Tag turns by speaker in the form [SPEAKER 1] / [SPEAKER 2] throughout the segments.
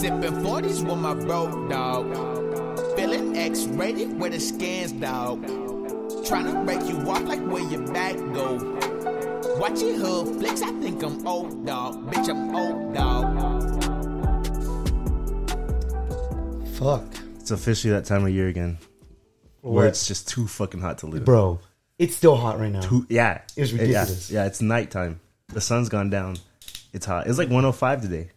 [SPEAKER 1] Sipping 40s with my bro, dog. Feeling X rated with the scans, dog. Tryna break you off like where your back go. Watching hood flicks, I think I'm old, dog. Bitch, I'm old, dog.
[SPEAKER 2] Fuck,
[SPEAKER 3] It's officially that time of year again where it's just too fucking hot to live.
[SPEAKER 2] bro. It's still hot right now.
[SPEAKER 3] Too- yeah,
[SPEAKER 2] It was ridiculous.
[SPEAKER 3] Yeah, yeah, it's nighttime. The sun's gone down. It's hot. It's like 105 today.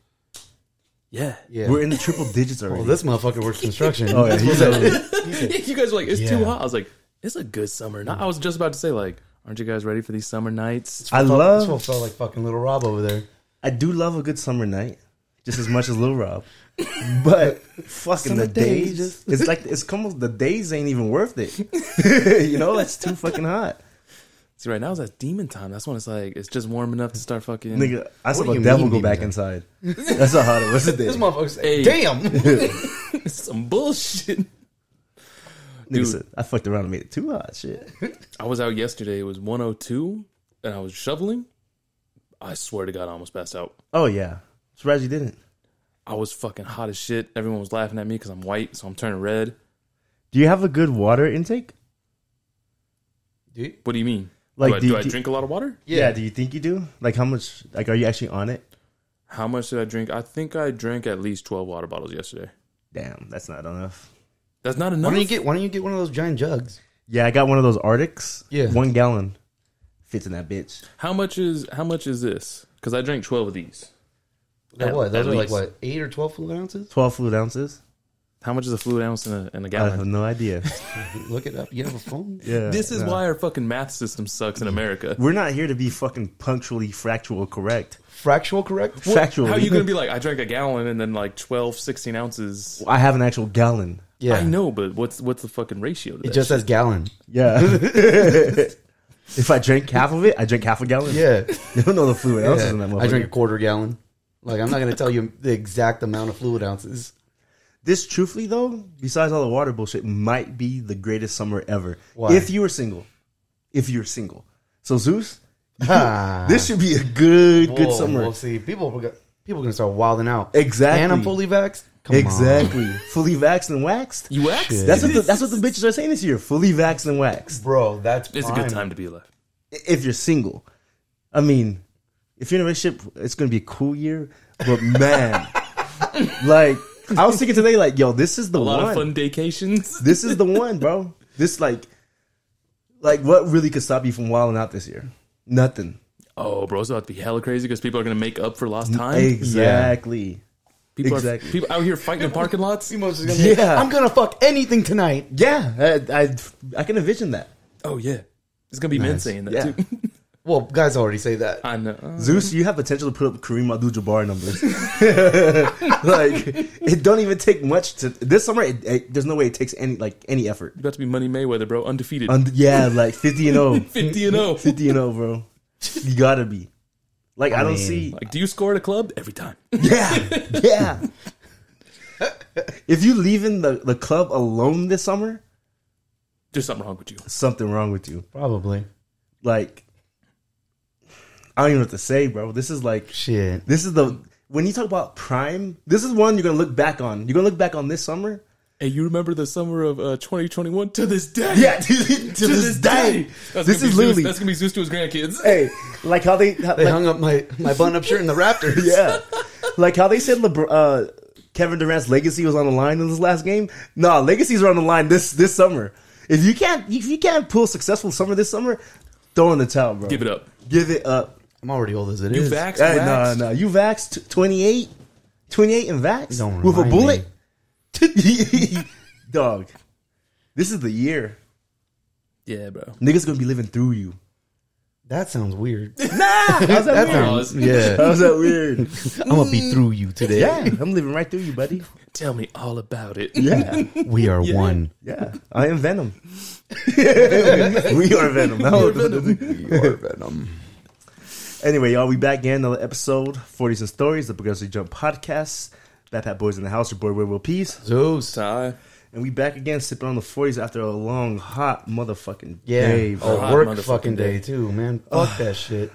[SPEAKER 3] Yeah,
[SPEAKER 2] Yeah.
[SPEAKER 3] We're in the triple digits already.
[SPEAKER 2] Well, this motherfucker works construction.
[SPEAKER 3] oh yeah, he's a-
[SPEAKER 4] you guys were like, it's too
[SPEAKER 2] Yeah.
[SPEAKER 4] hot. I was like, it's a good summer. night. I was just about to say, like, aren't you guys ready for these summer nights?
[SPEAKER 3] I
[SPEAKER 2] This one
[SPEAKER 3] love.
[SPEAKER 2] felt like fucking little Rob over there.
[SPEAKER 3] I do love a good summer night, just as much as Lil Rob. But fucking the
[SPEAKER 4] Summer
[SPEAKER 3] days,
[SPEAKER 4] days, just-
[SPEAKER 3] it's like it's almost the days ain't even worth it. you know, it's too fucking hot,
[SPEAKER 4] See, right now it's that demon time. That's when it's like, it's just warm enough to start fucking.
[SPEAKER 3] nigga. I saw
[SPEAKER 2] do
[SPEAKER 3] the
[SPEAKER 2] you
[SPEAKER 3] devil
[SPEAKER 2] mean,
[SPEAKER 3] go
[SPEAKER 2] baby?
[SPEAKER 3] back inside. That's how hot it was today.
[SPEAKER 2] This motherfucker's
[SPEAKER 4] Hey.
[SPEAKER 2] damn.
[SPEAKER 4] some bullshit.
[SPEAKER 3] Nigga
[SPEAKER 4] Dude.
[SPEAKER 3] said, I fucked around and made it too hot. Shit.
[SPEAKER 4] I was out yesterday. It was 102, and I was shoveling. I swear to God, I almost passed out.
[SPEAKER 3] Oh yeah, surprised you didn't.
[SPEAKER 4] I was fucking hot as shit. Everyone was laughing at me because I'm white, so I'm turning red.
[SPEAKER 3] Do you have a good water intake?
[SPEAKER 2] Dude,
[SPEAKER 4] What do you mean?
[SPEAKER 3] Like,
[SPEAKER 4] do I,
[SPEAKER 3] do you-
[SPEAKER 4] do I
[SPEAKER 3] do-
[SPEAKER 4] drink a lot of water?
[SPEAKER 3] Yeah. Do you think you do? Like, how much? Like, are you actually on it?
[SPEAKER 4] How much did I drink? I think I drank at least 12 water bottles yesterday.
[SPEAKER 3] Damn, that's not enough.
[SPEAKER 4] That's not
[SPEAKER 2] why
[SPEAKER 4] enough.
[SPEAKER 2] don't you get why don't you get one of those giant jugs?
[SPEAKER 3] Yeah, I got one of those Arctics.
[SPEAKER 2] Yeah.
[SPEAKER 3] one gallon fits in that bitch.
[SPEAKER 4] how much is how much is this? Because I drank 12 of these.
[SPEAKER 2] Like
[SPEAKER 4] At-
[SPEAKER 2] what? Those
[SPEAKER 4] at
[SPEAKER 2] are like
[SPEAKER 4] least.
[SPEAKER 2] what eight or twelve fluid ounces?
[SPEAKER 3] Twelve fluid ounces.
[SPEAKER 4] How much is a fluid ounce in a, in a
[SPEAKER 3] I
[SPEAKER 4] gallon?
[SPEAKER 3] have no idea.
[SPEAKER 2] Look it up. You have a phone.
[SPEAKER 3] Yeah,
[SPEAKER 4] This is
[SPEAKER 3] no.
[SPEAKER 4] why our fucking math system sucks in America.
[SPEAKER 3] we're not here to be fucking punctually factual correct.
[SPEAKER 2] Fractional correct?
[SPEAKER 3] Factual.
[SPEAKER 4] How are you going to be like, I drank a gallon and then like 12, 16 ounces?
[SPEAKER 3] I have an actual gallon.
[SPEAKER 2] Yeah.
[SPEAKER 4] I know, but what's what's the fucking ratio to that?
[SPEAKER 2] It just says gallon.
[SPEAKER 3] Yeah. if I drink half of it, I drink half a gallon.
[SPEAKER 2] Yeah.
[SPEAKER 3] You don't know the fluid ounces in that
[SPEAKER 2] Yeah.
[SPEAKER 3] motherfucker.
[SPEAKER 2] I drink a quarter gallon. Like I'm not gonna tell you the exact amount of fluid ounces.
[SPEAKER 3] This, truthfully though, besides all the water bullshit, might be the greatest summer ever.
[SPEAKER 2] Why?
[SPEAKER 3] If you were single, if you're single, so Zeus,
[SPEAKER 2] Ah.
[SPEAKER 3] this should be a good, good
[SPEAKER 2] Whoa,
[SPEAKER 3] summer.
[SPEAKER 2] We'll see. People are go- people are gonna start wilding out.
[SPEAKER 3] Exactly.
[SPEAKER 2] And I'm fully vaxxed. Come on.
[SPEAKER 3] exactly, fully vaxxed and waxed.
[SPEAKER 4] you wax?
[SPEAKER 2] Shit.
[SPEAKER 3] That's what the, that's what the bitches are saying this year. Fully vaxxed and waxed.
[SPEAKER 2] bro. That's
[SPEAKER 4] It's a
[SPEAKER 2] prime.
[SPEAKER 4] good time to be alive.
[SPEAKER 3] I- If you're single, I mean, if you're in a relationship, it's gonna be a cool year. But man, like I was thinking today, like yo, this is the
[SPEAKER 4] A lot
[SPEAKER 3] one.
[SPEAKER 4] of fun vacations.
[SPEAKER 3] this is the one, bro. This like, like what really could stop you from wilding out this year? Nothing.
[SPEAKER 4] Oh, bro, it's about to be hella crazy because people are gonna make up for lost time.
[SPEAKER 3] Exactly.
[SPEAKER 4] people
[SPEAKER 3] exactly.
[SPEAKER 4] Are, people out here fighting in parking lots.
[SPEAKER 2] Most is gonna be,
[SPEAKER 3] Yeah.
[SPEAKER 2] I'm gonna fuck anything tonight.
[SPEAKER 3] Yeah, I, I I can envision that.
[SPEAKER 4] Oh yeah, it's gonna be men saying that
[SPEAKER 3] Yeah.
[SPEAKER 4] too.
[SPEAKER 2] Well, guys already say that.
[SPEAKER 4] I know.
[SPEAKER 3] Zeus, you have potential to put up Kareem Abdul-Jabbar numbers. like it don't even take much to this summer. It, it- there's no way it takes any like any effort.
[SPEAKER 4] You about to be Money Mayweather, bro, undefeated,
[SPEAKER 3] Und- yeah, like fifty and 0.
[SPEAKER 4] fifty and oh. zero.
[SPEAKER 3] 50 and 0, bro. You gotta be. Like I, don't
[SPEAKER 2] mean,
[SPEAKER 3] see.
[SPEAKER 4] Like, do you score at a club every time?
[SPEAKER 3] Yeah, yeah. if you leaving the, the club alone this summer,
[SPEAKER 4] There's something wrong with you.
[SPEAKER 3] something wrong with you.
[SPEAKER 2] Probably.
[SPEAKER 3] Like, I don't even know what to say, bro. This is like,
[SPEAKER 2] Shit.
[SPEAKER 3] this is the when you talk about prime. This is one you're gonna look back on. You're gonna look back on this summer.
[SPEAKER 4] And you remember the summer of uh, 2021 to this day.
[SPEAKER 3] Yeah, to, this,
[SPEAKER 4] to, this, day.
[SPEAKER 3] This
[SPEAKER 4] That's gonna be
[SPEAKER 3] is
[SPEAKER 4] Zeus-
[SPEAKER 3] literally
[SPEAKER 4] that's gonna be Zeus to his grandkids.
[SPEAKER 3] hey, like how they, how,
[SPEAKER 2] They
[SPEAKER 3] like,
[SPEAKER 2] hung up my my button up shirt in the Raptors.
[SPEAKER 3] yeah, like how they said LeBron. Uh, Kevin Durant's legacy was on the line in this last game. Nah, legacies are on the line this this summer. If you can't if you can't pull successful summer this summer, throw in the towel, bro.
[SPEAKER 4] Give it up.
[SPEAKER 3] Give it up.
[SPEAKER 2] I'm already old as it is.
[SPEAKER 4] You vaxxed,
[SPEAKER 3] Hey, no,
[SPEAKER 4] waxed.
[SPEAKER 3] no. You vaxxed 28, 28 and vaxxed
[SPEAKER 2] Don't
[SPEAKER 3] with a
[SPEAKER 2] remind
[SPEAKER 3] bullet? Dog, this is the year.
[SPEAKER 4] Yeah, bro.
[SPEAKER 3] Niggas gonna be living through you.
[SPEAKER 2] That sounds weird.
[SPEAKER 3] How's that
[SPEAKER 2] That
[SPEAKER 3] weird?
[SPEAKER 2] sounds
[SPEAKER 4] Pause.
[SPEAKER 2] yeah.
[SPEAKER 3] How's that weird?
[SPEAKER 2] I'm gonna be through you today.
[SPEAKER 3] yeah, I'm living right through you, buddy.
[SPEAKER 4] Tell me all about it.
[SPEAKER 3] Yeah.
[SPEAKER 2] We are one.
[SPEAKER 3] Yeah, I am Venom. we are Venom. No, Anyway, y'all, we back again. Another episode, 40s and Stories, the Progressive Jump podcast. Backpack Boys in the House, your boy, Will Will Peace.
[SPEAKER 2] Zeus.
[SPEAKER 4] Ty.
[SPEAKER 3] And we back again, sipping on the 40s after a long, hot motherfucking
[SPEAKER 2] Yeah.
[SPEAKER 3] day, bro.
[SPEAKER 2] oh,
[SPEAKER 4] Hot
[SPEAKER 2] work
[SPEAKER 4] motherfucking
[SPEAKER 2] fucking day
[SPEAKER 4] day.
[SPEAKER 2] too, man. Fuck that shit.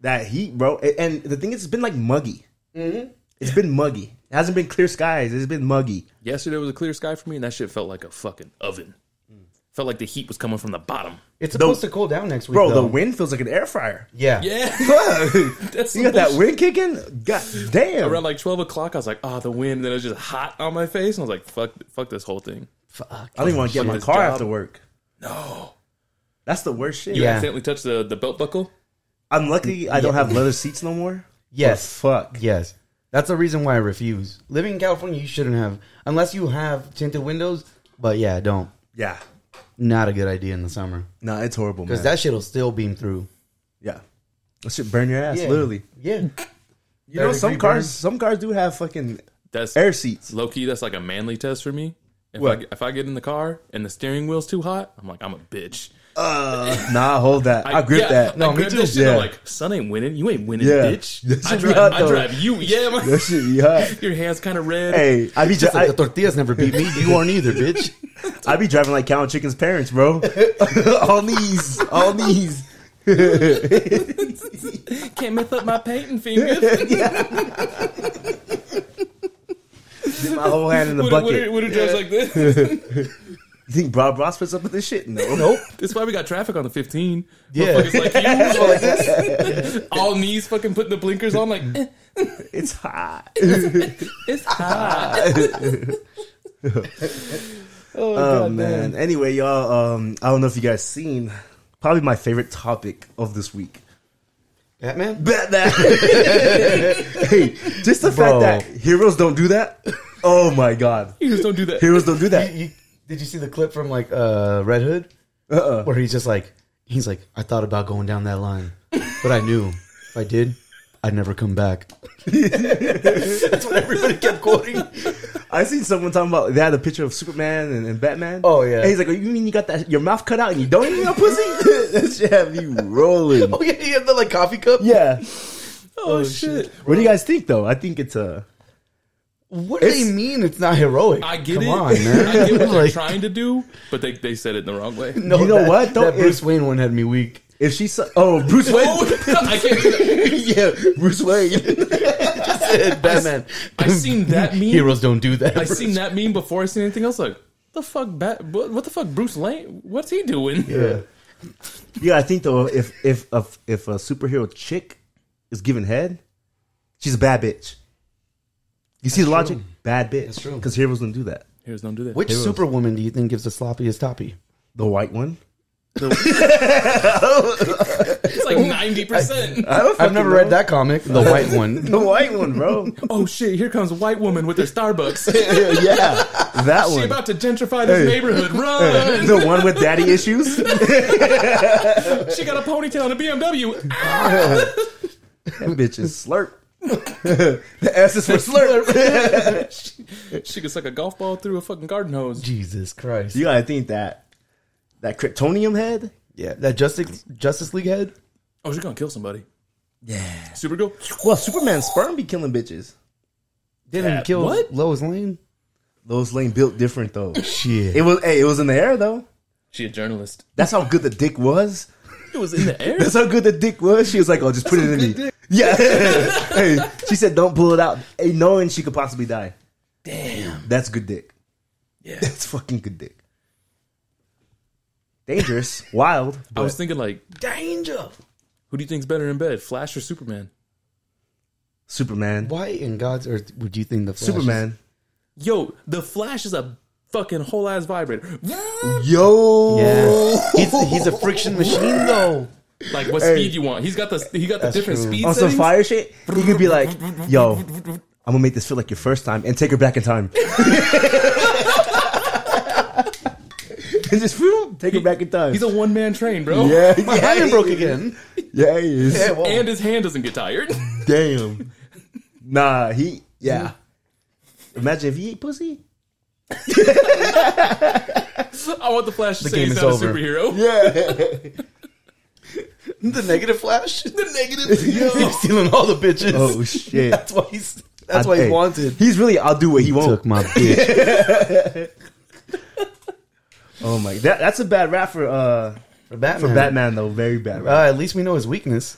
[SPEAKER 3] That heat, bro. A- And the thing is, it's been like muggy. It's been muggy. It hasn't been clear skies. It's been muggy.
[SPEAKER 4] Yesterday was a clear sky for me, and that shit felt like a fucking oven. Felt like the heat was coming from the bottom.
[SPEAKER 2] It's supposed to cool down next week,
[SPEAKER 3] Bro,
[SPEAKER 2] though.
[SPEAKER 3] the wind feels like an air fryer.
[SPEAKER 2] Yeah.
[SPEAKER 4] Yeah, That's
[SPEAKER 3] you got that
[SPEAKER 4] bullshit.
[SPEAKER 3] wind kicking? God damn.
[SPEAKER 4] Around like twelve o'clock, I was like, "Ah, the wind." And then it was just hot on my face, and I was like, "Fuck, fuck this whole thing."
[SPEAKER 3] I don't even want to get in my
[SPEAKER 4] This
[SPEAKER 3] car
[SPEAKER 4] job.
[SPEAKER 3] after work.
[SPEAKER 4] No,
[SPEAKER 3] That's the worst shit.
[SPEAKER 4] you
[SPEAKER 2] Yeah.
[SPEAKER 4] accidentally touched the, the belt buckle.
[SPEAKER 3] I'm lucky I don't have leather seats no more.
[SPEAKER 2] Yes.
[SPEAKER 3] But fuck.
[SPEAKER 2] Yes. That's the reason why I refuse. Living in California, you shouldn't have, unless you have tinted windows. But yeah, don't.
[SPEAKER 3] Yeah.
[SPEAKER 2] Not a good idea in the summer
[SPEAKER 3] Nah, it's horrible, man.
[SPEAKER 2] because that shit'll still beam through.
[SPEAKER 3] yeah. That shit burn your ass,
[SPEAKER 2] Yeah.
[SPEAKER 3] literally.
[SPEAKER 2] Yeah.
[SPEAKER 3] You know,
[SPEAKER 2] Third
[SPEAKER 3] some
[SPEAKER 2] degree
[SPEAKER 3] cars
[SPEAKER 2] burn.
[SPEAKER 3] some cars do have fucking
[SPEAKER 4] That's
[SPEAKER 3] air seats.
[SPEAKER 4] low key. That's like a manly test for me. If
[SPEAKER 3] What?
[SPEAKER 4] I if I get in the car and the steering wheel's too hot, I'm like, I'm a bitch.
[SPEAKER 3] Uh, nah, hold that. I, grip
[SPEAKER 4] yeah,
[SPEAKER 3] that.
[SPEAKER 4] I
[SPEAKER 2] No, me
[SPEAKER 4] grip that
[SPEAKER 2] too.
[SPEAKER 4] shit. I'm
[SPEAKER 3] Yeah.
[SPEAKER 4] like, son ain't winning. You ain't winning,
[SPEAKER 3] Yeah. That
[SPEAKER 4] bitch. I
[SPEAKER 3] should be
[SPEAKER 4] drive,
[SPEAKER 3] hot,
[SPEAKER 4] I
[SPEAKER 3] though.
[SPEAKER 4] drive you. Yeah,
[SPEAKER 3] That
[SPEAKER 4] my,
[SPEAKER 3] shit be hot.
[SPEAKER 4] your hands kind of red.
[SPEAKER 3] Hey, I be, dri-
[SPEAKER 2] Like the
[SPEAKER 3] I,
[SPEAKER 2] tortillas never beat me. You aren't either, bitch.
[SPEAKER 3] I be driving like Cow and Chicken's parents, bro. all these, all these.
[SPEAKER 4] Can't mess up my painting fingers.
[SPEAKER 3] My whole hand in the
[SPEAKER 4] Would
[SPEAKER 3] bucket.
[SPEAKER 4] it drives like this?
[SPEAKER 3] You think Bob Ross puts up with this shit? No.
[SPEAKER 2] Nope.
[SPEAKER 4] That's why we got traffic on the 15.
[SPEAKER 2] Yeah.
[SPEAKER 4] Motherfuckers like you, all like this. all knees fucking putting the blinkers on. Like eh,
[SPEAKER 3] It's hot.
[SPEAKER 4] it's hot. oh,
[SPEAKER 3] Oh
[SPEAKER 4] God,
[SPEAKER 3] man. Anyway, y'all, um, I don't know if you guys seen probably my favorite topic of this week.
[SPEAKER 2] Batman.
[SPEAKER 3] Bet that. hey, just the
[SPEAKER 2] Bro.
[SPEAKER 3] fact that heroes don't do that. Oh my god,
[SPEAKER 4] You just don't do that.
[SPEAKER 3] heroes don't do that.
[SPEAKER 2] You- you- did you see the clip from like uh, Red Hood
[SPEAKER 3] Uh-uh.
[SPEAKER 2] where he's just like he's like I thought about going down that line, but I knew if I did, I'd never come back. That's what everybody kept quoting.
[SPEAKER 3] I seen someone talking about they had a picture of Superman and, and Batman.
[SPEAKER 2] Oh, yeah.
[SPEAKER 3] and he's like, "Oh, "You mean you got that your mouth cut out and you don't eat no pussy?" that shit have you rolling.
[SPEAKER 2] Oh yeah, he had the like coffee cup.
[SPEAKER 3] Yeah.
[SPEAKER 4] oh, shit.
[SPEAKER 3] What do you guys think though? I think it's a.
[SPEAKER 2] What do they mean? It's not heroic.
[SPEAKER 4] I get
[SPEAKER 2] Come
[SPEAKER 4] it.
[SPEAKER 2] on, man.
[SPEAKER 4] I get what they're
[SPEAKER 2] Like,
[SPEAKER 4] trying to do, but they, they said it the wrong way.
[SPEAKER 2] no,
[SPEAKER 3] You know
[SPEAKER 2] that-
[SPEAKER 3] what, though?
[SPEAKER 2] That Bruce Wayne one had me weak.
[SPEAKER 3] If she saw, oh Bruce Wayne,
[SPEAKER 4] I can't. do that.
[SPEAKER 3] yeah, Bruce Wayne.
[SPEAKER 2] Batman.
[SPEAKER 4] I seen that meme.
[SPEAKER 2] Heroes don't do that.
[SPEAKER 4] I seen that meme before I seen anything else. Like the fuck, Bat? What, what the fuck, Bruce Lane? What's he doing?
[SPEAKER 2] Yeah.
[SPEAKER 3] yeah, I think though if if if, if a superhero chick is given head, she's a bad bitch. You see the logic? Bad bitch.
[SPEAKER 2] That's true.
[SPEAKER 3] Because heroes don't do that.
[SPEAKER 4] Here's don't do that.
[SPEAKER 2] Which Superwoman do you think gives the sloppiest toppy?
[SPEAKER 3] The white one.
[SPEAKER 4] It's like ninety percent.
[SPEAKER 2] I've never read that comic. The white one.
[SPEAKER 3] The white one, bro.
[SPEAKER 4] Oh shit! Here comes a white woman with her Starbucks.
[SPEAKER 3] yeah, that
[SPEAKER 4] She
[SPEAKER 3] one.
[SPEAKER 4] about to gentrify this neighborhood. Run!
[SPEAKER 3] the one with daddy issues. that
[SPEAKER 4] She got a ponytail and a BMW. Ah!
[SPEAKER 3] bitch is slurp. the S is for slurp.
[SPEAKER 4] She could suck a golf ball through a fucking garden hose.
[SPEAKER 2] Jesus Christ.
[SPEAKER 3] you gotta think that that Kryptonium head.
[SPEAKER 2] Yeah, that Justice Justice League head.
[SPEAKER 4] Oh, she's gonna kill somebody. Yeah. Supergirl.
[SPEAKER 3] Well, Superman's sperm be killing bitches.
[SPEAKER 2] Didn't kill
[SPEAKER 4] what?
[SPEAKER 2] Lois Lane.
[SPEAKER 3] Lois Lane built different though.
[SPEAKER 2] Shit.
[SPEAKER 3] It was hey, it was in the air though.
[SPEAKER 4] She a journalist.
[SPEAKER 3] That's how good the dick was.
[SPEAKER 4] It was in the air.
[SPEAKER 3] That's how good the dick was. She was like, "Oh, just put it in me." Yeah. hey, she said, "Don't pull it out," hey, knowing she could possibly die. Damn, that's good dick.
[SPEAKER 4] Yeah.
[SPEAKER 3] That's fucking good dick. Dangerous, wild.
[SPEAKER 4] I
[SPEAKER 3] But
[SPEAKER 4] was thinking like,
[SPEAKER 2] danger.
[SPEAKER 4] who do you think's better in bed, Flash or Superman?
[SPEAKER 3] Superman,
[SPEAKER 2] Why in God's earth would you think the Flash is-
[SPEAKER 3] Superman.
[SPEAKER 4] Yo, the Flash is a fucking whole ass vibrator.
[SPEAKER 3] Yo,
[SPEAKER 2] Yeah. He's, he's a friction machine though.
[SPEAKER 4] Like what speed you want? He's got the he got the different
[SPEAKER 2] true.
[SPEAKER 4] speed
[SPEAKER 3] on some
[SPEAKER 4] settings.
[SPEAKER 3] Oh, fire shit, you could be like, "Yo, I'm gonna make this feel like your first time and take her back in time." And just whoop, take her back in time.
[SPEAKER 4] He's a one man train, bro.
[SPEAKER 3] yeah,
[SPEAKER 2] My
[SPEAKER 3] yeah,
[SPEAKER 2] hand
[SPEAKER 3] he
[SPEAKER 2] broke
[SPEAKER 3] is.
[SPEAKER 2] again.
[SPEAKER 3] Yeah, he is.
[SPEAKER 4] And his hand doesn't get tired.
[SPEAKER 3] Damn. Nah, he yeah. Imagine if he ate pussy.
[SPEAKER 4] I want the Flash to say
[SPEAKER 2] game
[SPEAKER 4] he's
[SPEAKER 2] is
[SPEAKER 4] not a
[SPEAKER 2] over.
[SPEAKER 4] superhero.
[SPEAKER 3] Yeah.
[SPEAKER 2] The negative flash. The negative. he's stealing all the bitches.
[SPEAKER 3] Oh shit.
[SPEAKER 2] That's why he's. That's why
[SPEAKER 3] Hey,
[SPEAKER 2] he's wanted.
[SPEAKER 3] He's really I'll do what he, won't.
[SPEAKER 2] Took my bitch.
[SPEAKER 3] Oh my that, that's a bad rap for uh
[SPEAKER 2] For Batman.
[SPEAKER 3] for Batman though. Very bad rap.
[SPEAKER 2] Uh, at least we know his weakness.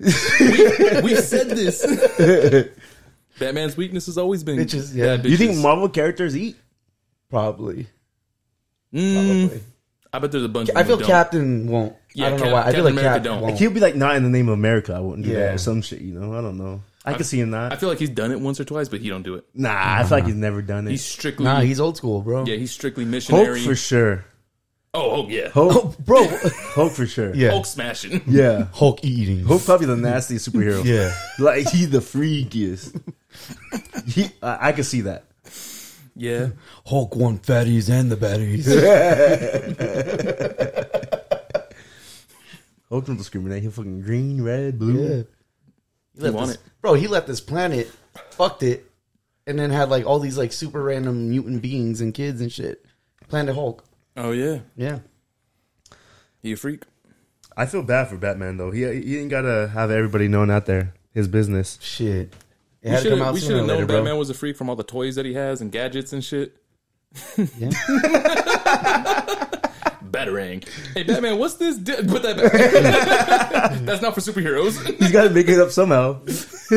[SPEAKER 4] We've said this. Batman's weakness has always been
[SPEAKER 2] Bitches, yeah.
[SPEAKER 4] bad
[SPEAKER 3] You think
[SPEAKER 4] bitches.
[SPEAKER 3] Marvel characters eat?
[SPEAKER 2] Probably.
[SPEAKER 4] Mm,
[SPEAKER 2] Probably.
[SPEAKER 4] I bet there's a bunch. of
[SPEAKER 2] I
[SPEAKER 4] them who
[SPEAKER 2] feel
[SPEAKER 4] don't.
[SPEAKER 2] Captain won't.
[SPEAKER 4] Yeah,
[SPEAKER 2] I don't
[SPEAKER 4] Cap-
[SPEAKER 2] know why. I feel like
[SPEAKER 4] Captain America
[SPEAKER 2] Cap
[SPEAKER 4] don't.
[SPEAKER 2] won't.
[SPEAKER 3] He'll be like, not in the name of America. I wouldn't do that
[SPEAKER 2] Yeah.
[SPEAKER 3] or some shit. You know, I don't know. I, could see him not.
[SPEAKER 4] I feel like he's done it once or twice, but he don't do it.
[SPEAKER 3] nah, I feel like he's never done it.
[SPEAKER 4] He's strictly
[SPEAKER 2] Nah, he's old school, bro.
[SPEAKER 4] yeah, he's strictly
[SPEAKER 3] Hulk
[SPEAKER 4] missionary.
[SPEAKER 3] for sure.
[SPEAKER 4] oh, oh yeah, Hulk,
[SPEAKER 3] Hulk,
[SPEAKER 2] bro.
[SPEAKER 3] Hulk for sure.
[SPEAKER 2] yeah.
[SPEAKER 4] smashing.
[SPEAKER 3] yeah.
[SPEAKER 2] Hulk eating.
[SPEAKER 3] Hulk's probably the nastiest superhero.
[SPEAKER 2] Yeah.
[SPEAKER 3] like he the freakiest. he, I, I could see that.
[SPEAKER 4] Yeah,
[SPEAKER 2] Hulk won fatties and the baddies.
[SPEAKER 3] Hulk don't discriminate. He'll fucking green, red, blue.
[SPEAKER 2] Yeah.
[SPEAKER 4] you want it.
[SPEAKER 2] Bro, he left this planet, fucked it, and then had like all these like super random mutant beings and kids and shit. Planet Hulk.
[SPEAKER 4] Oh yeah,
[SPEAKER 2] Yeah.
[SPEAKER 4] you a freak.
[SPEAKER 3] I feel bad for Batman though. He he ain't gotta have everybody knowing out there his business.
[SPEAKER 2] Shit. It
[SPEAKER 4] We
[SPEAKER 2] had to
[SPEAKER 4] should
[SPEAKER 2] come out
[SPEAKER 4] have
[SPEAKER 2] sooner or
[SPEAKER 4] known
[SPEAKER 2] later, bro.
[SPEAKER 4] Batman was a freak from all the toys that he has and gadgets and shit.
[SPEAKER 2] Yeah.
[SPEAKER 4] Batarang. Hey Batman, what's this? Di- Put that back. That's not for superheroes.
[SPEAKER 3] He's gotta make it up somehow. He's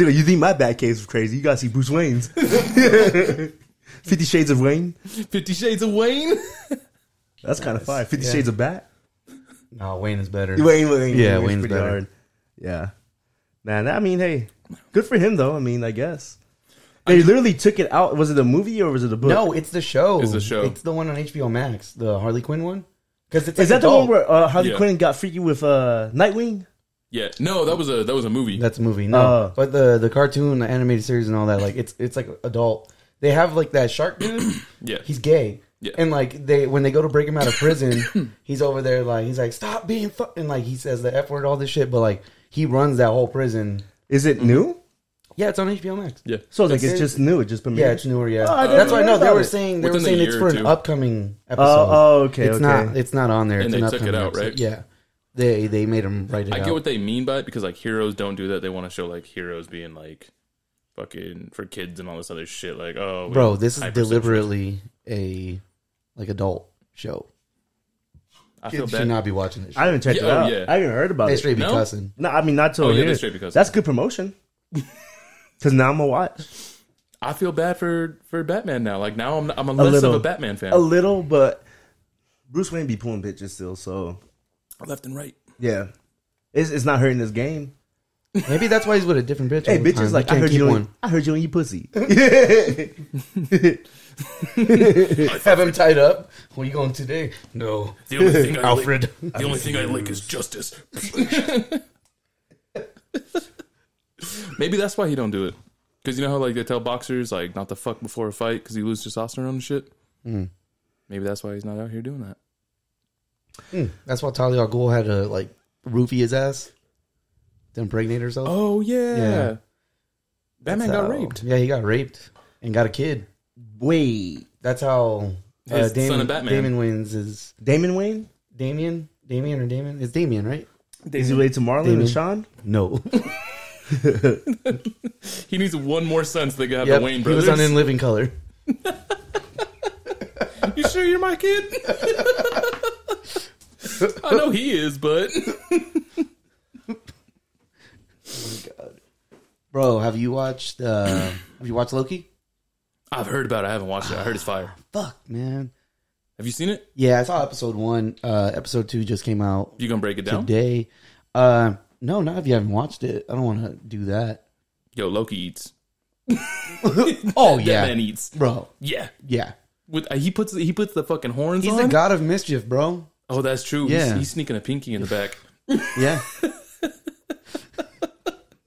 [SPEAKER 3] like, you think my Batcave is crazy? You gotta see Bruce Wayne's. Fifty Shades of Wayne.
[SPEAKER 4] Fifty Shades of Wayne.
[SPEAKER 3] That's kind of fire. Fifty
[SPEAKER 2] yeah.
[SPEAKER 3] Shades of Bat.
[SPEAKER 2] No, Wayne is better.
[SPEAKER 3] Wayne, Wayne,
[SPEAKER 2] Yeah,
[SPEAKER 3] Wayne's
[SPEAKER 2] Wayne's
[SPEAKER 3] pretty
[SPEAKER 2] better.
[SPEAKER 3] hard. Yeah, man. I mean, hey, good for him though. I mean, I guess they literally took it out. Was it a movie or was it a book?
[SPEAKER 2] No, it's the show.
[SPEAKER 4] It's the show.
[SPEAKER 2] It's the one on HBO Max, the Harley Quinn one. Because it's
[SPEAKER 3] Is
[SPEAKER 2] like
[SPEAKER 3] that the
[SPEAKER 2] adult.
[SPEAKER 3] one where uh, Harley
[SPEAKER 4] Yeah.
[SPEAKER 3] Quinn got freaky with uh, Nightwing?
[SPEAKER 4] Yeah, no, that was a that was a movie.
[SPEAKER 2] That's a movie. No,
[SPEAKER 3] Oh.
[SPEAKER 2] but the the cartoon, the animated series, and all that, like it's it's like adult. They have like that shark dude.
[SPEAKER 4] Yeah.
[SPEAKER 2] he's gay.
[SPEAKER 4] Yeah.
[SPEAKER 2] And like they when they go to break him out of prison, he's over there like he's like stop being fu-, and like he says the f word, all this shit. But like he runs that whole prison.
[SPEAKER 3] Is it new?
[SPEAKER 2] Yeah, it's on HBO Max.
[SPEAKER 4] yeah,
[SPEAKER 3] So it's like it's
[SPEAKER 2] It's-
[SPEAKER 3] just new. It just premiered.
[SPEAKER 2] Yeah, it's newer. Yeah,
[SPEAKER 3] Oh, I didn't
[SPEAKER 2] that's why I
[SPEAKER 3] know
[SPEAKER 2] know they
[SPEAKER 3] about
[SPEAKER 2] were
[SPEAKER 3] it.
[SPEAKER 2] saying they
[SPEAKER 4] Within
[SPEAKER 2] were saying
[SPEAKER 4] a
[SPEAKER 2] it's
[SPEAKER 4] year
[SPEAKER 2] for
[SPEAKER 4] or
[SPEAKER 2] an
[SPEAKER 4] two.
[SPEAKER 2] upcoming episode.
[SPEAKER 3] oh, okay,
[SPEAKER 2] It's
[SPEAKER 3] okay.
[SPEAKER 2] not. It's not on there.
[SPEAKER 4] And
[SPEAKER 2] it's
[SPEAKER 4] they
[SPEAKER 2] an
[SPEAKER 4] took it
[SPEAKER 2] upcoming
[SPEAKER 4] out,
[SPEAKER 2] episode.
[SPEAKER 4] right?
[SPEAKER 2] Yeah, they they made him write it
[SPEAKER 4] I
[SPEAKER 2] out.
[SPEAKER 4] get what they mean by it because like heroes don't do that. They want to show like heroes being like fucking for kids and all this other shit. Like oh, we-
[SPEAKER 2] Bro, this is
[SPEAKER 4] hypersexual.
[SPEAKER 2] deliberately a like adult show.
[SPEAKER 4] I feel
[SPEAKER 2] Kids
[SPEAKER 4] bad.
[SPEAKER 2] should not be watching this.
[SPEAKER 3] I
[SPEAKER 2] Shit.
[SPEAKER 3] haven't checked
[SPEAKER 4] Yeah,
[SPEAKER 3] it
[SPEAKER 4] oh,
[SPEAKER 3] out.
[SPEAKER 4] yeah.
[SPEAKER 3] I haven't heard about
[SPEAKER 2] They
[SPEAKER 3] it.
[SPEAKER 2] straight be
[SPEAKER 4] No?
[SPEAKER 2] cussing.
[SPEAKER 3] No, I mean not till
[SPEAKER 4] Oh, yeah,
[SPEAKER 3] here.
[SPEAKER 4] they're straight because-
[SPEAKER 3] That's good promotion. Because now I'm gonna watch
[SPEAKER 4] I feel bad for for Batman now. Like now I'm I'm a,
[SPEAKER 3] a
[SPEAKER 4] less
[SPEAKER 3] little
[SPEAKER 4] of a Batman fan.
[SPEAKER 3] a little, but Bruce Wayne be pulling bitches still. So
[SPEAKER 4] left and right.
[SPEAKER 3] yeah, it's it's not hurting this game.
[SPEAKER 2] Maybe that's why he's with a different bitch.
[SPEAKER 3] Hey,
[SPEAKER 2] all the time.
[SPEAKER 3] bitches! Like
[SPEAKER 2] you
[SPEAKER 3] I
[SPEAKER 2] can't
[SPEAKER 3] heard
[SPEAKER 2] keep
[SPEAKER 3] you.
[SPEAKER 2] one.
[SPEAKER 3] On, I heard you on your pussy.
[SPEAKER 2] Have him tied up. Where you going today? No,
[SPEAKER 4] The only thing I
[SPEAKER 2] Alfred.
[SPEAKER 4] Like, the only thing I like is justice. Maybe that's why he don't do it. Because you know how like they tell boxers like not to fuck before a fight because he loses testosterone and shit.
[SPEAKER 2] Hmm.
[SPEAKER 4] Maybe that's why he's not out here doing that.
[SPEAKER 2] That's why Talia al Ghul had to like roofie his ass to impregnate herself.
[SPEAKER 4] Oh yeah,
[SPEAKER 2] Yeah.
[SPEAKER 4] Batman
[SPEAKER 2] That's
[SPEAKER 4] got
[SPEAKER 2] how-
[SPEAKER 4] raped.
[SPEAKER 2] Yeah, he got raped and got a kid.
[SPEAKER 3] Wait,
[SPEAKER 2] That's how uh,
[SPEAKER 4] His son
[SPEAKER 2] Damon,
[SPEAKER 4] of Batman.
[SPEAKER 2] Damon wins is
[SPEAKER 3] Damon Wayne
[SPEAKER 2] Damien. Damien or Damon? It's Damien, right?
[SPEAKER 3] is he related to Marlon
[SPEAKER 2] Damon.
[SPEAKER 3] and Sean?
[SPEAKER 2] No.
[SPEAKER 4] He needs one more son so they got
[SPEAKER 2] yep,
[SPEAKER 4] the Wayne
[SPEAKER 2] he
[SPEAKER 4] brothers.
[SPEAKER 2] was on In Living Color.
[SPEAKER 4] you sure you're my kid? I know he is, but
[SPEAKER 2] Bro, have you watched? Uh, have you watched Loki?
[SPEAKER 4] I've heard about it. I haven't watched it. I heard it's fire.
[SPEAKER 2] Fuck, man.
[SPEAKER 4] Have you seen it?
[SPEAKER 2] Yeah, I saw episode one. Uh, episode two just came out
[SPEAKER 4] You gonna break it down?
[SPEAKER 2] today. Uh, no, not if you haven't watched it. I don't want to do that.
[SPEAKER 4] Yo, Loki eats.
[SPEAKER 2] Oh
[SPEAKER 4] That
[SPEAKER 2] yeah,
[SPEAKER 4] man eats.
[SPEAKER 2] bro.
[SPEAKER 4] Yeah,
[SPEAKER 2] Yeah,
[SPEAKER 4] with uh, he puts he puts the fucking horns
[SPEAKER 2] he's
[SPEAKER 4] on.
[SPEAKER 2] the god of mischief, bro.
[SPEAKER 4] Oh, that's true. He's,
[SPEAKER 2] Yeah.
[SPEAKER 4] he's sneaking a pinky in the back.
[SPEAKER 2] Yeah.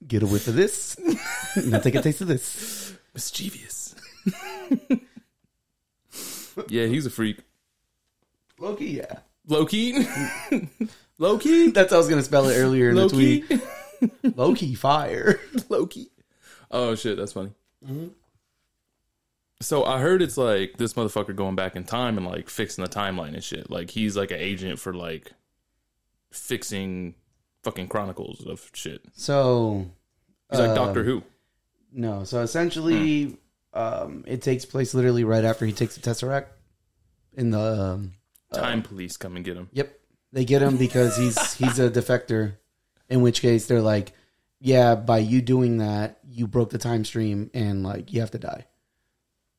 [SPEAKER 2] Get a whiff of this. Now take a taste of this.
[SPEAKER 4] Mischievous. yeah, he's a freak.
[SPEAKER 2] Loki, yeah.
[SPEAKER 4] Loki. Loki.
[SPEAKER 2] That's how I was gonna spell it earlier in the
[SPEAKER 4] Loki.
[SPEAKER 2] tweet. Loki, fire. Loki.
[SPEAKER 4] Oh shit, that's funny.
[SPEAKER 2] Mm-hmm.
[SPEAKER 4] So I heard it's like this motherfucker going back in time and like fixing the timeline and shit. Like he's like an agent for like fixing fucking chronicles of shit.
[SPEAKER 2] So
[SPEAKER 4] He's
[SPEAKER 2] Uh,
[SPEAKER 4] like Doctor Who.
[SPEAKER 2] No, so essentially, um, it takes place literally right after he takes the tesseract. In the um,
[SPEAKER 4] Time police come and get him.
[SPEAKER 2] yep, they get him because he's he's a defector. In which case, they're like, "Yeah, by you doing that, you broke the time stream and like you have to die.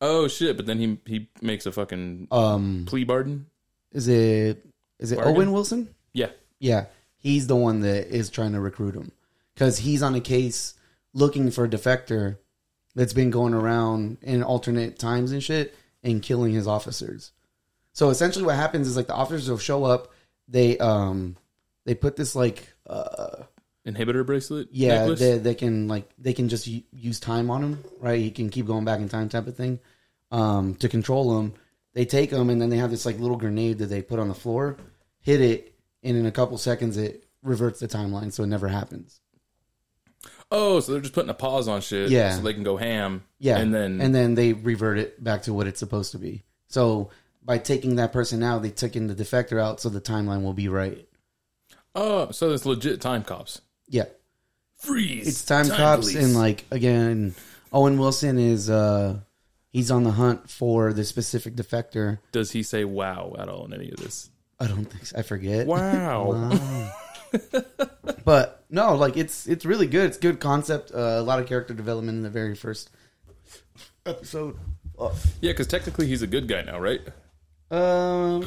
[SPEAKER 4] Oh shit! But then he he makes a fucking
[SPEAKER 2] Um,
[SPEAKER 4] plea bargain.
[SPEAKER 2] is it is it
[SPEAKER 4] Bargain?
[SPEAKER 2] Owen Wilson?
[SPEAKER 4] Yeah,
[SPEAKER 2] Yeah, he's the one that is trying to recruit him because he's on a case looking for a defector that's been going around in alternate times and shit and killing his officers. So essentially, what happens is like the officers will show up. They um they put this like uh
[SPEAKER 4] inhibitor bracelet.
[SPEAKER 2] yeah
[SPEAKER 4] necklace.
[SPEAKER 2] they, they can like they can just u- use time on him right he can keep going back in time type of thing um to control him they take him and then they have this like little grenade that they put on the floor hit it and in a couple seconds it reverts the timeline so it never happens
[SPEAKER 4] oh, so they're just putting a pause on shit.
[SPEAKER 2] Yeah.
[SPEAKER 4] so they can go ham.
[SPEAKER 2] yeah
[SPEAKER 4] and then
[SPEAKER 2] and then they revert it back to what it's supposed to be so by taking that person out they took in the defector out so the timeline will be right
[SPEAKER 4] oh, so it's legit time cops.
[SPEAKER 2] yeah
[SPEAKER 4] Freeze!
[SPEAKER 2] it's time, cops
[SPEAKER 4] police.
[SPEAKER 2] and like again owen wilson is uh he's on the hunt for the specific defector
[SPEAKER 4] Does he say wow at all in any of this?
[SPEAKER 2] i don't think so. i forget
[SPEAKER 4] Wow.
[SPEAKER 2] but no like it's it's really good it's good concept uh, a lot of character development in the very first episode
[SPEAKER 4] yeah, because technically he's a good guy now, right?
[SPEAKER 2] um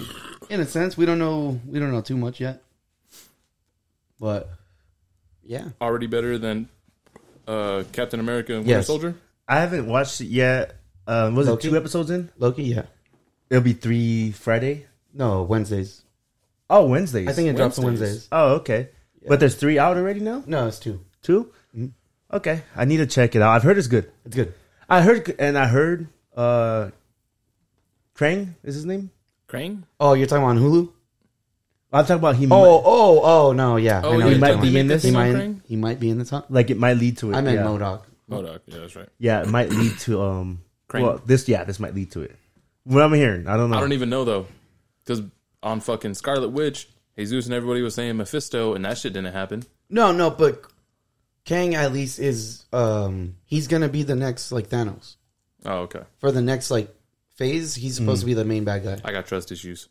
[SPEAKER 2] in a sense we don't know we don't know too much yet but yeah
[SPEAKER 4] Already better than uh, Captain America and Winter
[SPEAKER 2] Yes.
[SPEAKER 4] Soldier.
[SPEAKER 3] I haven't watched it yet. Um, was
[SPEAKER 2] Loki?
[SPEAKER 3] it two episodes in?
[SPEAKER 2] loki yeah
[SPEAKER 3] It'll be three Friday.
[SPEAKER 2] no wednesdays
[SPEAKER 3] Oh, Wednesdays.
[SPEAKER 2] i think it drops on
[SPEAKER 4] Wednesdays.
[SPEAKER 2] wednesdays
[SPEAKER 3] Oh, okay. But there's three out already now.
[SPEAKER 2] no it's two
[SPEAKER 3] 2 Okay, I need to check it out. I've heard it's good.
[SPEAKER 2] Mm-hmm. it's good
[SPEAKER 3] I heard and I heard uh, Krang is his name.
[SPEAKER 4] Crane?
[SPEAKER 2] oh you're talking on hulu
[SPEAKER 3] I'm talking about he.
[SPEAKER 2] Oh, oh, oh, no, yeah.
[SPEAKER 4] Oh,
[SPEAKER 2] what
[SPEAKER 4] you
[SPEAKER 2] you're
[SPEAKER 3] might
[SPEAKER 2] talking
[SPEAKER 3] be
[SPEAKER 2] about.
[SPEAKER 3] in this
[SPEAKER 2] He might,
[SPEAKER 4] something?
[SPEAKER 2] he might be in this. Huh?
[SPEAKER 3] like it might lead to it.
[SPEAKER 2] I meant
[SPEAKER 3] yeah.
[SPEAKER 2] Modoc.
[SPEAKER 4] Modoc. Yeah, that's right.
[SPEAKER 3] Yeah, it might lead to um.
[SPEAKER 4] Krang.
[SPEAKER 3] Well, this yeah, this might lead to it. What I'm hearing, I don't know.
[SPEAKER 4] I don't even know though, because on fucking Scarlet Witch, Jesus and everybody was saying Mephisto, and that shit didn't happen.
[SPEAKER 2] No, no, but Kang at least is um he's gonna be the next like Thanos
[SPEAKER 4] Oh, okay.
[SPEAKER 2] for the next like phase. He's supposed to be the main bad guy.
[SPEAKER 4] I got trust issues.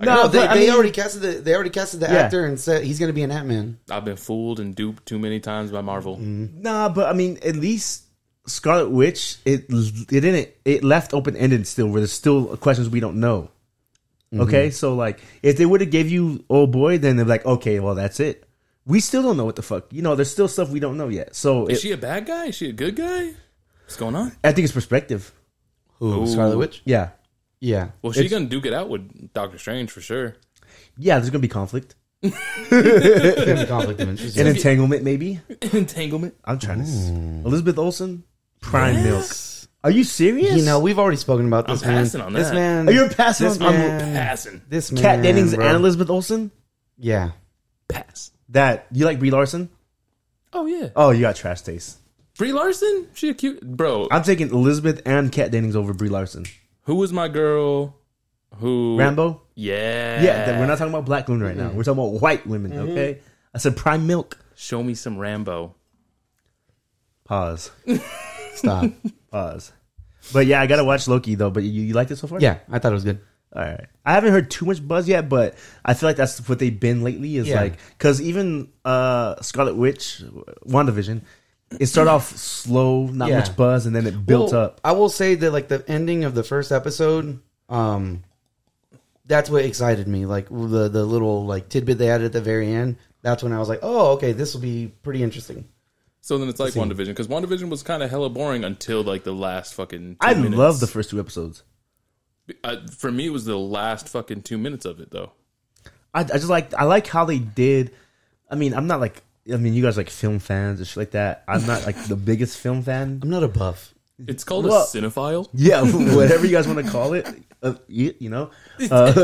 [SPEAKER 2] No, they,
[SPEAKER 3] but I
[SPEAKER 2] they
[SPEAKER 3] mean-
[SPEAKER 2] already casted the they already casted the
[SPEAKER 3] Yeah.
[SPEAKER 2] actor and said he's gonna be an Ant Man.
[SPEAKER 4] I've been fooled and duped too many times by Marvel.
[SPEAKER 3] Nah, but I mean, at least Scarlet Witch, it it didn't it left open ended still, where there's still questions we don't know.
[SPEAKER 2] Mm-hmm.
[SPEAKER 3] Okay, so like if they would have gave you old boy, then they're like, okay, well that's it. We still don't know what the fuck. You know, there's still stuff we don't know yet. So
[SPEAKER 4] Is
[SPEAKER 3] it-
[SPEAKER 4] she a bad guy? Is she a good guy? What's going on?
[SPEAKER 3] I think it's perspective.
[SPEAKER 2] Who Scarlet Witch?
[SPEAKER 3] Yeah,
[SPEAKER 2] Yeah,
[SPEAKER 4] Well, she's gonna duke it out with Doctor Strange for sure.
[SPEAKER 3] yeah. There's gonna be conflict
[SPEAKER 2] There's a conflict of interest.
[SPEAKER 3] and entanglement, maybe.
[SPEAKER 4] Entanglement.
[SPEAKER 3] I'm trying to s-
[SPEAKER 2] Mm.
[SPEAKER 3] Elizabeth Olsen, prime milk. Are you serious?
[SPEAKER 2] You know, we've already spoken about this man.
[SPEAKER 4] passing on
[SPEAKER 2] This
[SPEAKER 4] that.
[SPEAKER 2] man.
[SPEAKER 3] Are you passing
[SPEAKER 2] this
[SPEAKER 3] on- I'm
[SPEAKER 2] man-
[SPEAKER 4] Passing.
[SPEAKER 2] This man.
[SPEAKER 3] Kat Dennings
[SPEAKER 2] bro.
[SPEAKER 3] and Elizabeth Olsen.
[SPEAKER 2] Yeah.
[SPEAKER 4] Pass.
[SPEAKER 3] That you like Brie Larson?
[SPEAKER 4] Oh yeah.
[SPEAKER 3] Oh, you got trash taste.
[SPEAKER 4] Brie Larson. She a cute bro.
[SPEAKER 3] I'm taking Elizabeth and Kat Dennings over Brie Larson.
[SPEAKER 4] Who was my girl? Who
[SPEAKER 3] Rambo?
[SPEAKER 4] Yeah.
[SPEAKER 3] Yeah, that- we're not talking about black women right
[SPEAKER 2] Mm-hmm.
[SPEAKER 3] now. We're talking about white women, okay? I said prime milk.
[SPEAKER 4] Show me some Rambo.
[SPEAKER 3] Pause.
[SPEAKER 2] Stop.
[SPEAKER 3] Pause. But yeah, I gotta watch Loki though. But you, you liked it so far?
[SPEAKER 2] yeah, I thought it was good.
[SPEAKER 3] All right. I haven't heard too much buzz yet, but I feel like that's what they've been lately. Is
[SPEAKER 2] Yeah.
[SPEAKER 3] like because even uh Scarlet Witch, WandaVision, it started off slow, not
[SPEAKER 2] Yeah.
[SPEAKER 3] much buzz, and then it built
[SPEAKER 2] Well,
[SPEAKER 3] up.
[SPEAKER 2] I will say that like the ending of the first episode, um, that's what excited me. Like the the little like tidbit they added at the very end. That's when I was like, oh, okay, this will be pretty interesting.
[SPEAKER 4] So then it's like WandaVision because WandaVision was kind of hella boring until like the last fucking. Two
[SPEAKER 3] I
[SPEAKER 4] minutes.
[SPEAKER 3] love the first two episodes.
[SPEAKER 4] I, for me, it was the last fucking two minutes of it though.
[SPEAKER 3] I, I just like I like how they did. I mean, I'm not like I mean, you guys like film fans and shit like that. I'm not like the biggest film fan.
[SPEAKER 2] I'm not a buff.
[SPEAKER 4] It's called
[SPEAKER 3] Mm-hmm. Well-
[SPEAKER 4] a cinephile.
[SPEAKER 3] Yeah, whatever you guys want to call it, uh, you, you know. Uh,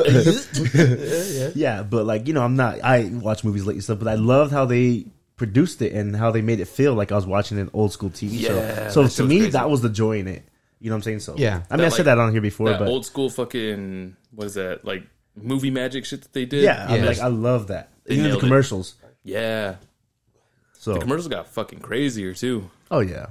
[SPEAKER 3] yeah, but like you know, I'm not. I watch movies late and stuff, but I loved how they produced it and how they made it feel like I was watching an old school TV
[SPEAKER 4] Yeah,
[SPEAKER 3] show.
[SPEAKER 4] that
[SPEAKER 3] So
[SPEAKER 4] shit
[SPEAKER 3] to
[SPEAKER 4] was
[SPEAKER 3] me,
[SPEAKER 4] crazy.
[SPEAKER 3] that was the joy in it. You know what I'm saying? So
[SPEAKER 2] Yeah.
[SPEAKER 3] I mean, I
[SPEAKER 4] That,
[SPEAKER 3] said
[SPEAKER 4] like-
[SPEAKER 3] that on here before,
[SPEAKER 4] That
[SPEAKER 3] but
[SPEAKER 4] old school fucking what is that like movie magic shit that they did?
[SPEAKER 3] yeah, I'm
[SPEAKER 2] Yeah.
[SPEAKER 3] like I love that. Even the
[SPEAKER 4] nailed it.
[SPEAKER 3] commercials.
[SPEAKER 4] yeah.
[SPEAKER 3] So
[SPEAKER 4] Commercials got fucking crazier too.
[SPEAKER 3] oh yeah.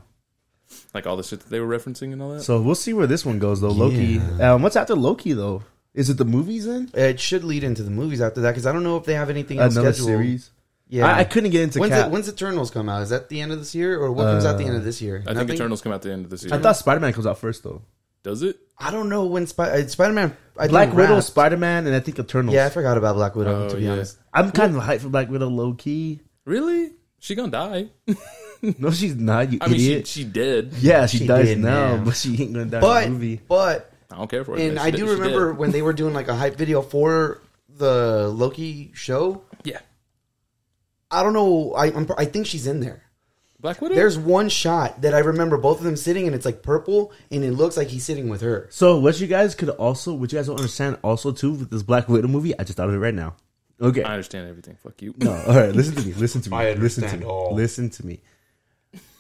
[SPEAKER 4] Like all the shit that they were referencing and all that.
[SPEAKER 3] So we'll see where this one goes, though. Loki. Um, what's after Loki, though? Is it the movies then?
[SPEAKER 2] It should lead into the movies after that because I don't know if they have anything else
[SPEAKER 3] Another
[SPEAKER 2] scheduled.
[SPEAKER 3] series?
[SPEAKER 2] Yeah.
[SPEAKER 3] I, I couldn't get into
[SPEAKER 2] when's
[SPEAKER 3] Cap.
[SPEAKER 2] it, when's Eternals come out? Is that the end of this year, or what comes out the end of this year?
[SPEAKER 4] I think
[SPEAKER 2] Nothing?
[SPEAKER 4] Eternals come out the end of this year.
[SPEAKER 3] I thought Spider Man comes out first though.
[SPEAKER 4] Does it?
[SPEAKER 2] I don't know when uh, Spider Spider Man
[SPEAKER 3] Black Widow, Spider Man, and I think Eternals.
[SPEAKER 2] Yeah, I forgot about Black Widow.
[SPEAKER 4] Oh,
[SPEAKER 2] to be
[SPEAKER 4] yeah.
[SPEAKER 2] honest,
[SPEAKER 3] I'm kind of hyped for Black Widow low key.
[SPEAKER 4] Really? She gonna die?
[SPEAKER 3] No, she's not. You
[SPEAKER 4] I mean, she,
[SPEAKER 3] idiot.
[SPEAKER 4] she did.
[SPEAKER 3] yeah, she,
[SPEAKER 2] She
[SPEAKER 3] dies
[SPEAKER 2] did,
[SPEAKER 3] now,
[SPEAKER 2] man.
[SPEAKER 3] but she ain't gonna die
[SPEAKER 2] but
[SPEAKER 3] in the movie.
[SPEAKER 2] but
[SPEAKER 4] I don't care for it.
[SPEAKER 2] and
[SPEAKER 4] She
[SPEAKER 2] I
[SPEAKER 4] did-
[SPEAKER 2] do
[SPEAKER 4] she did.
[SPEAKER 2] remember when they were doing like a hype video for the Loki show.
[SPEAKER 4] Yeah,
[SPEAKER 2] I don't know. I I'm, I think she's in there.
[SPEAKER 4] Black Widow.
[SPEAKER 2] There's one shot that I remember both of them sitting, and it's like purple, and it looks like he's sitting with her.
[SPEAKER 3] So what you guys could also, what you guys don't understand, also too with this Black Widow movie, I just thought of it right now. Okay,
[SPEAKER 4] I understand everything. Fuck you.
[SPEAKER 3] no, all right, listen to me, listen to me,
[SPEAKER 2] I
[SPEAKER 3] listen to
[SPEAKER 2] understand
[SPEAKER 3] me,
[SPEAKER 2] all.
[SPEAKER 3] listen to me.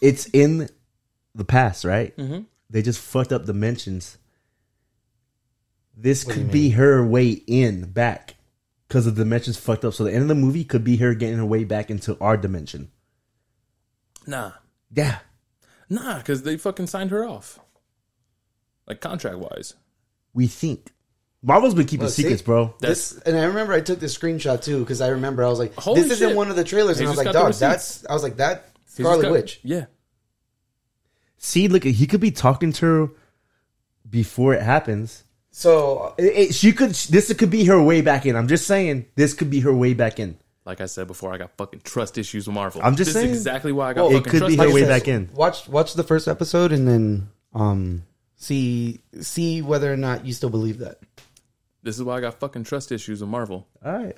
[SPEAKER 3] It's in the past, right?
[SPEAKER 2] Mm-hmm.
[SPEAKER 3] They just fucked up dimensions. This could be her way in back because the dimensions fucked up. So the end of the movie could be her getting her way back into our dimension.
[SPEAKER 4] Nah,
[SPEAKER 3] Yeah,
[SPEAKER 4] nah, because they fucking signed her off, like contract wise.
[SPEAKER 3] we think. Marvel's been keeping
[SPEAKER 2] Look, see?
[SPEAKER 3] secrets, bro.
[SPEAKER 4] That's-
[SPEAKER 2] this, and I remember I took this screenshot too because I remember I was like,
[SPEAKER 4] Holy
[SPEAKER 2] "This isn't
[SPEAKER 4] shit.
[SPEAKER 2] one of the trailers," and I
[SPEAKER 4] He's
[SPEAKER 2] was
[SPEAKER 4] just
[SPEAKER 2] like,
[SPEAKER 4] got the
[SPEAKER 2] "Dog,
[SPEAKER 4] receipts."
[SPEAKER 2] that's." I was like, "That
[SPEAKER 4] He's just
[SPEAKER 2] Scarlet
[SPEAKER 4] got-
[SPEAKER 2] Witch."
[SPEAKER 4] Yeah,
[SPEAKER 3] See, look, he could be talking to her before it happens.
[SPEAKER 2] So
[SPEAKER 3] It- it- she could. This could be her way back in. I'm just saying. This could be her way back in.
[SPEAKER 4] like I said before, I got fucking trust issues with Marvel.
[SPEAKER 3] I'm just
[SPEAKER 4] this
[SPEAKER 3] saying.
[SPEAKER 4] is exactly why I got
[SPEAKER 3] Well, it
[SPEAKER 4] fucking
[SPEAKER 3] could
[SPEAKER 4] trust
[SPEAKER 3] be her
[SPEAKER 4] issues.
[SPEAKER 3] way back in.
[SPEAKER 2] watch watch the first episode and then um see see whether or not you still believe that.
[SPEAKER 4] This is why I got fucking trust issues with Marvel.
[SPEAKER 3] All right.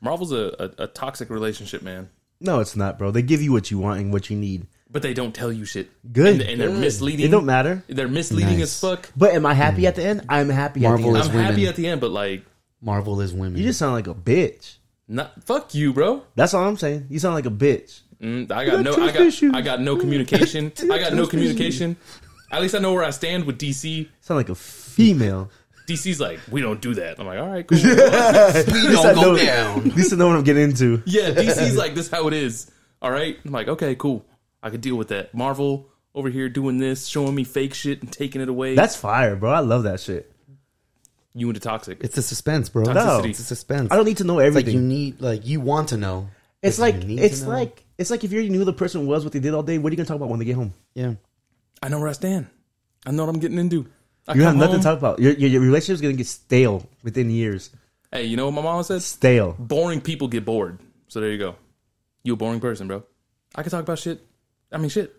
[SPEAKER 4] Marvel's a, a, a toxic relationship, man.
[SPEAKER 3] No, it's not, bro. They give you what you want and what you need.
[SPEAKER 4] But they don't tell you shit.
[SPEAKER 3] Good.
[SPEAKER 4] and, and they're
[SPEAKER 3] Good.
[SPEAKER 4] misleading.
[SPEAKER 3] It don't matter.
[SPEAKER 4] They're misleading
[SPEAKER 2] Nice.
[SPEAKER 4] as fuck.
[SPEAKER 3] But am I happy at the end? I'm happy
[SPEAKER 2] Hmm.
[SPEAKER 3] at
[SPEAKER 2] Marvel
[SPEAKER 3] the
[SPEAKER 4] I'm
[SPEAKER 2] is-
[SPEAKER 3] end.
[SPEAKER 4] happy
[SPEAKER 2] women.
[SPEAKER 4] at the end, but like,
[SPEAKER 2] Marvel is women.
[SPEAKER 3] You just sound like a bitch.
[SPEAKER 4] not fuck you, bro.
[SPEAKER 3] That's all I'm saying. You sound like a bitch.
[SPEAKER 4] Mm, I got no,
[SPEAKER 3] trust
[SPEAKER 4] I got,
[SPEAKER 3] issues.
[SPEAKER 4] I got no communication. I got no communication. At least I know where I stand with DC.
[SPEAKER 3] You sound like a female.
[SPEAKER 4] DC's like, we don't do that. I'm like, all right, cool.
[SPEAKER 2] we
[SPEAKER 3] At least
[SPEAKER 2] don't
[SPEAKER 3] I
[SPEAKER 2] go
[SPEAKER 3] know-
[SPEAKER 2] down.
[SPEAKER 3] At least I know what I'm getting into.
[SPEAKER 4] yeah, DC's like, this is how it is. All right, I'm like, okay, cool. I could deal with that. Marvel over here doing this, showing me fake shit and taking it away.
[SPEAKER 3] That's fire, bro. I love that shit.
[SPEAKER 4] you into toxic.
[SPEAKER 2] It's a suspense, bro.
[SPEAKER 4] Toxicity.
[SPEAKER 2] It's a suspense.
[SPEAKER 3] I don't need to know everything.
[SPEAKER 2] like you need like you want to know.
[SPEAKER 3] It's
[SPEAKER 2] Like,
[SPEAKER 3] like
[SPEAKER 2] you need
[SPEAKER 3] it's
[SPEAKER 2] to know.
[SPEAKER 3] like it's like if you already knew the person was what they did all day. What are you gonna talk about when they get home?
[SPEAKER 2] Yeah.
[SPEAKER 4] I know where I stand. I know what I'm getting into. I
[SPEAKER 3] You have
[SPEAKER 4] come
[SPEAKER 3] nothing to
[SPEAKER 4] home-
[SPEAKER 3] talk about. Your, your, your relationship's gonna get stale within years.
[SPEAKER 4] Hey, you know what my mom said?
[SPEAKER 3] Stale.
[SPEAKER 4] boring people get bored. So there you go. You a boring person, bro. I can talk about shit. I mean, shit.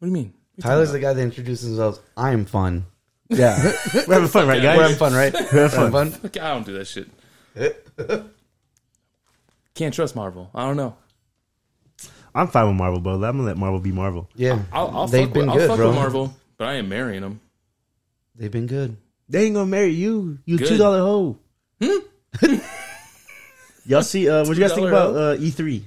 [SPEAKER 4] What do you mean?
[SPEAKER 2] Tyler's the guy that introduces himself. I am fun.
[SPEAKER 3] Yeah, we're having fun, right, guys?
[SPEAKER 2] We're having fun, right? We're having fun.
[SPEAKER 4] Fuck, I don't do that shit. Can't trust Marvel. I don't know.
[SPEAKER 3] I'm fine with Marvel, bro. I'm gonna let Marvel be Marvel.
[SPEAKER 2] Yeah.
[SPEAKER 4] I'll, I'll
[SPEAKER 2] They've
[SPEAKER 4] fuck,
[SPEAKER 2] been
[SPEAKER 4] with, I'll
[SPEAKER 2] good,
[SPEAKER 4] fuck
[SPEAKER 2] bro.
[SPEAKER 4] with Marvel, but I ain't marrying them.
[SPEAKER 2] They've been good.
[SPEAKER 3] They ain't gonna marry you. You
[SPEAKER 4] Good. Hmm?
[SPEAKER 3] two dollar hoe. Y'all see? Uh, what you guys think
[SPEAKER 4] $2
[SPEAKER 3] about uh, E3?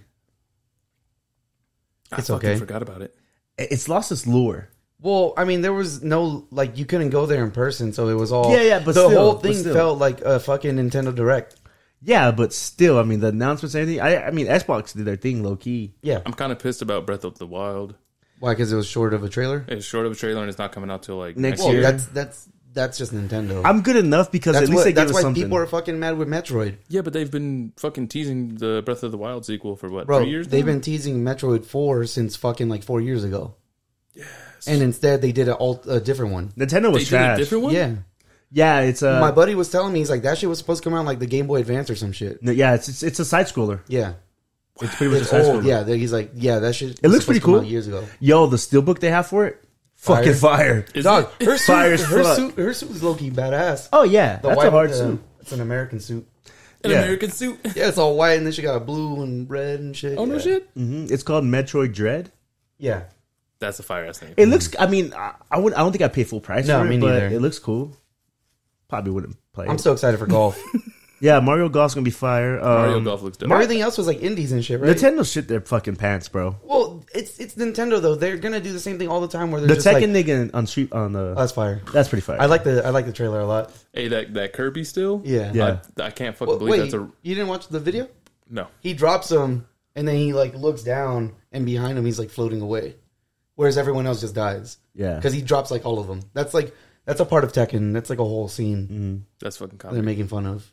[SPEAKER 4] I
[SPEAKER 2] It's
[SPEAKER 4] fucking
[SPEAKER 2] okay.
[SPEAKER 4] forgot about it.
[SPEAKER 3] I- It's lost its lure.
[SPEAKER 2] Well, I mean, there was no like you couldn't go there in person, so it was all
[SPEAKER 3] Yeah, yeah, but
[SPEAKER 2] the
[SPEAKER 3] still,
[SPEAKER 2] whole
[SPEAKER 3] but
[SPEAKER 2] thing
[SPEAKER 3] still.
[SPEAKER 2] felt like a fucking Nintendo Direct.
[SPEAKER 3] Yeah, but still, I mean, the announcements, and everything. I, I mean, Xbox did their thing, low key.
[SPEAKER 2] Yeah,
[SPEAKER 4] I'm kind of pissed about Breath of the Wild.
[SPEAKER 2] why? Because it was short of a trailer.
[SPEAKER 4] It's short of a trailer and it's not coming out till like
[SPEAKER 3] Next
[SPEAKER 4] next,
[SPEAKER 2] Well,
[SPEAKER 4] year.
[SPEAKER 3] year.
[SPEAKER 2] that's that's that's just Nintendo.
[SPEAKER 3] I'm good enough because
[SPEAKER 2] that's
[SPEAKER 3] at least
[SPEAKER 2] what,
[SPEAKER 3] they
[SPEAKER 2] that's
[SPEAKER 3] gave us
[SPEAKER 2] why
[SPEAKER 3] something.
[SPEAKER 2] people are fucking mad with Metroid,
[SPEAKER 4] Yeah, but they've been fucking teasing the Breath of the Wild sequel for what
[SPEAKER 2] bro.
[SPEAKER 4] three years?
[SPEAKER 2] they've
[SPEAKER 4] now?
[SPEAKER 2] been teasing Metroid Four since fucking like four years ago. Yes, and instead they did a, alt, a different one.
[SPEAKER 3] Nintendo
[SPEAKER 4] They
[SPEAKER 3] was
[SPEAKER 4] did a
[SPEAKER 3] trash.
[SPEAKER 4] different one.
[SPEAKER 2] Yeah,
[SPEAKER 3] Yeah, it's uh,
[SPEAKER 2] my buddy was telling me he's like that shit was supposed to come out on, like the Game Boy Advance or some shit.
[SPEAKER 3] no, yeah, it's, it's it's a side scroller.
[SPEAKER 2] Yeah,
[SPEAKER 3] It's pretty much a
[SPEAKER 2] it's
[SPEAKER 3] side
[SPEAKER 2] old.
[SPEAKER 3] scroller.
[SPEAKER 2] Oh, Yeah, he's like, yeah, that shit.
[SPEAKER 3] It looks pretty cool.
[SPEAKER 2] Years ago.
[SPEAKER 3] Yo, the steelbook they have for it, fucking fire.
[SPEAKER 4] Is
[SPEAKER 2] Dog,
[SPEAKER 4] it-
[SPEAKER 2] her suit,
[SPEAKER 3] Fire as
[SPEAKER 2] her
[SPEAKER 3] fuck.
[SPEAKER 2] suit, her suit was low key badass.
[SPEAKER 3] Oh yeah,
[SPEAKER 2] The
[SPEAKER 3] that's
[SPEAKER 2] white-
[SPEAKER 3] a hard
[SPEAKER 2] uh,
[SPEAKER 3] suit.
[SPEAKER 2] It's an American suit.
[SPEAKER 4] an
[SPEAKER 3] yeah.
[SPEAKER 4] American suit.
[SPEAKER 2] Yeah, it's all white, and then she got a blue and red and shit.
[SPEAKER 4] Oh no
[SPEAKER 2] yeah.
[SPEAKER 4] shit.
[SPEAKER 3] Mhm. It's called Metroid Dread.
[SPEAKER 2] Yeah,
[SPEAKER 4] That's a fire ass name.
[SPEAKER 2] Um,
[SPEAKER 3] It looks. I mean, I, I would. I don't think I pay full price
[SPEAKER 2] No,
[SPEAKER 3] for
[SPEAKER 2] me
[SPEAKER 3] it, but
[SPEAKER 2] neither.
[SPEAKER 3] it looks cool. Probably wouldn't play.
[SPEAKER 2] I'm
[SPEAKER 3] it.
[SPEAKER 2] so excited for golf.
[SPEAKER 3] yeah, Mario Golf's gonna be fire. Um,
[SPEAKER 4] Mario Golf looks dope.
[SPEAKER 2] Everything else was like indies and shit, right?
[SPEAKER 3] Nintendo shit their fucking pants, bro.
[SPEAKER 2] well, it's it's Nintendo though. They're gonna do the same thing all the time. Where they're
[SPEAKER 3] The
[SPEAKER 2] just
[SPEAKER 3] Tekken
[SPEAKER 2] like,
[SPEAKER 3] nigga on street on the
[SPEAKER 2] oh, that's fire.
[SPEAKER 3] that's pretty fire.
[SPEAKER 2] I like the I like the trailer a lot.
[SPEAKER 4] Hey, that that Kirby still?
[SPEAKER 2] Yeah.
[SPEAKER 3] Yeah.
[SPEAKER 4] I, I can't fucking
[SPEAKER 2] Well,
[SPEAKER 4] believe
[SPEAKER 2] wait,
[SPEAKER 4] that's a
[SPEAKER 2] you didn't watch the video?
[SPEAKER 4] no.
[SPEAKER 2] He drops him, and then he like looks down, and behind him he's like floating away, whereas everyone else just dies.
[SPEAKER 3] Yeah.
[SPEAKER 2] because he drops like all of them. That's like that's a part of Tekken. That's like a whole scene
[SPEAKER 4] That's fucking
[SPEAKER 2] they're
[SPEAKER 4] copy.
[SPEAKER 2] making fun of.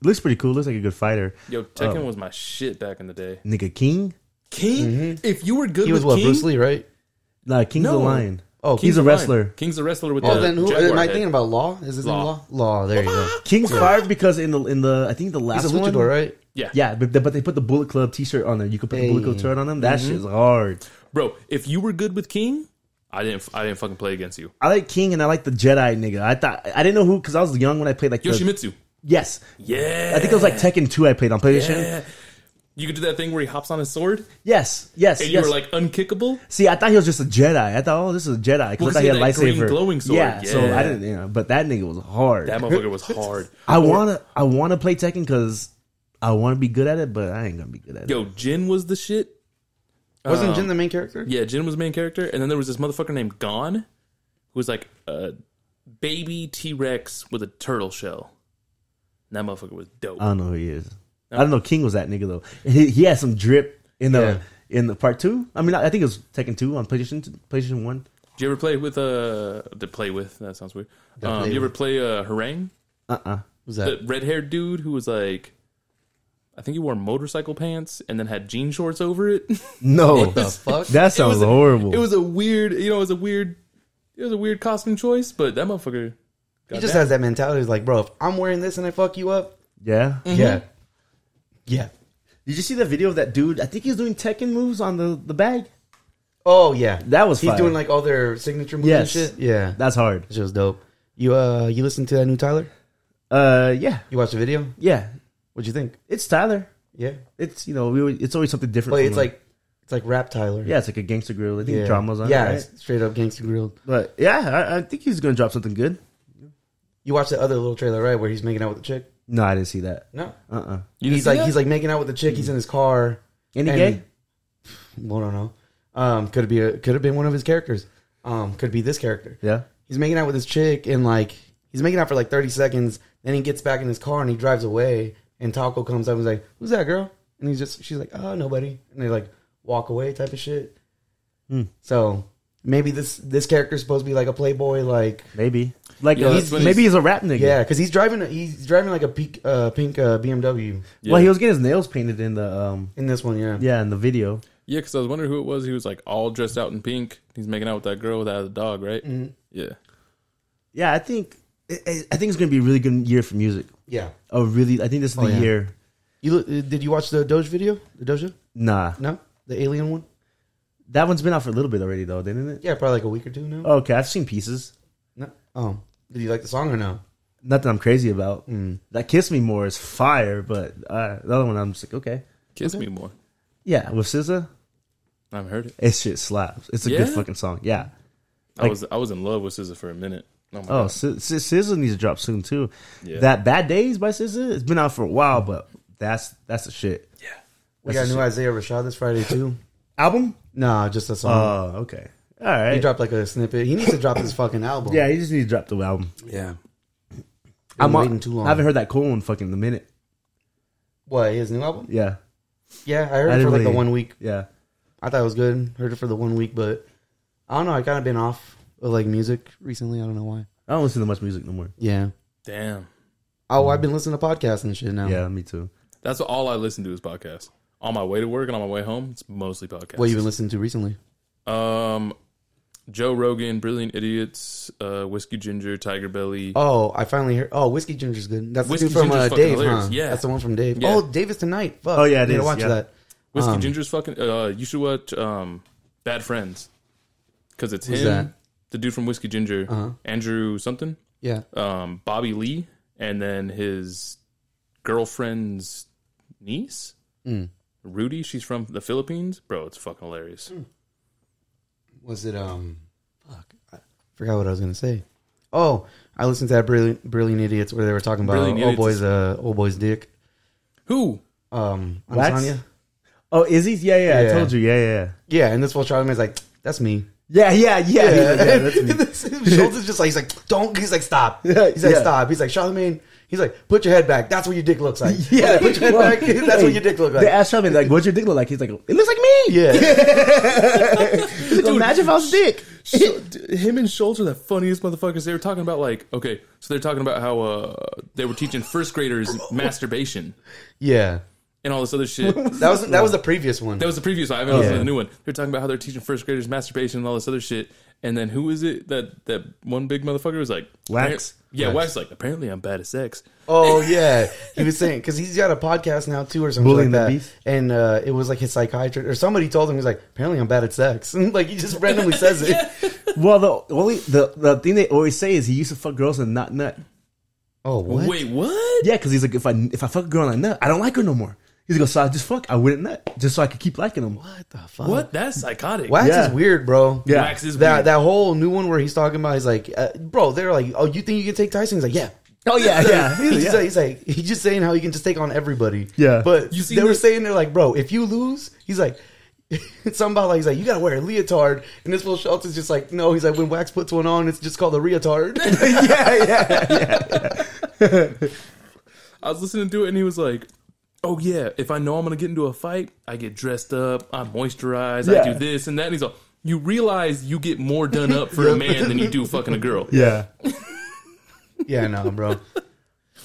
[SPEAKER 3] It looks pretty cool. Looks like a good fighter.
[SPEAKER 4] Yo, Tekken was my shit back in the day.
[SPEAKER 3] Nigga King,
[SPEAKER 4] King,
[SPEAKER 3] Mm-hmm.
[SPEAKER 4] if you were good
[SPEAKER 2] He was
[SPEAKER 4] with
[SPEAKER 2] what
[SPEAKER 4] King,
[SPEAKER 2] Bruce Lee, right?
[SPEAKER 3] nah, King's
[SPEAKER 4] No.
[SPEAKER 3] a lion.
[SPEAKER 2] Oh,
[SPEAKER 3] He's a
[SPEAKER 4] the lion.
[SPEAKER 3] wrestler.
[SPEAKER 4] King's a wrestler with
[SPEAKER 2] Oh,
[SPEAKER 4] the
[SPEAKER 2] then who
[SPEAKER 4] jaguar
[SPEAKER 2] am I
[SPEAKER 4] head.
[SPEAKER 2] thinking about? Law is his name?
[SPEAKER 4] Law.
[SPEAKER 2] Law. Law. There you go.
[SPEAKER 3] King's fired because in the in the I think the last
[SPEAKER 2] He's a
[SPEAKER 3] one,
[SPEAKER 2] luchador, right?
[SPEAKER 4] Yeah,
[SPEAKER 3] Yeah, but, but they put the Bullet Club T-shirt on there. You could put the Bullet Club
[SPEAKER 2] Hey. Mm-hmm.
[SPEAKER 3] T-shirt on them. That shit's hard.
[SPEAKER 4] bro. If you were good with King, I didn't. I didn't fucking play against you.
[SPEAKER 3] I like King and I like the Jedi nigga. I thought I didn't know who because I was young when I played like the-
[SPEAKER 4] Yoshimitsu.
[SPEAKER 3] yes,
[SPEAKER 4] Yeah,
[SPEAKER 3] I think it was like Tekken Two. I played on PlayStation.
[SPEAKER 4] Yeah. You could do that thing where he hops on his sword
[SPEAKER 3] Yes, yes,
[SPEAKER 4] and you
[SPEAKER 3] yes.
[SPEAKER 4] were like unkickable.
[SPEAKER 3] See, I thought he was just a Jedi. I thought, oh, this is a Jedi because
[SPEAKER 4] Well,
[SPEAKER 3] I thought
[SPEAKER 4] 'cause
[SPEAKER 3] he had a
[SPEAKER 4] he had that
[SPEAKER 3] lightsaber,
[SPEAKER 4] green glowing sword.
[SPEAKER 3] Yeah, so
[SPEAKER 4] Yeah.
[SPEAKER 3] I didn't, you know. But that nigga was hard.
[SPEAKER 4] That motherfucker was hard.
[SPEAKER 3] I wanna, I wanna play Tekken because I wanna be good at it, but I ain't gonna be good at it.
[SPEAKER 4] Yo, Jin was the shit.
[SPEAKER 2] Wasn't Jin the main character?
[SPEAKER 4] Yeah, Jin was the main character, and then there was this motherfucker named Gon, who was like a baby T Rex with a turtle shell. And that motherfucker was dope.
[SPEAKER 3] I don't know who he is. I don't know. King was that nigga though. He, he had some drip in the in the part two. I mean, I, I think it was Tekken two on PlayStation PlayStation one.
[SPEAKER 4] Did you ever play with uh to play with? That sounds weird. Um, you ever play uh Harang?
[SPEAKER 3] Uh uh
[SPEAKER 2] Who's
[SPEAKER 4] The
[SPEAKER 2] that?
[SPEAKER 4] red haired dude who was like I think he wore motorcycle pants and then had jean shorts over it.
[SPEAKER 3] No,
[SPEAKER 2] the fuck?
[SPEAKER 3] that sounds
[SPEAKER 4] was a-
[SPEAKER 3] horrible.
[SPEAKER 4] it was a weird you know, it was a weird it was a weird costume choice, but that motherfucker
[SPEAKER 2] He
[SPEAKER 4] got
[SPEAKER 2] just
[SPEAKER 4] down.
[SPEAKER 2] has that mentality. He's like, bro, if I'm wearing this and I fuck you up,
[SPEAKER 3] yeah.
[SPEAKER 4] Mm-hmm.
[SPEAKER 2] yeah, yeah.
[SPEAKER 3] Did you see that video of that dude? I think he was doing Tekken moves on the the bag.
[SPEAKER 2] Oh yeah,
[SPEAKER 3] That was
[SPEAKER 2] he's
[SPEAKER 3] fire.
[SPEAKER 2] doing like all their signature moves
[SPEAKER 3] Yes.
[SPEAKER 2] and shit. Yeah, that
[SPEAKER 3] That's hard.
[SPEAKER 2] shit was dope. You uh, you listened to that new Tyler?
[SPEAKER 3] Uh, yeah,
[SPEAKER 2] You watched the video?
[SPEAKER 3] yeah.
[SPEAKER 2] What'd you think?
[SPEAKER 3] It's Tyler.
[SPEAKER 2] Yeah,
[SPEAKER 3] It's you know we, always- it's always something different.
[SPEAKER 2] but
[SPEAKER 3] from
[SPEAKER 2] it's
[SPEAKER 3] him.
[SPEAKER 2] like it's like rap Tyler.
[SPEAKER 3] yeah, it's like a gangster grill. I think
[SPEAKER 2] yeah.
[SPEAKER 3] drama's on.
[SPEAKER 2] Yeah,
[SPEAKER 3] Yeah,
[SPEAKER 2] it's straight up gangster grill.
[SPEAKER 3] but yeah, I, I think he's gonna drop something good.
[SPEAKER 2] You watched the other little trailer, right? Where he's making out with the chick?
[SPEAKER 3] No, I didn't see that.
[SPEAKER 2] No,
[SPEAKER 3] Uh uh
[SPEAKER 4] You didn't
[SPEAKER 2] he's
[SPEAKER 4] see
[SPEAKER 2] like
[SPEAKER 4] that?
[SPEAKER 2] he's like making out with the chick. He's in his car.
[SPEAKER 3] Any
[SPEAKER 2] And-
[SPEAKER 3] gay?
[SPEAKER 2] Well, I don't know. Um, could be a, could have been one of his characters. Um, could be this character.
[SPEAKER 3] Yeah.
[SPEAKER 2] He's making out with his chick and like he's making out for like thirty seconds. Then he gets back in his car and he drives away. And Taco comes up and is like, "Who's that girl?" And he's just she's like, "Oh, nobody." And they like walk away type of shit. So maybe this this character's supposed to be like a playboy, like
[SPEAKER 3] Maybe. Like
[SPEAKER 4] Yeah,
[SPEAKER 3] uh,
[SPEAKER 4] that's when
[SPEAKER 3] maybe
[SPEAKER 4] he's-
[SPEAKER 3] he's, a rap nigga.
[SPEAKER 2] yeah, because he's driving he's driving like a pink uh, pink uh, BMW
[SPEAKER 4] Yeah.
[SPEAKER 3] Well, he was getting his nails painted in the um
[SPEAKER 2] in this one. Yeah,
[SPEAKER 3] yeah in the video.
[SPEAKER 4] Yeah, because I was wondering who it was. He was like all dressed out in pink. He's making out with that girl that had a dog, right? Yeah.
[SPEAKER 3] Yeah, I think I- I I think it's gonna be a really good year for music.
[SPEAKER 2] yeah.
[SPEAKER 3] Oh, really? I think this is the
[SPEAKER 2] yeah.
[SPEAKER 3] year.
[SPEAKER 2] You uh, did you watch the Doge video? The Doja?
[SPEAKER 3] Nah,
[SPEAKER 2] No, the Alien one.
[SPEAKER 3] that one's been out for a little bit already, though, didn't it?
[SPEAKER 2] Yeah, probably like a week or two now.
[SPEAKER 3] Okay, I've seen pieces.
[SPEAKER 2] No. Oh, did you like the song or no?
[SPEAKER 3] Nothing I'm crazy about. That "Kiss Me More" is fire, but uh, the other one I'm just like, okay,
[SPEAKER 4] Kiss me more.
[SPEAKER 3] yeah, with SZA,
[SPEAKER 4] I haven't heard it.
[SPEAKER 3] it shit slaps. It's a
[SPEAKER 4] Yeah?
[SPEAKER 3] good fucking song. Yeah.
[SPEAKER 4] I
[SPEAKER 3] Like-
[SPEAKER 4] was I was in love with SZA for a minute. Oh my
[SPEAKER 3] Oh,
[SPEAKER 4] god.
[SPEAKER 3] S- S- SZA needs to drop soon too.
[SPEAKER 4] Yeah.
[SPEAKER 3] That "Bad Days" by SZA, it's been out for a while, but that's that's the shit.
[SPEAKER 4] Yeah.
[SPEAKER 2] We got a new Isaiah Rashad this Friday too.
[SPEAKER 3] Album?
[SPEAKER 2] nah, just a
[SPEAKER 3] Oh,
[SPEAKER 2] song.
[SPEAKER 3] okay, all right.
[SPEAKER 2] he dropped like a snippet. He needs to drop his fucking album.
[SPEAKER 3] yeah, he just needs to drop the album.
[SPEAKER 2] yeah.
[SPEAKER 3] I'm
[SPEAKER 2] I'm
[SPEAKER 3] on-
[SPEAKER 2] waiting too long.
[SPEAKER 3] I haven't heard that cool one fucking in a minute.
[SPEAKER 2] What his new album?
[SPEAKER 3] Yeah,
[SPEAKER 2] Yeah, I
[SPEAKER 3] I
[SPEAKER 2] heard it
[SPEAKER 3] didn't
[SPEAKER 2] for like
[SPEAKER 3] really-
[SPEAKER 2] the one week.
[SPEAKER 3] yeah.
[SPEAKER 2] I thought it was good. Heard it for the one week, but I don't know. I kind of been off of like music recently. I don't know why.
[SPEAKER 3] I don't listen to much music no more.
[SPEAKER 2] Yeah.
[SPEAKER 4] Damn.
[SPEAKER 2] Oh, I've been listening to podcasts and shit now.
[SPEAKER 3] Yeah, me too.
[SPEAKER 4] That's all I listen to is podcasts. On my way to work and on my way home, it's mostly podcasts.
[SPEAKER 2] What you been listening to recently?
[SPEAKER 4] um Joe Rogan, Brilliant Idiots, uh, Whiskey Ginger, Tiger Belly.
[SPEAKER 2] Oh, I finally heard. Oh, Whiskey Ginger's good. That's
[SPEAKER 4] Whiskey
[SPEAKER 2] the dude from
[SPEAKER 4] Ginger's
[SPEAKER 2] uh,
[SPEAKER 4] fucking
[SPEAKER 2] Dave,
[SPEAKER 4] hilarious.
[SPEAKER 2] huh?
[SPEAKER 4] Yeah.
[SPEAKER 2] That's the one from Dave.
[SPEAKER 4] Yeah.
[SPEAKER 2] Oh, Dave is tonight. Fuck.
[SPEAKER 3] Oh, yeah, it
[SPEAKER 2] I need to
[SPEAKER 3] is,
[SPEAKER 2] watch
[SPEAKER 3] yeah.
[SPEAKER 2] that.
[SPEAKER 4] Whiskey
[SPEAKER 2] um,
[SPEAKER 4] Ginger's fucking uh, you should watch um Bad Friends. Cause it's
[SPEAKER 2] Who's
[SPEAKER 4] him,
[SPEAKER 2] that? Uh-huh.
[SPEAKER 4] the dude from Whiskey Ginger, Andrew something.
[SPEAKER 2] Yeah.
[SPEAKER 4] um, Bobby Lee and then his girlfriend's niece,
[SPEAKER 2] Mm.
[SPEAKER 4] Rudy. She's from the Philippines. Bro, it's fucking hilarious.
[SPEAKER 2] was it um fuck I forgot what I was gonna say. Oh, I listened to that brilliant brilliant idiots where they were talking about
[SPEAKER 4] Brilliant
[SPEAKER 2] old
[SPEAKER 4] Idiots
[SPEAKER 2] boy's
[SPEAKER 4] is-
[SPEAKER 2] uh old boy's dick.
[SPEAKER 4] Who?
[SPEAKER 2] Um
[SPEAKER 3] Wax?
[SPEAKER 2] Anasanya.
[SPEAKER 3] Oh, Izzy's? Yeah, yeah,
[SPEAKER 2] Yeah.
[SPEAKER 3] I told you. Yeah, yeah,
[SPEAKER 2] Yeah, and this fool tried him he's like, That's me.
[SPEAKER 3] yeah, yeah, yeah. yeah. He's like, yeah, that's me.
[SPEAKER 2] Schultz is just like he's like, Don't he's like stop. He's like
[SPEAKER 3] Yeah.
[SPEAKER 2] stop. He's like Charlemagne, he's like, Put your head back, that's what your dick looks like. He's
[SPEAKER 3] Yeah,
[SPEAKER 2] like, put your head
[SPEAKER 3] well,
[SPEAKER 2] back, that's what your dick looks
[SPEAKER 3] They
[SPEAKER 2] like.
[SPEAKER 3] asked Charlamagne, like, "What's your dick look like?" He's like, "It looks like me."
[SPEAKER 2] Yeah.
[SPEAKER 3] Imagine if I was a dick.
[SPEAKER 4] Sho- d- him and Schultz are the funniest motherfuckers. They were talking about like, okay, so they're talking about how uh, they were teaching first graders masturbation
[SPEAKER 2] Yeah,
[SPEAKER 4] and all this other shit.
[SPEAKER 2] that was that was the previous one.
[SPEAKER 4] That was the previous one. I haven't listened to the new one. They're talking about how they're teaching first graders masturbation and all this other shit. And then who is it that that one big motherfucker was like
[SPEAKER 3] Wax?
[SPEAKER 4] "Appar- Yeah, Wax. like apparently I'm bad at sex.
[SPEAKER 2] Oh yeah, he was saying because he's got a podcast now too, or something
[SPEAKER 3] Bully and the
[SPEAKER 2] like that.
[SPEAKER 3] Beast?
[SPEAKER 2] And uh, it was like his psychiatrist or somebody told him he's like, apparently I'm bad at sex. like he just randomly says it.
[SPEAKER 3] Well, the only the, the thing they always say is he used to fuck girls and not nut.
[SPEAKER 2] Oh what?
[SPEAKER 4] Wait, what?
[SPEAKER 3] Yeah, because he's like, if I if I fuck a girl and I nut, I don't like her no more. He's like, "Oh, so I just fuck. I wouldn't nut just so I could keep liking him.
[SPEAKER 2] What the fuck?
[SPEAKER 4] What? That's psychotic.
[SPEAKER 2] Wax
[SPEAKER 3] Yeah.
[SPEAKER 2] is weird, bro.
[SPEAKER 3] Yeah.
[SPEAKER 4] Wax is
[SPEAKER 2] That
[SPEAKER 4] weird.
[SPEAKER 2] that whole new one where he's talking about he's like, uh, bro, they're like, oh, you think you can take Tyson? He's like, yeah.
[SPEAKER 3] Oh yeah, yeah,
[SPEAKER 2] He's,
[SPEAKER 3] he's
[SPEAKER 2] just
[SPEAKER 3] yeah.
[SPEAKER 2] Like, he's like, he's just saying how he can just take on everybody.
[SPEAKER 3] Yeah.
[SPEAKER 2] But
[SPEAKER 4] You seen
[SPEAKER 2] they were
[SPEAKER 4] the-
[SPEAKER 2] saying they're like, bro, if you lose, he's like. Somebody like, he's like, you gotta wear a leotard, and this little Schultz is just like, no. He's like, when Wax puts one on, it's just called a leotard.
[SPEAKER 3] yeah, yeah, yeah.
[SPEAKER 4] I was listening to it and he was like, "Oh yeah, if I know I'm gonna get into a fight, I get dressed up, I moisturize, I
[SPEAKER 3] Yeah.
[SPEAKER 4] do this and that." And he's like, "You realize you get more done up for a man than you do fucking a girl."
[SPEAKER 3] yeah.
[SPEAKER 2] Yeah, no, bro.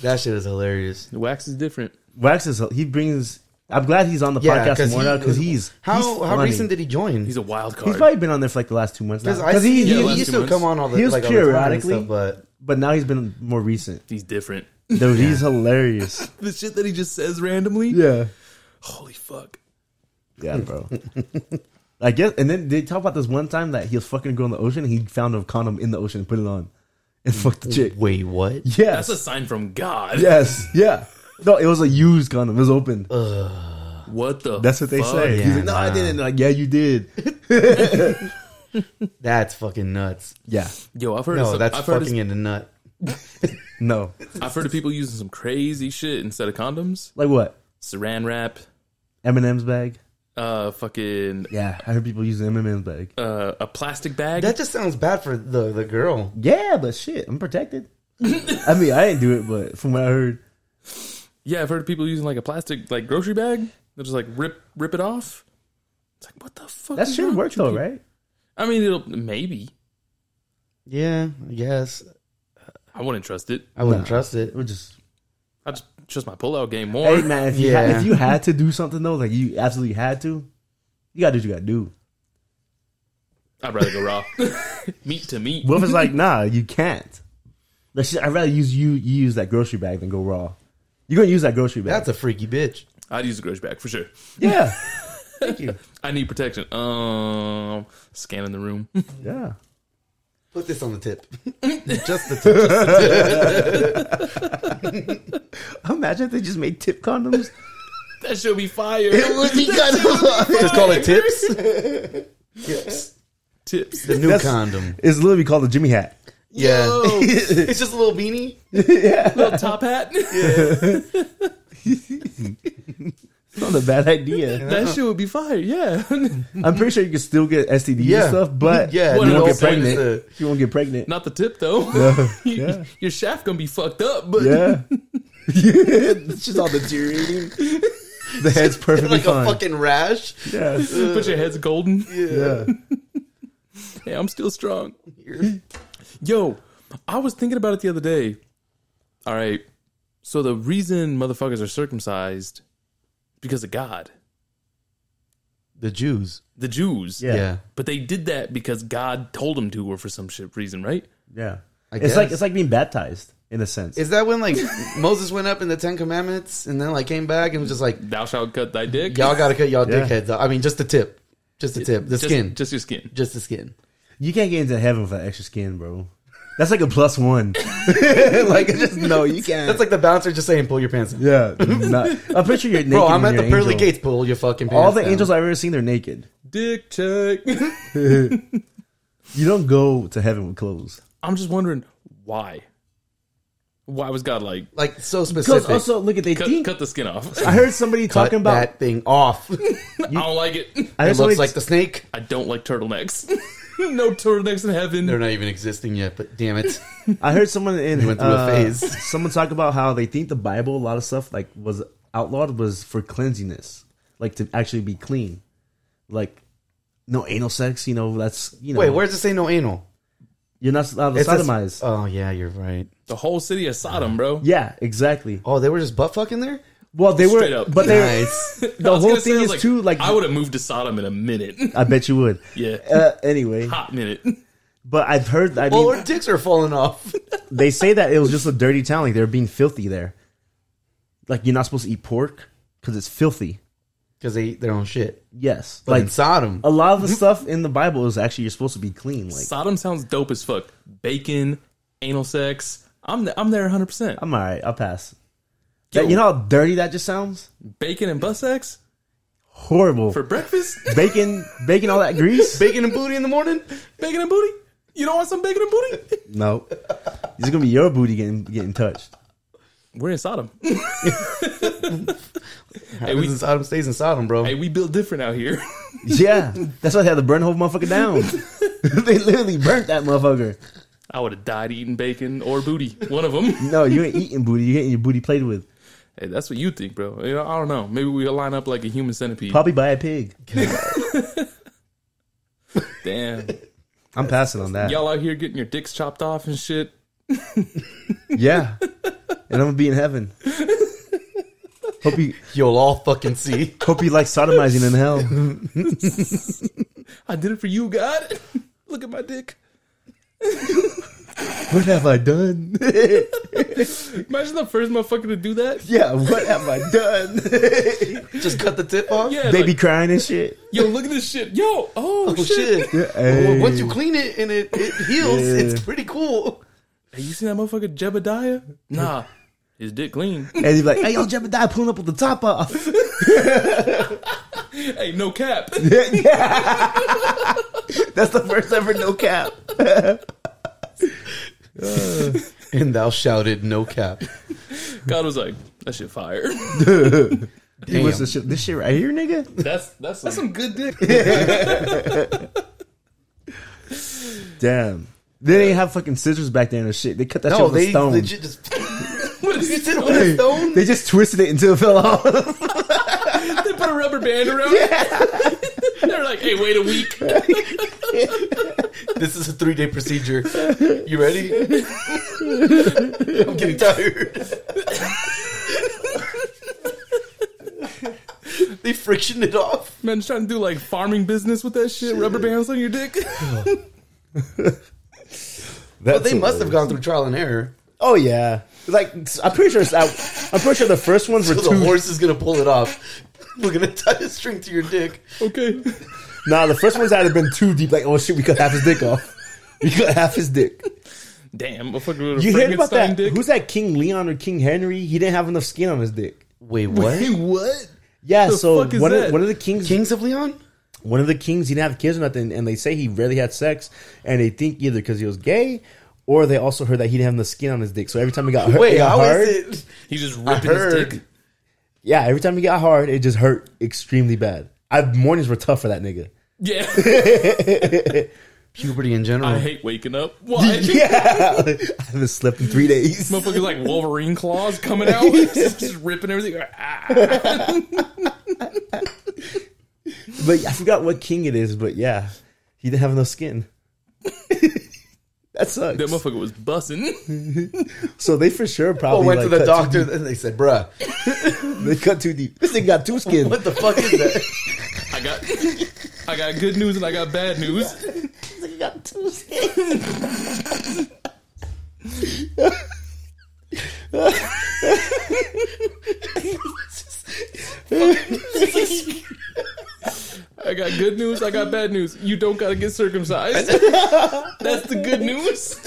[SPEAKER 2] that shit is hilarious.
[SPEAKER 4] Wax is different.
[SPEAKER 3] Wax is he brings. I'm glad he's on the
[SPEAKER 2] Yeah,
[SPEAKER 3] podcast
[SPEAKER 2] 'cause
[SPEAKER 3] more
[SPEAKER 2] he-
[SPEAKER 3] now because he's
[SPEAKER 2] How
[SPEAKER 3] he's
[SPEAKER 2] how
[SPEAKER 3] funny.
[SPEAKER 2] recent did he join?
[SPEAKER 4] He's a wild card.
[SPEAKER 3] he's probably been on there for like the last two months now.
[SPEAKER 2] Because I
[SPEAKER 3] Because
[SPEAKER 2] see
[SPEAKER 3] he,
[SPEAKER 2] he,
[SPEAKER 4] Yeah,
[SPEAKER 3] he-
[SPEAKER 4] last
[SPEAKER 2] used
[SPEAKER 4] two
[SPEAKER 2] to
[SPEAKER 4] months.
[SPEAKER 2] come on all the
[SPEAKER 3] He was
[SPEAKER 2] like all the time and stuff,
[SPEAKER 3] periodically-
[SPEAKER 2] but
[SPEAKER 3] but now he's been more recent.
[SPEAKER 4] he's different.
[SPEAKER 3] Dude, he's hilarious.
[SPEAKER 4] the shit that he just says randomly.
[SPEAKER 3] Yeah,
[SPEAKER 4] Holy fuck.
[SPEAKER 3] yeah, bro. I guess, and then they talk about this one time that he was fucking a girl in the ocean. and He found a condom in the ocean and put it on, and fucked the chick.
[SPEAKER 2] wait, what?
[SPEAKER 3] Yes,
[SPEAKER 4] That's a sign from God.
[SPEAKER 3] yes, yeah. No, it was a used condom. It was open.
[SPEAKER 4] What the?
[SPEAKER 3] That's what they
[SPEAKER 4] fuck?
[SPEAKER 3] say.
[SPEAKER 2] yeah,
[SPEAKER 3] He's like, no, I
[SPEAKER 2] nah.
[SPEAKER 3] didn't. Like, yeah, you did.
[SPEAKER 2] That's fucking nuts.
[SPEAKER 3] Yeah,
[SPEAKER 4] Yo, I've heard. of
[SPEAKER 2] No,
[SPEAKER 4] some,
[SPEAKER 2] that's
[SPEAKER 4] I've heard,
[SPEAKER 2] fucking in
[SPEAKER 4] of,
[SPEAKER 2] the nut.
[SPEAKER 3] no.
[SPEAKER 4] I've heard of people using some crazy shit instead of condoms.
[SPEAKER 3] Like what?
[SPEAKER 4] Saran wrap.
[SPEAKER 3] Eminem's bag.
[SPEAKER 4] Uh, fucking.
[SPEAKER 3] Yeah, I heard people use the Eminem's bag.
[SPEAKER 4] Uh, a plastic bag.
[SPEAKER 2] That just sounds bad for the the girl.
[SPEAKER 3] Yeah, but shit, I'm protected. I mean, I didn't do it, but from what I heard,
[SPEAKER 4] yeah, I've heard of people using like a plastic like grocery bag. They'll just like rip rip it off. It's like what the fuck?
[SPEAKER 3] that
[SPEAKER 4] is
[SPEAKER 3] should
[SPEAKER 4] wrong
[SPEAKER 3] work
[SPEAKER 4] with you
[SPEAKER 3] though,
[SPEAKER 4] people?
[SPEAKER 3] right?
[SPEAKER 4] I mean, it'll maybe.
[SPEAKER 2] Yeah, I guess
[SPEAKER 4] I wouldn't trust it.
[SPEAKER 2] I wouldn't
[SPEAKER 3] Nah.
[SPEAKER 2] trust
[SPEAKER 3] It
[SPEAKER 2] it.
[SPEAKER 3] would just.
[SPEAKER 4] I just trust my pullout game more.
[SPEAKER 3] Hey man, if you
[SPEAKER 2] Yeah.
[SPEAKER 3] had, if you had to do something though, like you absolutely had to, you gotta do what you gotta do.
[SPEAKER 4] I'd rather go raw. meat to meat.
[SPEAKER 3] Wolf is like, nah, you can't. That shit, I'd rather use you you use that grocery bag than go raw. You're gonna use that grocery bag.
[SPEAKER 2] That's a freaky bitch.
[SPEAKER 4] I'd use a grocery bag for sure.
[SPEAKER 3] yeah,
[SPEAKER 2] Thank you.
[SPEAKER 4] I need protection. Um, scanning the room.
[SPEAKER 3] yeah.
[SPEAKER 2] Put this on the tip. just the tip.
[SPEAKER 3] Imagine if they just made tip condoms.
[SPEAKER 4] that should be fire.
[SPEAKER 2] Just call it tips. tips.
[SPEAKER 4] Tips.
[SPEAKER 2] The new
[SPEAKER 3] That's-
[SPEAKER 2] condom.
[SPEAKER 3] It's literally called a Jimmy hat.
[SPEAKER 2] Yeah.
[SPEAKER 4] Yo.
[SPEAKER 2] it's just a little beanie.
[SPEAKER 4] little top hat.
[SPEAKER 3] It's not a bad idea.
[SPEAKER 4] That shit would be fire. Yeah.
[SPEAKER 3] I'm pretty sure you can still get STDs and stuff, but
[SPEAKER 2] yeah,
[SPEAKER 4] What
[SPEAKER 3] you
[SPEAKER 4] an
[SPEAKER 3] won't
[SPEAKER 4] old
[SPEAKER 3] get
[SPEAKER 4] point
[SPEAKER 3] pregnant.
[SPEAKER 2] is
[SPEAKER 3] you won't get pregnant.
[SPEAKER 4] Not the tip though.
[SPEAKER 3] yeah.
[SPEAKER 4] Your shaft gonna be fucked up, but
[SPEAKER 3] Yeah. it's just all deteriorating. The head's perfectly
[SPEAKER 2] like
[SPEAKER 3] fine.
[SPEAKER 2] a fucking rash.
[SPEAKER 3] yeah.
[SPEAKER 4] but your head's golden.
[SPEAKER 3] Yeah.
[SPEAKER 4] Hey, I'm still strong. Yo, I was thinking about it the other day. All right. So the reason motherfuckers are circumcised is because of God.
[SPEAKER 2] The Jews.
[SPEAKER 4] The Jews.
[SPEAKER 3] Yeah.
[SPEAKER 2] Yeah.
[SPEAKER 4] But they did that because God told them to or for some shit reason, right?
[SPEAKER 3] Yeah.
[SPEAKER 2] I
[SPEAKER 3] It's like
[SPEAKER 2] guess.
[SPEAKER 3] it's like being baptized in a sense.
[SPEAKER 2] Is that when like Moses went up in the Ten Commandments and then like came back and was just like,
[SPEAKER 4] Thou shalt cut thy dick.
[SPEAKER 2] y'all gotta cut y'all
[SPEAKER 3] Yeah.
[SPEAKER 2] dickheads off. I mean, just the tip, just the tip, the
[SPEAKER 4] Just-
[SPEAKER 2] skin, just,
[SPEAKER 4] Just your skin.
[SPEAKER 2] the skin.
[SPEAKER 3] You can't get into heaven without extra skin, bro. That's like a plus one. like it's just no, you can't.
[SPEAKER 2] That's like the bouncer just saying, pull your pants. Up.
[SPEAKER 3] yeah. Not, I'm pretty sure you're naked.
[SPEAKER 2] Bro, I'm
[SPEAKER 3] when
[SPEAKER 2] at the
[SPEAKER 3] you're an
[SPEAKER 2] pearly
[SPEAKER 3] angel.
[SPEAKER 2] gates. Pull your fucking pants.
[SPEAKER 3] All the
[SPEAKER 2] down.
[SPEAKER 3] angels I've ever seen, they're naked.
[SPEAKER 4] Dick check.
[SPEAKER 3] You don't go to heaven with clothes.
[SPEAKER 4] I'm just wondering why. Why was God like
[SPEAKER 2] like so
[SPEAKER 3] Because
[SPEAKER 2] specific.
[SPEAKER 3] also look at they
[SPEAKER 4] cut,
[SPEAKER 3] think.
[SPEAKER 4] cut the skin off?
[SPEAKER 3] I heard somebody
[SPEAKER 2] Cut
[SPEAKER 3] talking about.
[SPEAKER 2] that thing off. it
[SPEAKER 4] I don't like it.
[SPEAKER 3] I heard somebody
[SPEAKER 2] looks like the snake.
[SPEAKER 4] I don't like turtlenecks. no turtlenecks in heaven.
[SPEAKER 2] They're not even existing yet, but damn it.
[SPEAKER 3] I heard someone in
[SPEAKER 2] went through a
[SPEAKER 3] uh,
[SPEAKER 2] phase.
[SPEAKER 3] someone talk about how they think the Bible, a lot of stuff like was outlawed was for cleansiness, like to actually be clean. Like no anal sex. You know, that's you know.
[SPEAKER 2] Wait, where does it say no anal?
[SPEAKER 3] You're not allowed to
[SPEAKER 2] It says-
[SPEAKER 3] sodomize.
[SPEAKER 2] Oh yeah, you're right.
[SPEAKER 4] The whole city of Sodom, bro.
[SPEAKER 3] yeah, exactly.
[SPEAKER 2] Oh, they were just butt fucking there.
[SPEAKER 3] Well, they
[SPEAKER 4] Straight
[SPEAKER 3] were,
[SPEAKER 4] up.
[SPEAKER 3] but they.
[SPEAKER 2] Nice.
[SPEAKER 4] I
[SPEAKER 3] The
[SPEAKER 4] was
[SPEAKER 3] whole
[SPEAKER 4] gonna say, I
[SPEAKER 3] thing
[SPEAKER 4] was
[SPEAKER 3] is too. Like
[SPEAKER 4] I would have moved to Sodom in a minute.
[SPEAKER 3] I bet you would.
[SPEAKER 4] yeah,
[SPEAKER 3] Uh, anyway,
[SPEAKER 4] hot minute.
[SPEAKER 3] but I've heard. I mean,
[SPEAKER 2] Oh, her dicks are falling off.
[SPEAKER 3] they say that it was just a dirty town. Like they were being filthy there. Like you're not supposed to eat pork because it's filthy.
[SPEAKER 2] Because they eat their own shit.
[SPEAKER 3] Yes,
[SPEAKER 2] Like
[SPEAKER 3] like
[SPEAKER 2] in Sodom.
[SPEAKER 3] a lot of the stuff in the Bible is actually you're supposed to be clean. Like
[SPEAKER 4] Sodom sounds dope as fuck. Bacon, anal sex. I'm th- I'm there 100. percent
[SPEAKER 3] I'm all right. I'll pass. That- you know how dirty that just sounds.
[SPEAKER 4] Bacon and butt sex
[SPEAKER 3] Horrible.
[SPEAKER 4] for breakfast.
[SPEAKER 3] bacon, bacon, all that grease.
[SPEAKER 2] Bacon and booty in the morning?
[SPEAKER 4] bacon and booty. You don't want some bacon and booty?
[SPEAKER 3] No, this is gonna be your booty getting getting touched.
[SPEAKER 4] We're in Sodom.
[SPEAKER 2] Hey, we,
[SPEAKER 4] we-
[SPEAKER 2] Sodom stays in Sodom, bro.
[SPEAKER 4] Hey, we build different out here.
[SPEAKER 3] Yeah, that's why they had to burn the whole motherfucker down. they literally burnt that motherfucker.
[SPEAKER 4] I would have died eating bacon or booty. One of them.
[SPEAKER 3] No, you ain't eating booty. You're getting your booty played with.
[SPEAKER 4] Hey, that's what you think, bro. You know, I don't know. Maybe we'll line up like a human centipede.
[SPEAKER 3] Probably by a pig.
[SPEAKER 4] Damn.
[SPEAKER 3] I'm passing on that.
[SPEAKER 4] Y'all out here getting your dicks chopped off and shit.
[SPEAKER 3] Yeah, and I'm gonna be in heaven. Hope you
[SPEAKER 2] You'll all fucking see.
[SPEAKER 3] hope you like sodomizing in hell.
[SPEAKER 4] I did it for you, God. Look at my dick.
[SPEAKER 3] What have I done?
[SPEAKER 4] Imagine the first motherfucker to do that.
[SPEAKER 3] yeah, what have I done?
[SPEAKER 2] Just cut the tip off?
[SPEAKER 4] Yeah,
[SPEAKER 3] they
[SPEAKER 4] like,
[SPEAKER 3] be crying and shit.
[SPEAKER 4] yo, look at this shit. Yo, oh,
[SPEAKER 2] Oh,
[SPEAKER 4] shit.
[SPEAKER 2] shit.
[SPEAKER 3] Hey.
[SPEAKER 2] Well, once you clean it and it, it heals,
[SPEAKER 3] Yeah.
[SPEAKER 2] it's pretty cool.
[SPEAKER 4] Hey, you seen that motherfucker Jebediah? Nah, his dick clean.
[SPEAKER 3] And he's like, "Hey, yo, Jebediah pulling up with the top off."
[SPEAKER 4] hey, no cap.
[SPEAKER 3] That's the first ever no cap.
[SPEAKER 2] And thou shouted, no cap.
[SPEAKER 4] God was like, that shit fire.
[SPEAKER 3] He was the shit- this shit right here, nigga.
[SPEAKER 4] That's that's that's some good dick.
[SPEAKER 3] Damn. They didn't have fucking scissors back then or shit. They cut that
[SPEAKER 2] No,
[SPEAKER 3] shit with
[SPEAKER 2] they
[SPEAKER 3] a stone.
[SPEAKER 2] legit just.
[SPEAKER 4] What is
[SPEAKER 2] you
[SPEAKER 4] this?
[SPEAKER 2] said with a stone?
[SPEAKER 3] They just twisted it until it fell off.
[SPEAKER 4] They put a rubber band around it. They're like, hey, wait a week.
[SPEAKER 2] This is a three day procedure. You ready? I'm getting tired. they friction it off.
[SPEAKER 4] Man's trying to do like farming business with that shit. Rubber bands on your dick.
[SPEAKER 2] But they must have gone through trial and error.
[SPEAKER 3] Oh yeah. Like I'm pretty sure it's out. I'm pretty sure the first ones were
[SPEAKER 2] So the
[SPEAKER 3] two.
[SPEAKER 2] horse is gonna pull it off. We're gonna tie a string to your dick.
[SPEAKER 4] okay.
[SPEAKER 3] Nah, the first ones had to have been too deep. Like oh shit, we cut half his dick off. We cut half his dick.
[SPEAKER 4] Damn, motherfucker with a
[SPEAKER 3] You heard about
[SPEAKER 4] Frankenstein
[SPEAKER 3] that?
[SPEAKER 4] dick.
[SPEAKER 3] Who's that King Leon or King Henry? He didn't have enough skin on his dick.
[SPEAKER 2] Wait, what?
[SPEAKER 4] Hey, what?
[SPEAKER 3] Yeah,
[SPEAKER 4] The
[SPEAKER 3] so
[SPEAKER 4] fuck is
[SPEAKER 3] one
[SPEAKER 4] that?
[SPEAKER 3] of, one of the kings
[SPEAKER 2] Kings of Leon?
[SPEAKER 3] one of the kings he didn't have kids or nothing, and they say he rarely had sex, and they think either because he was gay, or they also heard that he didn't have the skin on his dick. So every time he got hurt, it
[SPEAKER 2] Wait,
[SPEAKER 3] got
[SPEAKER 2] how
[SPEAKER 3] hard.
[SPEAKER 2] is it?
[SPEAKER 4] He's just
[SPEAKER 2] I
[SPEAKER 4] ripping his dick.
[SPEAKER 2] heard.
[SPEAKER 3] Yeah, every time he got hard, it just hurt extremely bad. I mornings were tough for that nigga.
[SPEAKER 4] Yeah.
[SPEAKER 2] Puberty in general.
[SPEAKER 4] I hate waking up. Why?
[SPEAKER 3] Yeah, I haven't slept in three days.
[SPEAKER 4] Motherfuckers like Wolverine claws coming out, just, just ripping everything. Ah.
[SPEAKER 3] But I forgot what king it is. But yeah, he didn't have enough skin. that sucks.
[SPEAKER 4] That motherfucker was bussing.
[SPEAKER 3] so they for sure
[SPEAKER 2] I
[SPEAKER 3] probably
[SPEAKER 2] Oh, went
[SPEAKER 3] like,
[SPEAKER 2] to the
[SPEAKER 3] cut
[SPEAKER 2] doctor and they said, bruh,
[SPEAKER 3] Too, they cut too deep. This thing got two skin.
[SPEAKER 2] what the fuck is that?
[SPEAKER 4] I got, I got good news and I got bad news.
[SPEAKER 3] He got two skins.
[SPEAKER 4] I got good news. I got bad news. You don't gotta get circumcised. That's the good news.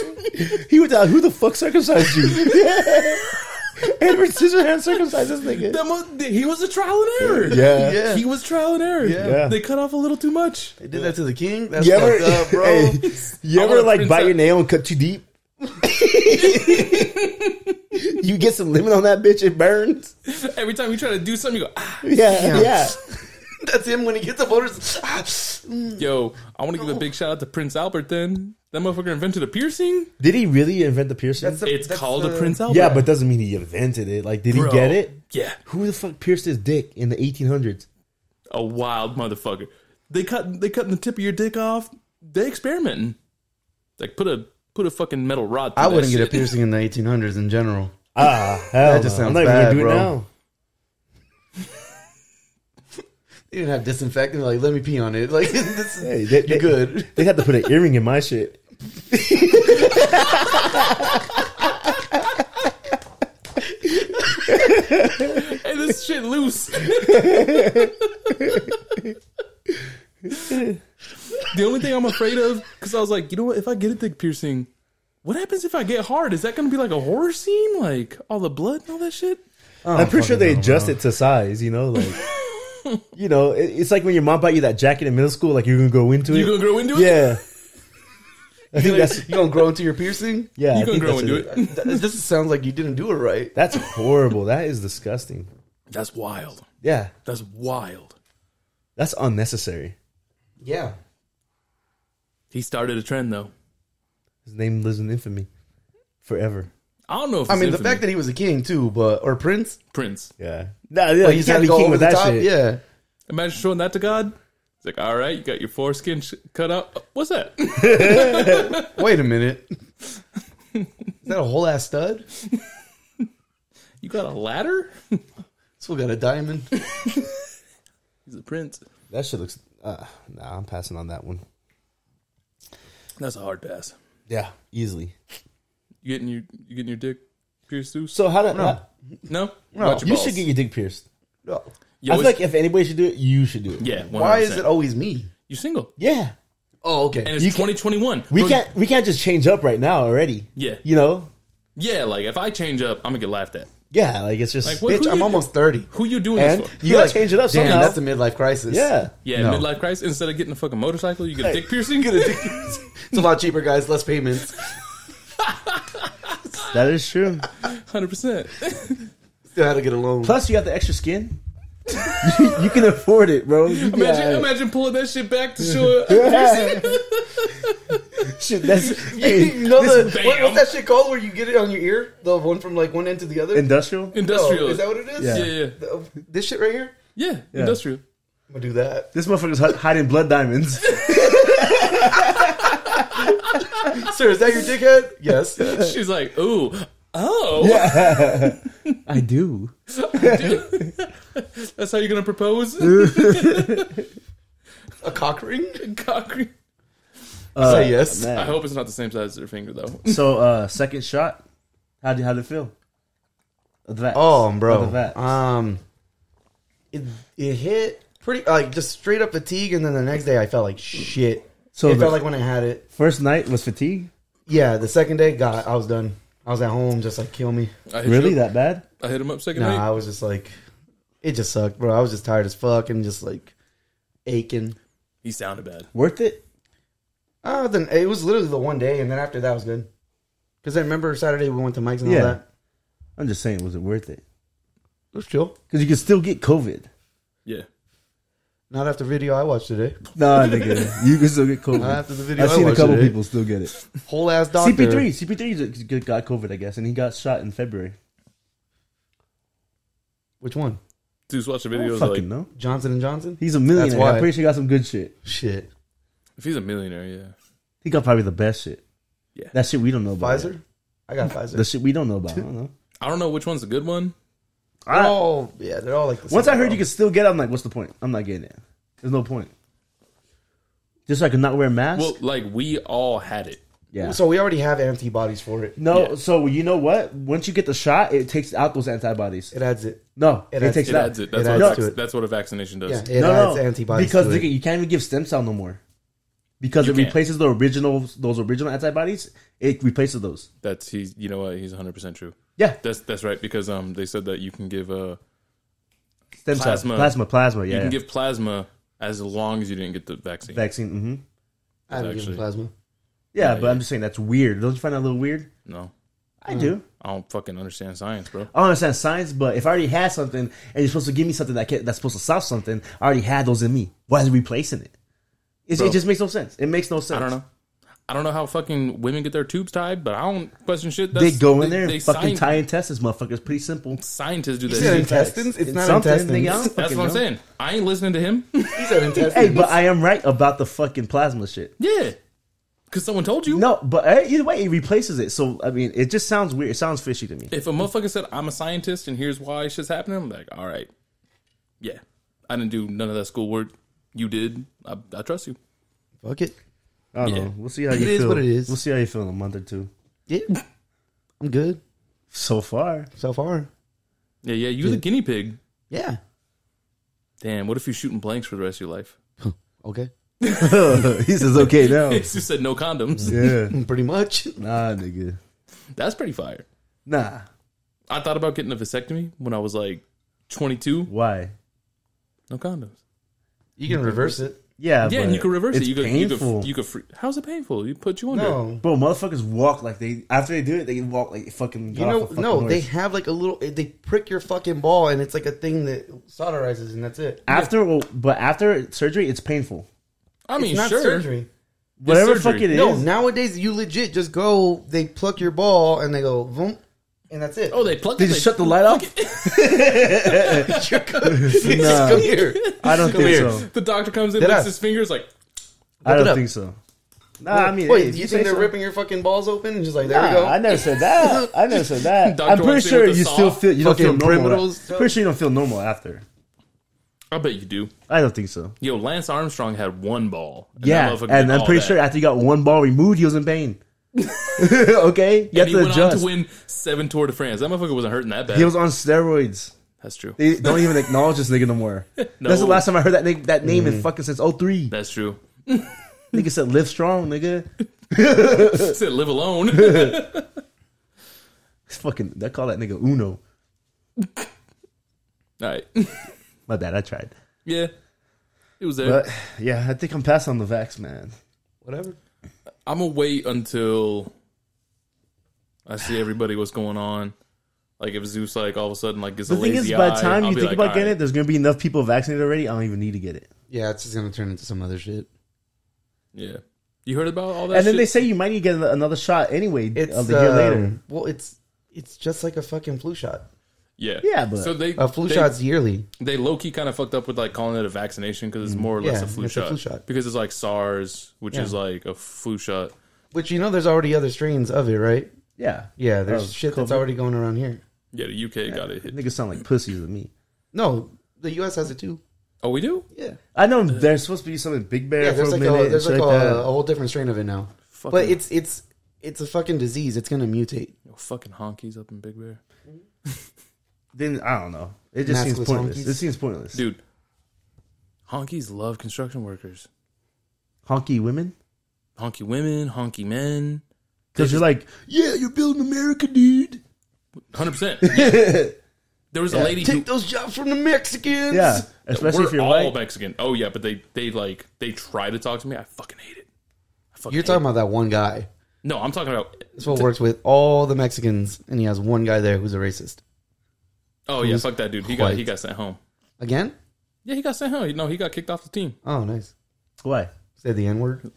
[SPEAKER 3] He would out. Who the fuck circumcised you? Edward Scissorhands circumcised this nigga.
[SPEAKER 4] That mo- he was a trial and error.
[SPEAKER 3] Yeah.
[SPEAKER 2] Yeah.
[SPEAKER 4] He was trial and error.
[SPEAKER 2] Yeah.
[SPEAKER 4] They cut off a little too much.
[SPEAKER 2] They did that to the king? That's
[SPEAKER 3] You ever,
[SPEAKER 2] fucked up, bro.
[SPEAKER 3] Hey, you
[SPEAKER 4] I
[SPEAKER 3] ever
[SPEAKER 4] wanna
[SPEAKER 3] like
[SPEAKER 4] print
[SPEAKER 3] bite
[SPEAKER 4] out-
[SPEAKER 3] your nail and cut too deep? you get some lemon on that bitch, it burns.
[SPEAKER 4] Every time you try to do something, you go, ah.
[SPEAKER 3] Yeah, yeah.
[SPEAKER 2] That's him when he gets the voters.
[SPEAKER 4] yo, I want to give a big shout out to Prince Albert then. That motherfucker invented a piercing.
[SPEAKER 3] Did he really invent the piercing?
[SPEAKER 4] It's called a Prince Albert.
[SPEAKER 3] yeah, but doesn't mean he invented it. Like, did
[SPEAKER 4] Bro.
[SPEAKER 3] he get it?
[SPEAKER 4] Yeah.
[SPEAKER 3] Who the fuck pierced his dick in the 1800s?
[SPEAKER 4] A wild motherfucker. They cut they cutting the tip of your dick off. They experimenting. Like put a put a fucking metal rod. Through
[SPEAKER 2] I
[SPEAKER 4] that
[SPEAKER 2] wouldn't get a
[SPEAKER 4] shit.
[SPEAKER 2] piercing in the 1800s in general.
[SPEAKER 3] Ah, hell
[SPEAKER 2] That just
[SPEAKER 3] no.
[SPEAKER 2] sounds
[SPEAKER 3] I'm not
[SPEAKER 2] bad,
[SPEAKER 3] even
[SPEAKER 2] bro.
[SPEAKER 3] gonna do it now.
[SPEAKER 2] You'd have disinfectant. Like, let me pee on it. Like, this is,
[SPEAKER 3] Hey, they,
[SPEAKER 2] you're
[SPEAKER 3] they-
[SPEAKER 2] good.
[SPEAKER 3] They'd have to put an earring in my shit.
[SPEAKER 4] Hey, this shit loose. the only thing I'm afraid of, because I was like, you know what? If I get a dick piercing, what happens if I get hard? Is that going to be like a horror scene? Like all the blood and all that shit?
[SPEAKER 3] I'm pretty sure they adjust it to size. You know, like you know, it, it's like when your mom bought you that jacket in middle school. Like you're gonna go into it.
[SPEAKER 4] You gonna grow into it?
[SPEAKER 3] yeah. I think that's
[SPEAKER 2] You gonna grow into your piercing?
[SPEAKER 3] yeah. I
[SPEAKER 4] You gonna
[SPEAKER 3] think
[SPEAKER 4] grow
[SPEAKER 3] that's
[SPEAKER 4] into
[SPEAKER 3] it.
[SPEAKER 4] it?
[SPEAKER 2] That- It just sounds like you didn't do it right.
[SPEAKER 3] That's horrible. that is disgusting.
[SPEAKER 4] That's wild.
[SPEAKER 3] Yeah,
[SPEAKER 4] That's wild.
[SPEAKER 3] that's unnecessary.
[SPEAKER 2] Yeah.
[SPEAKER 4] He started a trend though.
[SPEAKER 3] His name lives in infamy forever.
[SPEAKER 4] I don't know. if
[SPEAKER 2] I
[SPEAKER 4] it's
[SPEAKER 2] mean, the
[SPEAKER 4] infamy.
[SPEAKER 2] fact that he was a king too, but or prince,
[SPEAKER 4] Prince.
[SPEAKER 3] Yeah. Nah, yeah,
[SPEAKER 2] but
[SPEAKER 3] Oh, you
[SPEAKER 2] he's
[SPEAKER 3] can't
[SPEAKER 2] had
[SPEAKER 3] be
[SPEAKER 2] to go
[SPEAKER 3] king
[SPEAKER 2] over
[SPEAKER 3] with
[SPEAKER 2] the
[SPEAKER 3] that
[SPEAKER 2] top.
[SPEAKER 3] shit.
[SPEAKER 2] Yeah.
[SPEAKER 4] Imagine showing that to God. It's like, all right, you got your foreskin sh- cut out. What's that?
[SPEAKER 2] Wait a minute. Is that a whole ass stud?
[SPEAKER 4] you got a ladder?
[SPEAKER 2] Still got a diamond.
[SPEAKER 4] He's a prince.
[SPEAKER 3] That shit looks. Uh, nah, I'm passing on that one.
[SPEAKER 4] That's a hard pass.
[SPEAKER 3] Yeah, easily.
[SPEAKER 4] You getting your you getting your dick pierced too?
[SPEAKER 3] So how do
[SPEAKER 4] No, Watch your
[SPEAKER 3] you
[SPEAKER 4] balls.
[SPEAKER 3] should get your dick pierced?
[SPEAKER 2] No.
[SPEAKER 3] I feel
[SPEAKER 4] You always-
[SPEAKER 3] like if anybody should do it, you should do it.
[SPEAKER 4] yeah. 100%.
[SPEAKER 2] Why is it always me?
[SPEAKER 4] You're single,
[SPEAKER 3] Yeah.
[SPEAKER 2] Oh,
[SPEAKER 4] and
[SPEAKER 2] okay.
[SPEAKER 4] it's
[SPEAKER 3] You can't-
[SPEAKER 4] 2021.
[SPEAKER 3] We
[SPEAKER 4] Bro,
[SPEAKER 3] can't we can't just change up right now already.
[SPEAKER 4] Yeah.
[SPEAKER 3] You know?
[SPEAKER 4] Yeah, like if I change up, I'm gonna get laughed at.
[SPEAKER 3] Yeah, like it's just
[SPEAKER 4] Like what?
[SPEAKER 2] Bitch,
[SPEAKER 4] who
[SPEAKER 2] I'm
[SPEAKER 4] you-
[SPEAKER 2] almost thirty.
[SPEAKER 4] Who you doing
[SPEAKER 3] and
[SPEAKER 4] this for?
[SPEAKER 3] you gotta
[SPEAKER 2] like,
[SPEAKER 3] change it up
[SPEAKER 2] Damn,
[SPEAKER 3] somehow.
[SPEAKER 2] that's a midlife crisis.
[SPEAKER 3] yeah.
[SPEAKER 4] Yeah,
[SPEAKER 2] No.
[SPEAKER 4] midlife crisis. Instead of getting a fucking motorcycle, you get a dick piercing.
[SPEAKER 2] It's a lot cheaper, guys. Less payments.
[SPEAKER 3] That is true.
[SPEAKER 4] Hundred percent.
[SPEAKER 2] Still had to get a loan.
[SPEAKER 3] Plus you got the extra skin. you can afford it, bro. You got-
[SPEAKER 4] Imagine, imagine pulling that shit back to show. a-
[SPEAKER 3] Shit, that's
[SPEAKER 2] you know the
[SPEAKER 4] Bam.
[SPEAKER 2] what, what's that shit called where you get it on your ear? The one from like one end to the other. Oh,
[SPEAKER 3] industrial.
[SPEAKER 4] Industrial.
[SPEAKER 2] is that what it is?
[SPEAKER 4] Yeah,
[SPEAKER 3] Yeah.
[SPEAKER 4] yeah,
[SPEAKER 2] The- oh, This shit right here.
[SPEAKER 4] yeah. Industrial.
[SPEAKER 2] I'm gonna do that.
[SPEAKER 3] This motherfucker's hi- hiding blood diamonds.
[SPEAKER 2] Sir, is that your dickhead? Yes.
[SPEAKER 4] She's like, ooh, oh.
[SPEAKER 3] I do.
[SPEAKER 4] That's how you're gonna propose.
[SPEAKER 2] a cock ring?
[SPEAKER 4] Cochran.
[SPEAKER 2] Say yes.
[SPEAKER 4] I hope it's not the same size as her finger though.
[SPEAKER 3] So uh second shot, how did how did it feel? Of the vax.
[SPEAKER 2] Oh, bro.
[SPEAKER 3] Of the vax.
[SPEAKER 2] Um, it, it hit pretty like just straight up fatigue, and then the next day I felt like shit. So
[SPEAKER 3] So
[SPEAKER 2] it
[SPEAKER 3] the-
[SPEAKER 2] felt like when I had it.
[SPEAKER 3] First night was fatigue.
[SPEAKER 2] Yeah, the second day, God, I was done. I was at home, just like kill me.
[SPEAKER 4] I hit you
[SPEAKER 3] Really
[SPEAKER 4] up-
[SPEAKER 3] that bad?
[SPEAKER 4] I hit him up second
[SPEAKER 2] Nah,
[SPEAKER 4] night.
[SPEAKER 2] I was just like, it just sucked, bro. I was just tired as fuck and just like aching.
[SPEAKER 4] He sounded bad.
[SPEAKER 3] Worth it?
[SPEAKER 2] Uh, then it was literally the one day, and then after that was good. Because I remember Saturday we went to Mike's and
[SPEAKER 3] Yeah.
[SPEAKER 2] all that.
[SPEAKER 3] I'm just saying, was it worth it?
[SPEAKER 2] It was chill.
[SPEAKER 3] Because you can still get COVID.
[SPEAKER 4] Yeah.
[SPEAKER 2] Not after video I watched today.
[SPEAKER 3] Nah, nigga, you can still get COVID.
[SPEAKER 2] Not after the video eh?
[SPEAKER 3] I've
[SPEAKER 2] I
[SPEAKER 3] seen a
[SPEAKER 2] watched
[SPEAKER 3] couple
[SPEAKER 2] today.
[SPEAKER 3] people still get it.
[SPEAKER 2] Whole ass doctor.
[SPEAKER 3] CP3, CP3 got- got COVID, I guess, and he got shot in February.
[SPEAKER 2] Which one?
[SPEAKER 4] Dude's watching
[SPEAKER 3] I don't
[SPEAKER 4] videos
[SPEAKER 3] fucking
[SPEAKER 4] like
[SPEAKER 3] know.
[SPEAKER 2] Johnson and Johnson.
[SPEAKER 3] He's a millionaire.
[SPEAKER 2] why.
[SPEAKER 3] I'm pretty sure he got some good shit.
[SPEAKER 2] Shit.
[SPEAKER 4] if he's a millionaire, yeah.
[SPEAKER 3] He got probably the best shit.
[SPEAKER 4] Yeah.
[SPEAKER 3] That shit we don't know about.
[SPEAKER 2] Pfizer. I got Pfizer.
[SPEAKER 3] The shit we don't know about. I don't know.
[SPEAKER 4] I don't know which one's the good one.
[SPEAKER 2] They're
[SPEAKER 3] I-
[SPEAKER 2] all yeah, they're all like. The
[SPEAKER 3] Once
[SPEAKER 2] same
[SPEAKER 3] I heard
[SPEAKER 2] bro.
[SPEAKER 3] you could still get it, I'm like, what's the point? I'm not getting it. There's no point. Just so I could not wear a mask?
[SPEAKER 4] Well, like we all had it.
[SPEAKER 3] yeah.
[SPEAKER 2] So we already have antibodies for it.
[SPEAKER 3] no,
[SPEAKER 4] Yeah.
[SPEAKER 3] so you know what? Once you get the shot, it takes out those antibodies.
[SPEAKER 2] It adds it.
[SPEAKER 3] No, it,
[SPEAKER 2] It adds-
[SPEAKER 3] takes
[SPEAKER 4] It
[SPEAKER 3] it out.
[SPEAKER 4] adds it. That's,
[SPEAKER 2] it
[SPEAKER 4] what,
[SPEAKER 2] adds
[SPEAKER 4] a
[SPEAKER 2] to
[SPEAKER 4] vac-
[SPEAKER 2] it.
[SPEAKER 4] that's what a vaccination does.
[SPEAKER 2] Yeah, it adds antibodies
[SPEAKER 3] because
[SPEAKER 2] to
[SPEAKER 3] nigga,
[SPEAKER 2] it.
[SPEAKER 3] you can't even give stem cell no more because
[SPEAKER 4] You
[SPEAKER 3] it
[SPEAKER 4] can't.
[SPEAKER 3] replaces the original those original antibodies. It replaces those.
[SPEAKER 4] That's he's you know what he's 100 percent true.
[SPEAKER 3] Yeah,
[SPEAKER 4] That's that's right because um they said that you can give uh
[SPEAKER 3] stem cells,
[SPEAKER 4] Plasma.
[SPEAKER 3] plasma, plasma. Yeah,
[SPEAKER 4] you can give plasma as long as you didn't get the vaccine.
[SPEAKER 3] vaccine. hmm
[SPEAKER 2] I haven't given
[SPEAKER 4] actually-
[SPEAKER 2] plasma.
[SPEAKER 3] Yeah,
[SPEAKER 4] Yeah,
[SPEAKER 3] but
[SPEAKER 4] yeah.
[SPEAKER 3] I'm just saying that's weird. Don't you find that a little weird?
[SPEAKER 4] no,
[SPEAKER 3] I do.
[SPEAKER 4] I don't fucking understand science, bro.
[SPEAKER 3] I don't understand science, but if I already had something and you're supposed to give me something that can, that's supposed to solve something, I already had those in me. Why is it replacing it? It's,
[SPEAKER 4] Bro.
[SPEAKER 3] it just makes no sense. It makes no sense.
[SPEAKER 4] I don't know. I don't know how fucking women get their tubes tied, but I don't question shit.
[SPEAKER 3] They go in there and
[SPEAKER 4] they
[SPEAKER 3] fucking
[SPEAKER 4] scien-
[SPEAKER 3] tie intestines, motherfucker. It's pretty simple.
[SPEAKER 4] Scientists do
[SPEAKER 2] said
[SPEAKER 4] that. shit.
[SPEAKER 2] intestines? It's not
[SPEAKER 3] something,
[SPEAKER 2] intestines.
[SPEAKER 3] nigga. I don't
[SPEAKER 4] That's
[SPEAKER 3] fucking
[SPEAKER 4] what I'm
[SPEAKER 3] know.
[SPEAKER 4] saying. I ain't listening to him.
[SPEAKER 2] He said intestines.
[SPEAKER 3] Hey, but I am right about the fucking plasma shit.
[SPEAKER 4] yeah, because someone told you.
[SPEAKER 3] No, but eh, either way, it replaces it. So I mean, it just sounds weird. It sounds fishy to me.
[SPEAKER 4] If a motherfucker said I'm a scientist and here's why shit's happening, I'm like, all right, yeah, I didn't do none of that schoolwork. You did. I, I trust you.
[SPEAKER 2] Fuck it.
[SPEAKER 3] I don't
[SPEAKER 4] Yeah.
[SPEAKER 3] know. We'll see how
[SPEAKER 2] It
[SPEAKER 3] you
[SPEAKER 2] is
[SPEAKER 3] feel.
[SPEAKER 2] what it is.
[SPEAKER 3] We'll see how you feel in a month or two.
[SPEAKER 2] Yeah. I'm good
[SPEAKER 3] So far,
[SPEAKER 2] so far.
[SPEAKER 4] Yeah, yeah. You're the guinea pig.
[SPEAKER 2] Yeah.
[SPEAKER 4] Damn. What if you're shooting blanks for the rest of your life?
[SPEAKER 2] Okay.
[SPEAKER 3] he says okay now.
[SPEAKER 4] you said no condoms.
[SPEAKER 3] Yeah,
[SPEAKER 2] Pretty much.
[SPEAKER 3] nah, nigga,
[SPEAKER 4] That's pretty fire.
[SPEAKER 3] nah.
[SPEAKER 4] I thought about getting a vasectomy when I was like 22.
[SPEAKER 3] Why?
[SPEAKER 4] No condoms.
[SPEAKER 2] You can reverse it.
[SPEAKER 3] Yeah,
[SPEAKER 4] Yeah, and
[SPEAKER 3] but
[SPEAKER 4] you can reverse
[SPEAKER 3] it's
[SPEAKER 4] it. You could,
[SPEAKER 3] painful.
[SPEAKER 4] You could, you could free, how's it painful? You put you under.
[SPEAKER 2] No.
[SPEAKER 3] Bro, motherfuckers walk like they after they do it, they can walk like fucking.
[SPEAKER 2] You know, no, they have like a little, they prick your fucking ball and it's like a thing that solderizes and that's it.
[SPEAKER 3] after, well, but after surgery, it's painful.
[SPEAKER 4] I mean,
[SPEAKER 2] It's not
[SPEAKER 4] sure.
[SPEAKER 2] surgery.
[SPEAKER 3] Whatever
[SPEAKER 4] surgery.
[SPEAKER 3] fuck it is.
[SPEAKER 2] No, nowadays you legit just go, they pluck your ball and they go, boom, and that's it.
[SPEAKER 4] Oh, they plucked
[SPEAKER 3] Did you shut the light off?
[SPEAKER 2] Just come here.
[SPEAKER 3] I don't think
[SPEAKER 2] here.
[SPEAKER 3] so.
[SPEAKER 4] The doctor comes in,
[SPEAKER 2] Did
[SPEAKER 4] licks
[SPEAKER 2] I?
[SPEAKER 4] his fingers, like,
[SPEAKER 3] I
[SPEAKER 2] it
[SPEAKER 3] don't
[SPEAKER 2] up.
[SPEAKER 3] think so. Nah, I mean,
[SPEAKER 2] Wait,
[SPEAKER 3] hey, if
[SPEAKER 2] you
[SPEAKER 3] say
[SPEAKER 2] think they're
[SPEAKER 3] so.
[SPEAKER 2] ripping your fucking balls open and just like, there
[SPEAKER 3] Nah,
[SPEAKER 2] we go?
[SPEAKER 3] I never said that. I never said that.
[SPEAKER 4] Dr.
[SPEAKER 3] I'm pretty
[SPEAKER 4] Watson
[SPEAKER 3] sure
[SPEAKER 4] with the
[SPEAKER 3] you
[SPEAKER 4] saw.
[SPEAKER 3] still feel you don't feel
[SPEAKER 2] Fucking
[SPEAKER 3] normal.
[SPEAKER 2] primitives.
[SPEAKER 3] I'm Pretty sure you don't feel normal after.
[SPEAKER 4] I bet you do.
[SPEAKER 3] I don't think so.
[SPEAKER 4] Yo, Lance Armstrong had one ball. And
[SPEAKER 3] Yeah,
[SPEAKER 4] that motherfucker
[SPEAKER 3] and
[SPEAKER 4] did
[SPEAKER 3] I'm
[SPEAKER 4] all
[SPEAKER 3] pretty
[SPEAKER 4] that.
[SPEAKER 3] sure after you got one ball removed, he was in pain. okay, you
[SPEAKER 4] And
[SPEAKER 3] have
[SPEAKER 4] he
[SPEAKER 3] to
[SPEAKER 4] went on
[SPEAKER 3] adjust.
[SPEAKER 4] to win seven Tour de France. That motherfucker wasn't hurting that bad.
[SPEAKER 3] He was on steroids.
[SPEAKER 4] That's true.
[SPEAKER 3] They don't even acknowledge this nigga no more. That's the last time I heard that name, that name in fucking since 03.
[SPEAKER 4] That's true.
[SPEAKER 3] Nigga said, "Live strong, nigga."
[SPEAKER 4] Said live alone.
[SPEAKER 3] It's fucking. They call that nigga Uno.
[SPEAKER 4] all right.
[SPEAKER 3] My bad. I tried,
[SPEAKER 4] Yeah. It was there.
[SPEAKER 3] but yeah, I think I'm past on the vax, man.
[SPEAKER 2] Whatever.
[SPEAKER 4] I'm gonna wait until I see everybody what's going on. Like if Zeus like all of a sudden like gets
[SPEAKER 3] The
[SPEAKER 4] a
[SPEAKER 3] thing
[SPEAKER 4] lazy
[SPEAKER 3] is, by the
[SPEAKER 4] eye,
[SPEAKER 3] time
[SPEAKER 4] I'll
[SPEAKER 3] you
[SPEAKER 4] be
[SPEAKER 3] think
[SPEAKER 4] like,
[SPEAKER 3] about
[SPEAKER 4] "All
[SPEAKER 3] getting
[SPEAKER 4] right."
[SPEAKER 3] it, there's gonna be enough people vaccinated already. I don't even need to get it.
[SPEAKER 2] Yeah, it's just going to turn into some other shit.
[SPEAKER 4] yeah. You heard about all that?
[SPEAKER 3] and then they
[SPEAKER 4] shit?
[SPEAKER 3] say you might need to get another shot anyway.
[SPEAKER 2] It's
[SPEAKER 3] a year
[SPEAKER 2] um,
[SPEAKER 3] later.
[SPEAKER 2] Well, it's it's just like a fucking flu shot.
[SPEAKER 4] yeah,
[SPEAKER 3] Yeah, but-
[SPEAKER 4] so they
[SPEAKER 2] A flu
[SPEAKER 4] they,
[SPEAKER 2] shot's yearly.
[SPEAKER 4] They low key kind of fucked up with like calling it a vaccination because it's more or less
[SPEAKER 2] Yeah,
[SPEAKER 4] a, flu
[SPEAKER 2] it's a
[SPEAKER 4] shot.
[SPEAKER 2] flu shot.
[SPEAKER 4] because it's like SARS, which
[SPEAKER 2] Yeah.
[SPEAKER 4] is like a flu shot.
[SPEAKER 2] Which you know, there's already other strains of it, right?
[SPEAKER 3] Yeah,
[SPEAKER 2] Yeah, there's
[SPEAKER 3] Oh,
[SPEAKER 2] shit that's
[SPEAKER 3] COVID.
[SPEAKER 2] already going around here.
[SPEAKER 4] Yeah, the UK got it. Hit.
[SPEAKER 3] Niggas sound like pussies to me.
[SPEAKER 2] No, the U.S. has it too.
[SPEAKER 4] Oh, we do.
[SPEAKER 2] Yeah,
[SPEAKER 3] I know there's supposed to be something Big Bear
[SPEAKER 2] yeah.
[SPEAKER 3] for a
[SPEAKER 2] There's like
[SPEAKER 3] minute.
[SPEAKER 2] a
[SPEAKER 3] and
[SPEAKER 2] there's
[SPEAKER 3] shit
[SPEAKER 2] like
[SPEAKER 3] like,
[SPEAKER 2] a, a
[SPEAKER 3] that.
[SPEAKER 2] whole different strain of it now.
[SPEAKER 4] Fucking,
[SPEAKER 2] But it's it's it's a fucking disease. It's gonna mutate.
[SPEAKER 4] fucking honkies up in Big Bear,
[SPEAKER 3] Then I don't know. It just seems
[SPEAKER 2] Maskless
[SPEAKER 3] pointless.
[SPEAKER 2] honkies.
[SPEAKER 3] It seems pointless.
[SPEAKER 4] dude. Honkies love construction workers.
[SPEAKER 3] Honky women,
[SPEAKER 4] Honky women, honky men,
[SPEAKER 3] because you're like, yeah, you're building America, dude.
[SPEAKER 4] hundred percent. There was a lady who
[SPEAKER 2] Take those jobs from the Mexicans.
[SPEAKER 3] Yeah, especially
[SPEAKER 4] we're
[SPEAKER 3] if you're
[SPEAKER 4] all
[SPEAKER 3] white.
[SPEAKER 4] Mexican. Oh yeah, but they they like they try to talk to me. I fucking hate it. I fucking
[SPEAKER 2] You're
[SPEAKER 4] hate
[SPEAKER 2] talking
[SPEAKER 4] it.
[SPEAKER 2] about that one guy.
[SPEAKER 4] no. I'm talking about
[SPEAKER 2] That's what works with all the Mexicans, and he has one guy there who's a racist.
[SPEAKER 4] oh yeah, fuck that dude. He got he
[SPEAKER 2] white.
[SPEAKER 4] got sent home.
[SPEAKER 2] Again?
[SPEAKER 4] Yeah, he got sent home. No, he got kicked off the team.
[SPEAKER 2] Oh, nice.
[SPEAKER 3] Why?
[SPEAKER 2] Say the N word.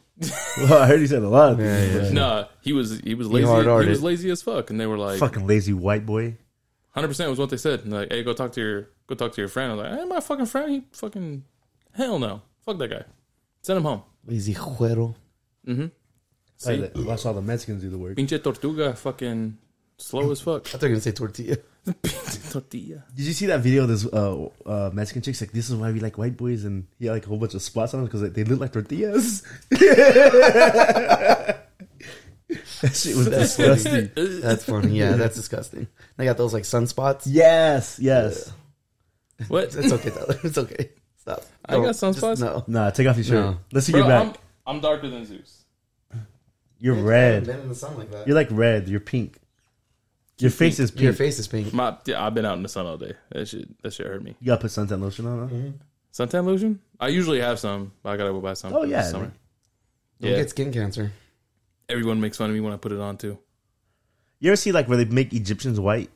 [SPEAKER 3] Well, I heard you said a lot of things. but-
[SPEAKER 4] Nah, he was he was lazy. He,
[SPEAKER 2] hard-hearted.
[SPEAKER 4] was lazy as fuck, and they were like
[SPEAKER 3] Fucking lazy white boy.
[SPEAKER 4] hundred percent was what they said. And like, hey, go talk to your go talk to your friend. I was like, hey, my fucking friend, he fucking hell no, fuck that guy, send him home.
[SPEAKER 2] Lazy juero.
[SPEAKER 3] Like,
[SPEAKER 4] See,
[SPEAKER 3] I saw the Mexicans do the work.
[SPEAKER 4] pinche tortuga, fucking slow as fuck.
[SPEAKER 2] I thought you were gonna say tortilla.
[SPEAKER 4] Pinche tortilla.
[SPEAKER 3] Did you see that video of this uh, uh, Mexican chicks like this is why we like white boys and he had like a whole bunch of spots on them because like, they look like tortillas. that shit was disgusting.
[SPEAKER 2] That's funny. Yeah, that's disgusting. They got those like sunspots.
[SPEAKER 3] yes, yes.
[SPEAKER 4] What?
[SPEAKER 2] It's okay, Tyler. It's okay. Stop.
[SPEAKER 4] I got
[SPEAKER 2] Don't- just-
[SPEAKER 4] sunspots.
[SPEAKER 2] No.
[SPEAKER 3] Nah, take off your shirt.
[SPEAKER 2] No.
[SPEAKER 3] Let's see
[SPEAKER 4] Bro,
[SPEAKER 3] your back.
[SPEAKER 4] I'm, I'm darker than Zeus.
[SPEAKER 3] You're red.
[SPEAKER 2] Been in the sun like that.
[SPEAKER 3] You're like red. You're pink. Your face is pink.
[SPEAKER 2] Your face is pink.
[SPEAKER 4] My yeah, I've been out in the sun all day. That shit that shit hurt me.
[SPEAKER 3] You gotta put suntan lotion on. Huh?
[SPEAKER 4] Suntan lotion? I usually have some, but I gotta go buy some.
[SPEAKER 3] Oh,
[SPEAKER 4] for
[SPEAKER 3] yeah,
[SPEAKER 4] the summer.
[SPEAKER 2] Don't
[SPEAKER 4] Yeah.
[SPEAKER 2] get skin cancer.
[SPEAKER 4] Everyone makes fun of me when I put it on too.
[SPEAKER 3] You ever see like where they make Egyptians white?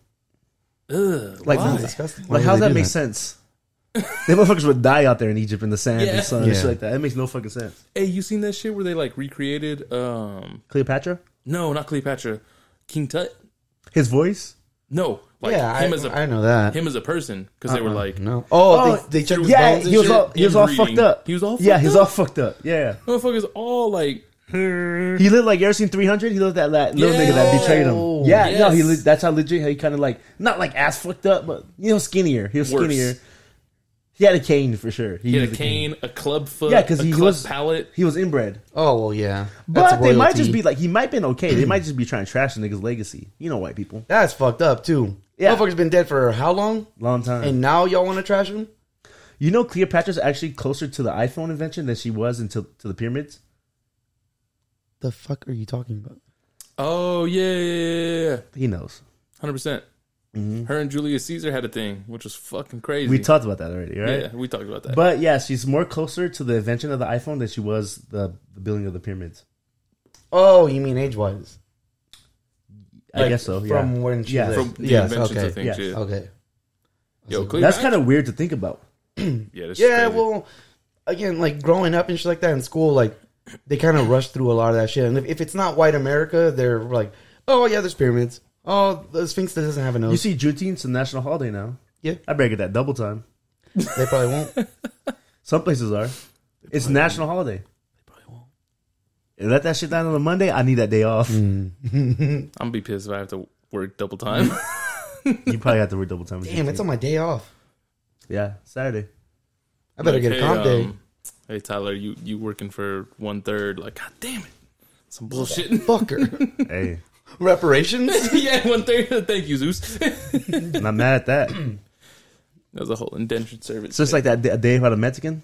[SPEAKER 4] Ugh,
[SPEAKER 3] Like,
[SPEAKER 2] That's
[SPEAKER 3] like,
[SPEAKER 2] disgusting. Why
[SPEAKER 3] like
[SPEAKER 2] would
[SPEAKER 3] how does
[SPEAKER 2] they
[SPEAKER 3] that
[SPEAKER 2] do
[SPEAKER 3] make sense? They motherfuckers would die out there in Egypt in the sand
[SPEAKER 4] Yeah.
[SPEAKER 3] and sun and
[SPEAKER 2] Yeah.
[SPEAKER 3] shit like that. It makes no fucking sense.
[SPEAKER 4] Hey, you seen that shit where they like recreated? um
[SPEAKER 3] Cleopatra,
[SPEAKER 4] No, not Cleopatra. King Tut.
[SPEAKER 3] his voice.
[SPEAKER 4] No, like
[SPEAKER 2] yeah,
[SPEAKER 4] him
[SPEAKER 2] I,
[SPEAKER 4] as a
[SPEAKER 2] I know that.
[SPEAKER 4] him as a person because
[SPEAKER 3] Uh-uh,
[SPEAKER 4] they were like,
[SPEAKER 2] no. Oh,
[SPEAKER 3] Oh,
[SPEAKER 2] they, they checked his
[SPEAKER 3] Yeah,
[SPEAKER 2] bones and
[SPEAKER 3] he was
[SPEAKER 2] shit?
[SPEAKER 3] all he was all
[SPEAKER 4] Inbreeding.
[SPEAKER 3] fucked up.
[SPEAKER 4] He was all
[SPEAKER 3] yeah,
[SPEAKER 4] fucked
[SPEAKER 3] he was
[SPEAKER 4] up?
[SPEAKER 3] all fucked up. Yeah,
[SPEAKER 4] motherfuckers all like.
[SPEAKER 3] he lived like you ever seen Three Hundred? He lived that la- little
[SPEAKER 4] Yeah.
[SPEAKER 3] nigga that betrayed him.
[SPEAKER 4] Oh,
[SPEAKER 3] Yeah, no, he
[SPEAKER 4] yes.
[SPEAKER 3] li- that's how legit. How he kind of like not like ass fucked up, but you know skinnier. He was
[SPEAKER 4] Worse.
[SPEAKER 3] skinnier. He had a cane for sure.
[SPEAKER 4] He had
[SPEAKER 3] used
[SPEAKER 4] a cane, a club foot,
[SPEAKER 3] Yeah,
[SPEAKER 4] yeah,
[SPEAKER 3] 'cause
[SPEAKER 4] because
[SPEAKER 3] he
[SPEAKER 4] he club
[SPEAKER 3] was-
[SPEAKER 4] was palate.
[SPEAKER 3] He was inbred,
[SPEAKER 2] Oh well, yeah. That's
[SPEAKER 3] but they might just
[SPEAKER 2] royalty.
[SPEAKER 3] be like he might been okay. they might just be trying to trash the nigga's legacy. You know, white people,
[SPEAKER 2] That's fucked up too.
[SPEAKER 3] Yeah.
[SPEAKER 2] Motherfucker's been dead for how long?
[SPEAKER 3] long time.
[SPEAKER 2] And now y'all want to trash him?
[SPEAKER 3] You know, Cleopatra's actually closer to the iPhone invention than she was until to the pyramids.
[SPEAKER 2] The fuck are you talking about?
[SPEAKER 4] Oh yeah, yeah, yeah,
[SPEAKER 3] He knows.
[SPEAKER 4] hundred percent. Her and Julius Caesar had a thing, which was fucking crazy.
[SPEAKER 3] Mm-hmm. We talked about that already, right?
[SPEAKER 4] Yeah, we talked about that.
[SPEAKER 3] But yeah, she's more closer to the invention of the iPhone than she was the, the building of the pyramids.
[SPEAKER 2] Oh, you mean age wise?
[SPEAKER 3] I
[SPEAKER 4] Like,
[SPEAKER 3] guess so. Yeah.
[SPEAKER 2] From when she
[SPEAKER 3] Yeah.
[SPEAKER 2] lived?
[SPEAKER 4] From the
[SPEAKER 2] yes.
[SPEAKER 4] inventions
[SPEAKER 2] Okay.
[SPEAKER 4] of things,
[SPEAKER 3] yes.
[SPEAKER 4] yeah.
[SPEAKER 2] Okay.
[SPEAKER 4] Yo,
[SPEAKER 3] That's kind of weird to think about.
[SPEAKER 4] yeah, that's
[SPEAKER 2] Yeah.
[SPEAKER 4] crazy.
[SPEAKER 2] Well, again, like growing up and shit like that in school, like they kind of rush through a lot of that shit. And if, if it's not white America, they're like, oh yeah, there's pyramids. Oh, the Sphinx that doesn't have a nose.
[SPEAKER 3] You see, Juneteenth's a national holiday now.
[SPEAKER 2] yeah,
[SPEAKER 3] I break it that double time.
[SPEAKER 2] they probably won't.
[SPEAKER 3] Some places are. It's national holiday. You Let that shit down on a Monday. I need that day off.
[SPEAKER 2] Mm-hmm.
[SPEAKER 4] I'm gonna be pissed if I have to work double time.
[SPEAKER 3] You probably have to work double time. with
[SPEAKER 2] Damn,
[SPEAKER 3] Juneteenth.
[SPEAKER 2] it's on my day off.
[SPEAKER 3] yeah, Saturday.
[SPEAKER 2] I better
[SPEAKER 4] Like,
[SPEAKER 2] get a comp
[SPEAKER 4] hey,
[SPEAKER 2] day.
[SPEAKER 4] um, hey Tyler, you you working for one third? Like, god damn it, some bullshit.
[SPEAKER 2] Fucker.
[SPEAKER 3] Hey,
[SPEAKER 2] Reparations?
[SPEAKER 4] yeah, one third. Thank you, Zeus. that
[SPEAKER 3] I'm not mad at that.
[SPEAKER 4] was a whole indentured service.
[SPEAKER 3] It's just like that day, a day without a Mexican.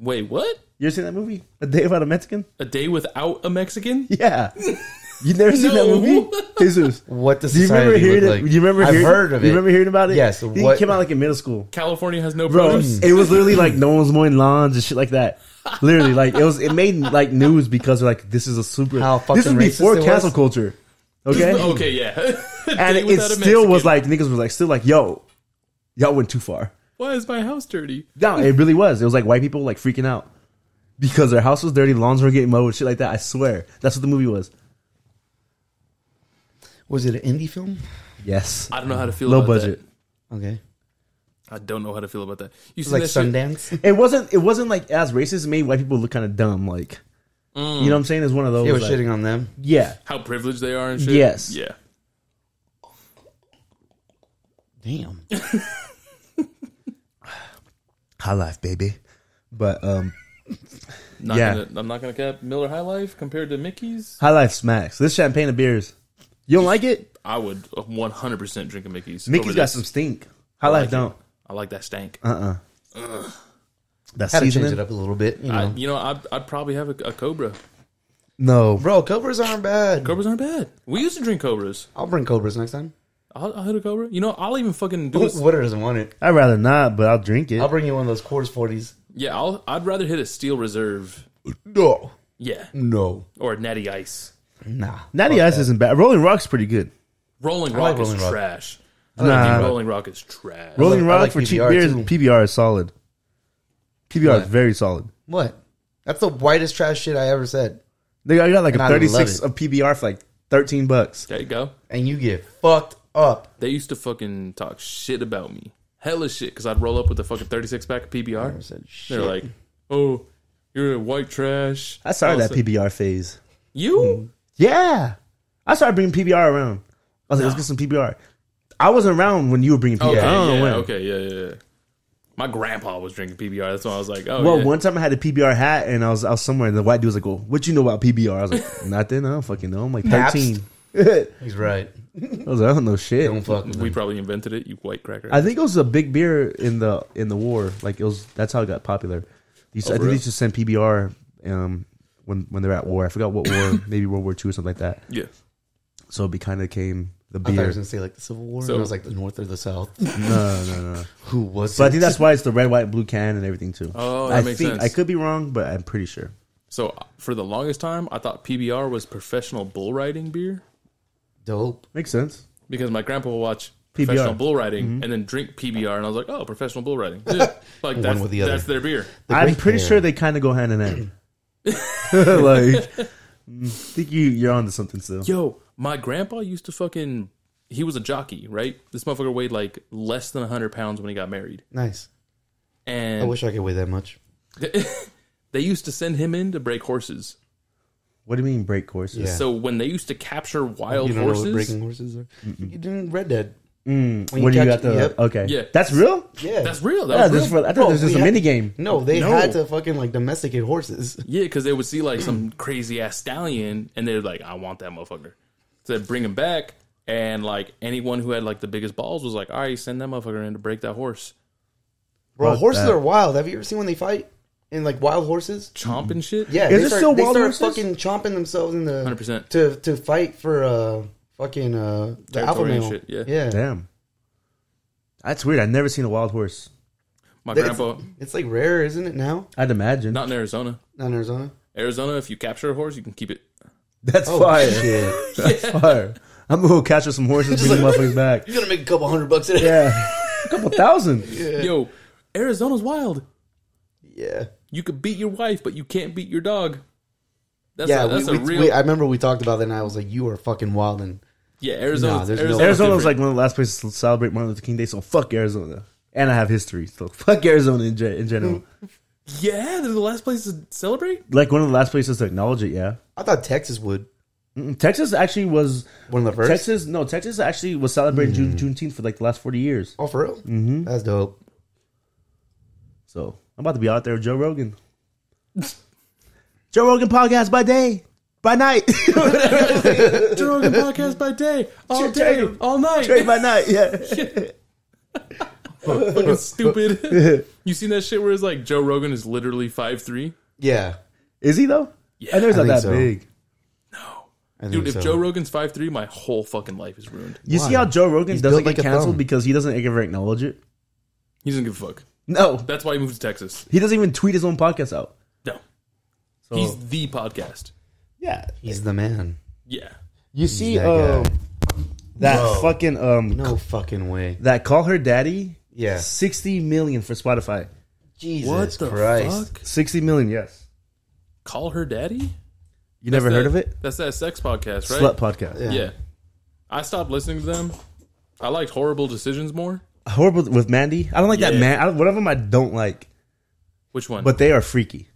[SPEAKER 4] Wait, what?
[SPEAKER 3] You ever seen that movie? A Day Without a Mexican?
[SPEAKER 4] A day without a Mexican?
[SPEAKER 3] Yeah. You never seen that
[SPEAKER 4] No.
[SPEAKER 3] movie? Jesus.
[SPEAKER 2] What does
[SPEAKER 3] Do you remember
[SPEAKER 2] society
[SPEAKER 3] hearing
[SPEAKER 2] look
[SPEAKER 3] it?
[SPEAKER 2] like?
[SPEAKER 3] You remember
[SPEAKER 2] I've
[SPEAKER 3] hearing,
[SPEAKER 2] heard of it.
[SPEAKER 3] You remember hearing about it?
[SPEAKER 2] Yes,
[SPEAKER 3] I think
[SPEAKER 2] what-
[SPEAKER 3] It came out like in middle school.
[SPEAKER 4] California has no
[SPEAKER 3] Bro,
[SPEAKER 4] produce.
[SPEAKER 3] it was literally like no one's mowing lawns and shit like that. Literally, like it was. It made like news because like this is a super.
[SPEAKER 2] How
[SPEAKER 3] this was
[SPEAKER 2] fucking
[SPEAKER 3] before
[SPEAKER 2] racist it
[SPEAKER 3] cancel
[SPEAKER 2] was?
[SPEAKER 3] culture. Okay,
[SPEAKER 4] Okay, yeah. A
[SPEAKER 3] and
[SPEAKER 4] day
[SPEAKER 3] it,
[SPEAKER 4] without a
[SPEAKER 3] still was
[SPEAKER 4] Mexican.
[SPEAKER 3] like niggas was like still like yo, y'all went too far.
[SPEAKER 4] why is my house dirty?
[SPEAKER 3] No, it really was. It was like white people like freaking out because their house was dirty, lawns were getting mowed, shit like that. I swear, that's what the movie was.
[SPEAKER 2] Was it an indie film?
[SPEAKER 3] Yes,
[SPEAKER 4] I don't know how to feel
[SPEAKER 3] low
[SPEAKER 4] about
[SPEAKER 3] budget.
[SPEAKER 2] Okay.
[SPEAKER 4] that. I don't know how to feel about that. You see
[SPEAKER 2] Like
[SPEAKER 4] that shit?
[SPEAKER 2] Sundance?
[SPEAKER 3] It wasn't. It wasn't like as racist. It made white people look kind of dumb. Like,
[SPEAKER 4] Mm.
[SPEAKER 3] you know what I'm saying? It's one of those.
[SPEAKER 2] They were
[SPEAKER 3] like-
[SPEAKER 2] shitting on them.
[SPEAKER 3] Yeah,
[SPEAKER 4] How privileged they are and shit.
[SPEAKER 3] Yes.
[SPEAKER 4] Yeah.
[SPEAKER 2] Damn.
[SPEAKER 3] high life, baby. But um,
[SPEAKER 4] Not
[SPEAKER 3] Yeah.
[SPEAKER 4] Gonna, I'm not gonna cap Miller High Life compared to Mickey's.
[SPEAKER 3] high life smacks. This champagne and beers. You don't like it?
[SPEAKER 4] I would 100 percent drink a Mickey's.
[SPEAKER 3] Mickey's
[SPEAKER 4] over
[SPEAKER 3] got
[SPEAKER 4] this.
[SPEAKER 3] some stink. High
[SPEAKER 4] like
[SPEAKER 3] life
[SPEAKER 4] it.
[SPEAKER 3] don't.
[SPEAKER 4] I like that stank.
[SPEAKER 2] Uh-uh.
[SPEAKER 3] Uh uh That
[SPEAKER 2] Had to change it
[SPEAKER 3] seasoning?
[SPEAKER 2] up a little bit, you know.
[SPEAKER 4] I, you know, I'd, I'd probably have a, a Cobra.
[SPEAKER 3] No.
[SPEAKER 2] Bro, cobras aren't bad.
[SPEAKER 4] Cobras aren't bad. We used to drink Cobras.
[SPEAKER 2] I'll bring cobras next time.
[SPEAKER 4] I'll, I'll hit a Cobra. You know, I'll even fucking do. A,
[SPEAKER 2] Water doesn't want it.
[SPEAKER 3] I'd rather not, but I'll drink it.
[SPEAKER 2] I'll bring you one of those quarters forties.
[SPEAKER 4] yeah, I'll, I'd rather hit a Steel Reserve.
[SPEAKER 2] No,
[SPEAKER 4] Yeah,
[SPEAKER 2] no,
[SPEAKER 4] or a Natty Ice.
[SPEAKER 2] nah.
[SPEAKER 3] Natty Ice isn't bad. Rolling Rock's pretty good.
[SPEAKER 4] Rolling
[SPEAKER 2] like
[SPEAKER 4] Rock is
[SPEAKER 2] Rolling Rock. Uh,
[SPEAKER 4] trash.
[SPEAKER 3] Nah.
[SPEAKER 4] Dude, Rolling Rock is trash.
[SPEAKER 3] Rolling
[SPEAKER 2] I
[SPEAKER 3] Rock
[SPEAKER 2] like
[SPEAKER 3] for cheap
[SPEAKER 2] PBR
[SPEAKER 3] beers,
[SPEAKER 2] too.
[SPEAKER 3] PBR is solid. PBR is very solid.
[SPEAKER 2] What? That's the whitest trash shit I ever said.
[SPEAKER 3] They got, I got like
[SPEAKER 2] And
[SPEAKER 3] a
[SPEAKER 2] I love
[SPEAKER 3] 36
[SPEAKER 2] it.
[SPEAKER 3] of PBR for like 13 bucks.
[SPEAKER 4] there you go.
[SPEAKER 2] And you get fucked up.
[SPEAKER 4] They used to fucking talk shit about me. Hella shit, because I'd roll up with a fucking 36 pack of PBR.
[SPEAKER 2] said shit.
[SPEAKER 4] They're like, oh, you're a white trash.
[SPEAKER 3] I started
[SPEAKER 4] Oh,
[SPEAKER 3] that mm-hmm.
[SPEAKER 4] so-
[SPEAKER 3] PBR phase.
[SPEAKER 4] You?
[SPEAKER 3] Yeah. I started bringing PBR around. I was like, let's get some PBR. I wasn't around when you were bringing PBR.
[SPEAKER 4] Okay,
[SPEAKER 3] I
[SPEAKER 2] Oh,
[SPEAKER 3] don't know
[SPEAKER 4] Oh, yeah,
[SPEAKER 3] when.
[SPEAKER 4] okay, yeah, yeah, yeah. My grandpa was drinking PBR. That's why I was like, oh,
[SPEAKER 3] Well,
[SPEAKER 4] yeah.
[SPEAKER 3] one time I had a PBR hat and I was I was somewhere and the white dude was like, "Well, what you know about PBR?" I was like, "Nothing. I don't fucking know." I'm like
[SPEAKER 2] Pabst?
[SPEAKER 3] 13.
[SPEAKER 2] He's right.
[SPEAKER 3] I was like, "I don't know shit."
[SPEAKER 2] Don't fuck with
[SPEAKER 4] we
[SPEAKER 2] me.
[SPEAKER 4] probably invented it, you white cracker.
[SPEAKER 3] I think it was a big beer in the in the war. Like it was that's how it got popular. They used to- I think
[SPEAKER 4] Oh,
[SPEAKER 3] they
[SPEAKER 4] really?
[SPEAKER 3] used to send PBR um, when when they're at war. I forgot what war, maybe World War II or something like that.
[SPEAKER 4] yeah.
[SPEAKER 3] So it kind of came the
[SPEAKER 2] I thought I
[SPEAKER 3] beer.
[SPEAKER 2] was gonna say like the Civil War,
[SPEAKER 4] So-
[SPEAKER 2] and I was like the North or the South.
[SPEAKER 3] no, no, no.
[SPEAKER 2] Who was?
[SPEAKER 3] So I
[SPEAKER 2] it?
[SPEAKER 3] think that's why it's the red, white, and blue can and everything too.
[SPEAKER 4] Oh, that
[SPEAKER 3] I
[SPEAKER 4] makes
[SPEAKER 3] think
[SPEAKER 4] sense.
[SPEAKER 3] I could be wrong, but I'm pretty sure.
[SPEAKER 4] So uh, for the longest time, I thought PBR was professional bull riding beer
[SPEAKER 2] dope.
[SPEAKER 3] Makes sense.
[SPEAKER 4] because my grandpa would watch professional
[SPEAKER 3] PBR.
[SPEAKER 4] bull riding
[SPEAKER 3] Mm-hmm.
[SPEAKER 4] and then drink PBR, and I was like, oh, professional bull riding. Yeah. Like that's
[SPEAKER 5] with the other.
[SPEAKER 4] that's their beer.
[SPEAKER 3] I'm
[SPEAKER 5] great
[SPEAKER 3] pretty
[SPEAKER 5] pair.
[SPEAKER 3] sure they kind of go hand in hand. like, mm, I think you you're onto something still.
[SPEAKER 4] Yo, my grandpa used to fucking. He was a jockey, right? This motherfucker weighed like less than hundred pounds when he got married,
[SPEAKER 2] Nice.
[SPEAKER 4] and
[SPEAKER 5] I wish I could weigh that much.
[SPEAKER 4] they used to send him in to break horses.
[SPEAKER 3] What do you mean break courses?
[SPEAKER 5] Yeah.
[SPEAKER 4] So when they used to capture wild
[SPEAKER 5] you don't know what
[SPEAKER 4] horses,
[SPEAKER 5] breaking horses are. You didn't Red Dead. When
[SPEAKER 3] What do Mm. you
[SPEAKER 5] catch-
[SPEAKER 3] got the
[SPEAKER 5] Yep.
[SPEAKER 3] okay?
[SPEAKER 4] Yeah.
[SPEAKER 3] that's real.
[SPEAKER 5] Yeah,
[SPEAKER 4] that's real. That
[SPEAKER 3] Yeah,
[SPEAKER 4] was
[SPEAKER 3] this
[SPEAKER 4] real. Oh,
[SPEAKER 3] is for, I thought this was just a
[SPEAKER 5] we had-
[SPEAKER 3] mini game.
[SPEAKER 5] No, they
[SPEAKER 4] No.
[SPEAKER 5] had to fucking like domesticate horses.
[SPEAKER 4] Yeah, because they would see like some crazy ass stallion, and they're like, "I want that motherfucker." So they bring him back, and like anyone who had like the biggest balls was like, "All right, send that motherfucker in to break that horse,
[SPEAKER 5] Bro,
[SPEAKER 3] Fuck
[SPEAKER 5] horses
[SPEAKER 3] that.
[SPEAKER 5] are wild. Have you ever seen when they fight in like wild horses?
[SPEAKER 4] chomp and shit."
[SPEAKER 5] Mm-hmm. Yeah,
[SPEAKER 3] Is
[SPEAKER 5] they
[SPEAKER 3] it
[SPEAKER 5] start,
[SPEAKER 3] still
[SPEAKER 5] they
[SPEAKER 3] wild
[SPEAKER 5] start
[SPEAKER 3] horses?
[SPEAKER 5] fucking chomping themselves in the
[SPEAKER 4] 100%.
[SPEAKER 5] to to fight for uh fucking uh the alpha
[SPEAKER 4] Territory and
[SPEAKER 5] male.
[SPEAKER 4] shit, yeah.
[SPEAKER 5] yeah.
[SPEAKER 3] Damn, that's weird. I've never seen a wild horse.
[SPEAKER 4] my
[SPEAKER 5] It's-
[SPEAKER 4] grandpa,
[SPEAKER 5] It's like rare, isn't it? Now
[SPEAKER 3] I'd imagine.
[SPEAKER 4] not in Arizona.
[SPEAKER 5] not in Arizona.
[SPEAKER 4] Arizona, if you capture a horse, you can keep it.
[SPEAKER 3] That's
[SPEAKER 5] Oh
[SPEAKER 3] fire.
[SPEAKER 5] shit!
[SPEAKER 3] That's fire. I'm gonna go catch her some horses, bring the motherfuckers back.
[SPEAKER 5] You're gonna make a couple hundred bucks today.
[SPEAKER 3] Yeah, a couple thousand.
[SPEAKER 4] Yo, Arizona's wild.
[SPEAKER 5] Yeah,
[SPEAKER 4] You could beat your wife, but you can't beat your dog. That's
[SPEAKER 5] yeah.
[SPEAKER 4] a, that's
[SPEAKER 5] we,
[SPEAKER 4] a
[SPEAKER 5] we-
[SPEAKER 4] real
[SPEAKER 5] we- I remember we talked about that, and I was like, "You are fucking wild." And
[SPEAKER 4] yeah. Arizona,
[SPEAKER 5] Nah, there's no-
[SPEAKER 4] Arizona,
[SPEAKER 3] Arizona was like one of the last places to celebrate Martin Luther King Day, so fuck Arizona. And I have history, so fuck Arizona in, ge- in
[SPEAKER 5] Hmm.
[SPEAKER 3] general.
[SPEAKER 4] yeah. They're the last place to celebrate.
[SPEAKER 3] like one of the last places to acknowledge it. Yeah,
[SPEAKER 5] I thought Texas would
[SPEAKER 3] Mm, Texas actually was
[SPEAKER 5] one of the first. Hmm.
[SPEAKER 3] Texas. No, Texas actually was celebrating June, Juneteenth for like the last forty years.
[SPEAKER 5] Oh, for real? Mm-hmm. That's dope.
[SPEAKER 3] So I'm about to be out there with Joe Rogan. Joe Rogan podcast by day, by night,
[SPEAKER 4] Joe Rogan podcast by day, all day,
[SPEAKER 3] Trade-
[SPEAKER 4] all night.
[SPEAKER 3] Straight by night. Yeah,
[SPEAKER 4] fucking stupid. you seen that shit where it's like Joe Rogan is literally five three?
[SPEAKER 5] Yeah,
[SPEAKER 3] is he though?
[SPEAKER 4] Yeah.
[SPEAKER 3] I know he's
[SPEAKER 5] I
[SPEAKER 3] not
[SPEAKER 5] think
[SPEAKER 3] that
[SPEAKER 5] so.
[SPEAKER 3] big.
[SPEAKER 5] I think
[SPEAKER 4] Dude, if
[SPEAKER 5] so.
[SPEAKER 4] Joe Rogan's five three, my whole fucking life is ruined.
[SPEAKER 3] You see how Joe Rogan
[SPEAKER 5] He's
[SPEAKER 3] doesn't
[SPEAKER 5] built like
[SPEAKER 3] get
[SPEAKER 5] a
[SPEAKER 3] canceled
[SPEAKER 5] thumb.
[SPEAKER 3] because he doesn't ever acknowledge it.
[SPEAKER 4] He doesn't give a fuck.
[SPEAKER 3] No,
[SPEAKER 4] That's why he moved to Texas.
[SPEAKER 3] he doesn't even tweet his own podcast out.
[SPEAKER 4] No,
[SPEAKER 3] So
[SPEAKER 4] he's the podcast.
[SPEAKER 3] yeah,
[SPEAKER 5] he's the man.
[SPEAKER 4] Yeah,
[SPEAKER 3] You see,
[SPEAKER 5] that
[SPEAKER 3] um,
[SPEAKER 5] guy.
[SPEAKER 3] that
[SPEAKER 5] Bro.
[SPEAKER 3] fucking um,
[SPEAKER 5] No fucking way.
[SPEAKER 3] that call her daddy,
[SPEAKER 5] Yeah.
[SPEAKER 3] sixty million for Spotify,
[SPEAKER 5] Jesus
[SPEAKER 4] what the
[SPEAKER 5] Christ.
[SPEAKER 4] fuck?
[SPEAKER 3] sixty million. Yes,
[SPEAKER 4] Call her daddy.
[SPEAKER 3] you never heard of it?
[SPEAKER 4] That's that sex podcast, right?
[SPEAKER 3] Slut podcast.
[SPEAKER 4] Yeah. I stopped listening to them. I liked horrible decisions more.
[SPEAKER 3] Horrible with Mandy. I don't like that
[SPEAKER 4] Yeah.
[SPEAKER 3] man. I, don't- one of them I don't like,
[SPEAKER 4] Which one?
[SPEAKER 3] but they are freaky.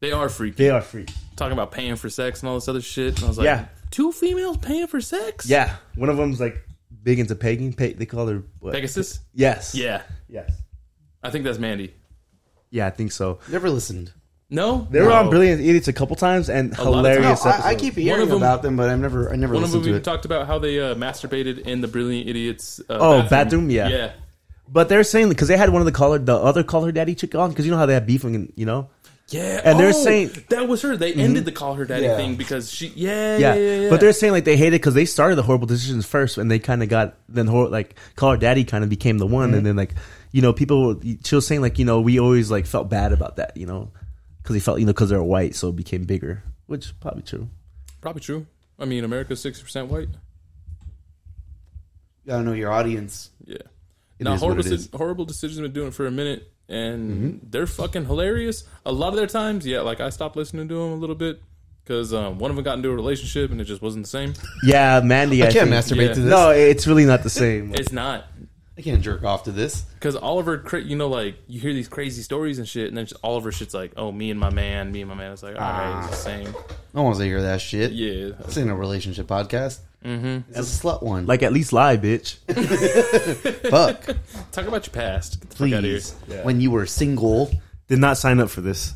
[SPEAKER 4] they are freaky.
[SPEAKER 3] They are freaky.
[SPEAKER 4] Talking about paying for sex and all this other shit. And I was like,
[SPEAKER 3] Yeah.
[SPEAKER 4] two females paying for sex?
[SPEAKER 3] Yeah, one of them's like big into pegging. Pe- they call her what?
[SPEAKER 4] Pegasus?
[SPEAKER 3] Yes.
[SPEAKER 4] Yeah.
[SPEAKER 3] Yes.
[SPEAKER 4] I think that's Mandy.
[SPEAKER 3] Yeah, I think so.
[SPEAKER 5] Never listened.
[SPEAKER 4] No?
[SPEAKER 3] They were
[SPEAKER 4] No.
[SPEAKER 3] on Brilliant Idiots a couple times and
[SPEAKER 4] lot of times.
[SPEAKER 5] No,
[SPEAKER 3] hilarious
[SPEAKER 5] I, I
[SPEAKER 3] episodes.
[SPEAKER 5] keep hearing
[SPEAKER 4] of 'em-
[SPEAKER 5] about them, but I've never, I never
[SPEAKER 4] One of them
[SPEAKER 5] listened to
[SPEAKER 4] we
[SPEAKER 5] it.
[SPEAKER 4] talked about how they uh, masturbated in the Brilliant Idiots. Uh,
[SPEAKER 3] Oh, bathroom? Yeah.
[SPEAKER 4] Yeah.
[SPEAKER 3] But they're saying because they had one of the caller, the other caller daddy chick on because you know how they have beef and you know.
[SPEAKER 4] Yeah.
[SPEAKER 3] And they're
[SPEAKER 4] Oh,
[SPEAKER 3] saying- Mm-hmm.
[SPEAKER 4] that was her. They ended the call her daddy
[SPEAKER 5] Yeah.
[SPEAKER 4] thing because she.
[SPEAKER 3] yeah.
[SPEAKER 4] Yeah. Yeah. yeah, yeah.
[SPEAKER 3] But they're saying like they hate it because they started the horrible decisions first, and they kind of got then hor- like call her daddy kind of became the one, and then like you know people were- she was saying like you know we always like felt bad about that you know because they felt you know because they're white so it became bigger, which is probably true.
[SPEAKER 4] Probably true. I mean, America's 60% white.
[SPEAKER 2] You gotta know your audience.
[SPEAKER 4] Yeah. now,
[SPEAKER 2] is
[SPEAKER 4] horrible,
[SPEAKER 2] what it is. Mm-hmm.
[SPEAKER 4] Deci- horrible decisions been doing it for a minute, and they're fucking hilarious. A lot of their times, yeah, like I stopped listening to them a little bit because um, one of them got into a relationship and it just wasn't the same.
[SPEAKER 3] Yeah, Mandy, I,
[SPEAKER 2] I can't
[SPEAKER 3] think-
[SPEAKER 2] masturbate
[SPEAKER 4] yeah.
[SPEAKER 2] to this.
[SPEAKER 3] No, it's really not the same.
[SPEAKER 4] It's not
[SPEAKER 2] I can't jerk off to this.
[SPEAKER 4] because Oliver, cra- you know, like you hear these crazy stories and shit, and then just Oliver shit's like, "Oh, me and my man, me and my man." It's like, all right, it's the
[SPEAKER 2] Ah.
[SPEAKER 4] same.
[SPEAKER 2] No one wants to hear that shit.
[SPEAKER 4] Yeah,
[SPEAKER 2] This ain't a relationship podcast. Mm-hmm. It's a slut one. Like,
[SPEAKER 3] like at least lie, bitch.
[SPEAKER 2] fuck,
[SPEAKER 4] talk about your past. Get the fuck out of here.
[SPEAKER 2] please. When you were single.
[SPEAKER 3] Did not sign up for this.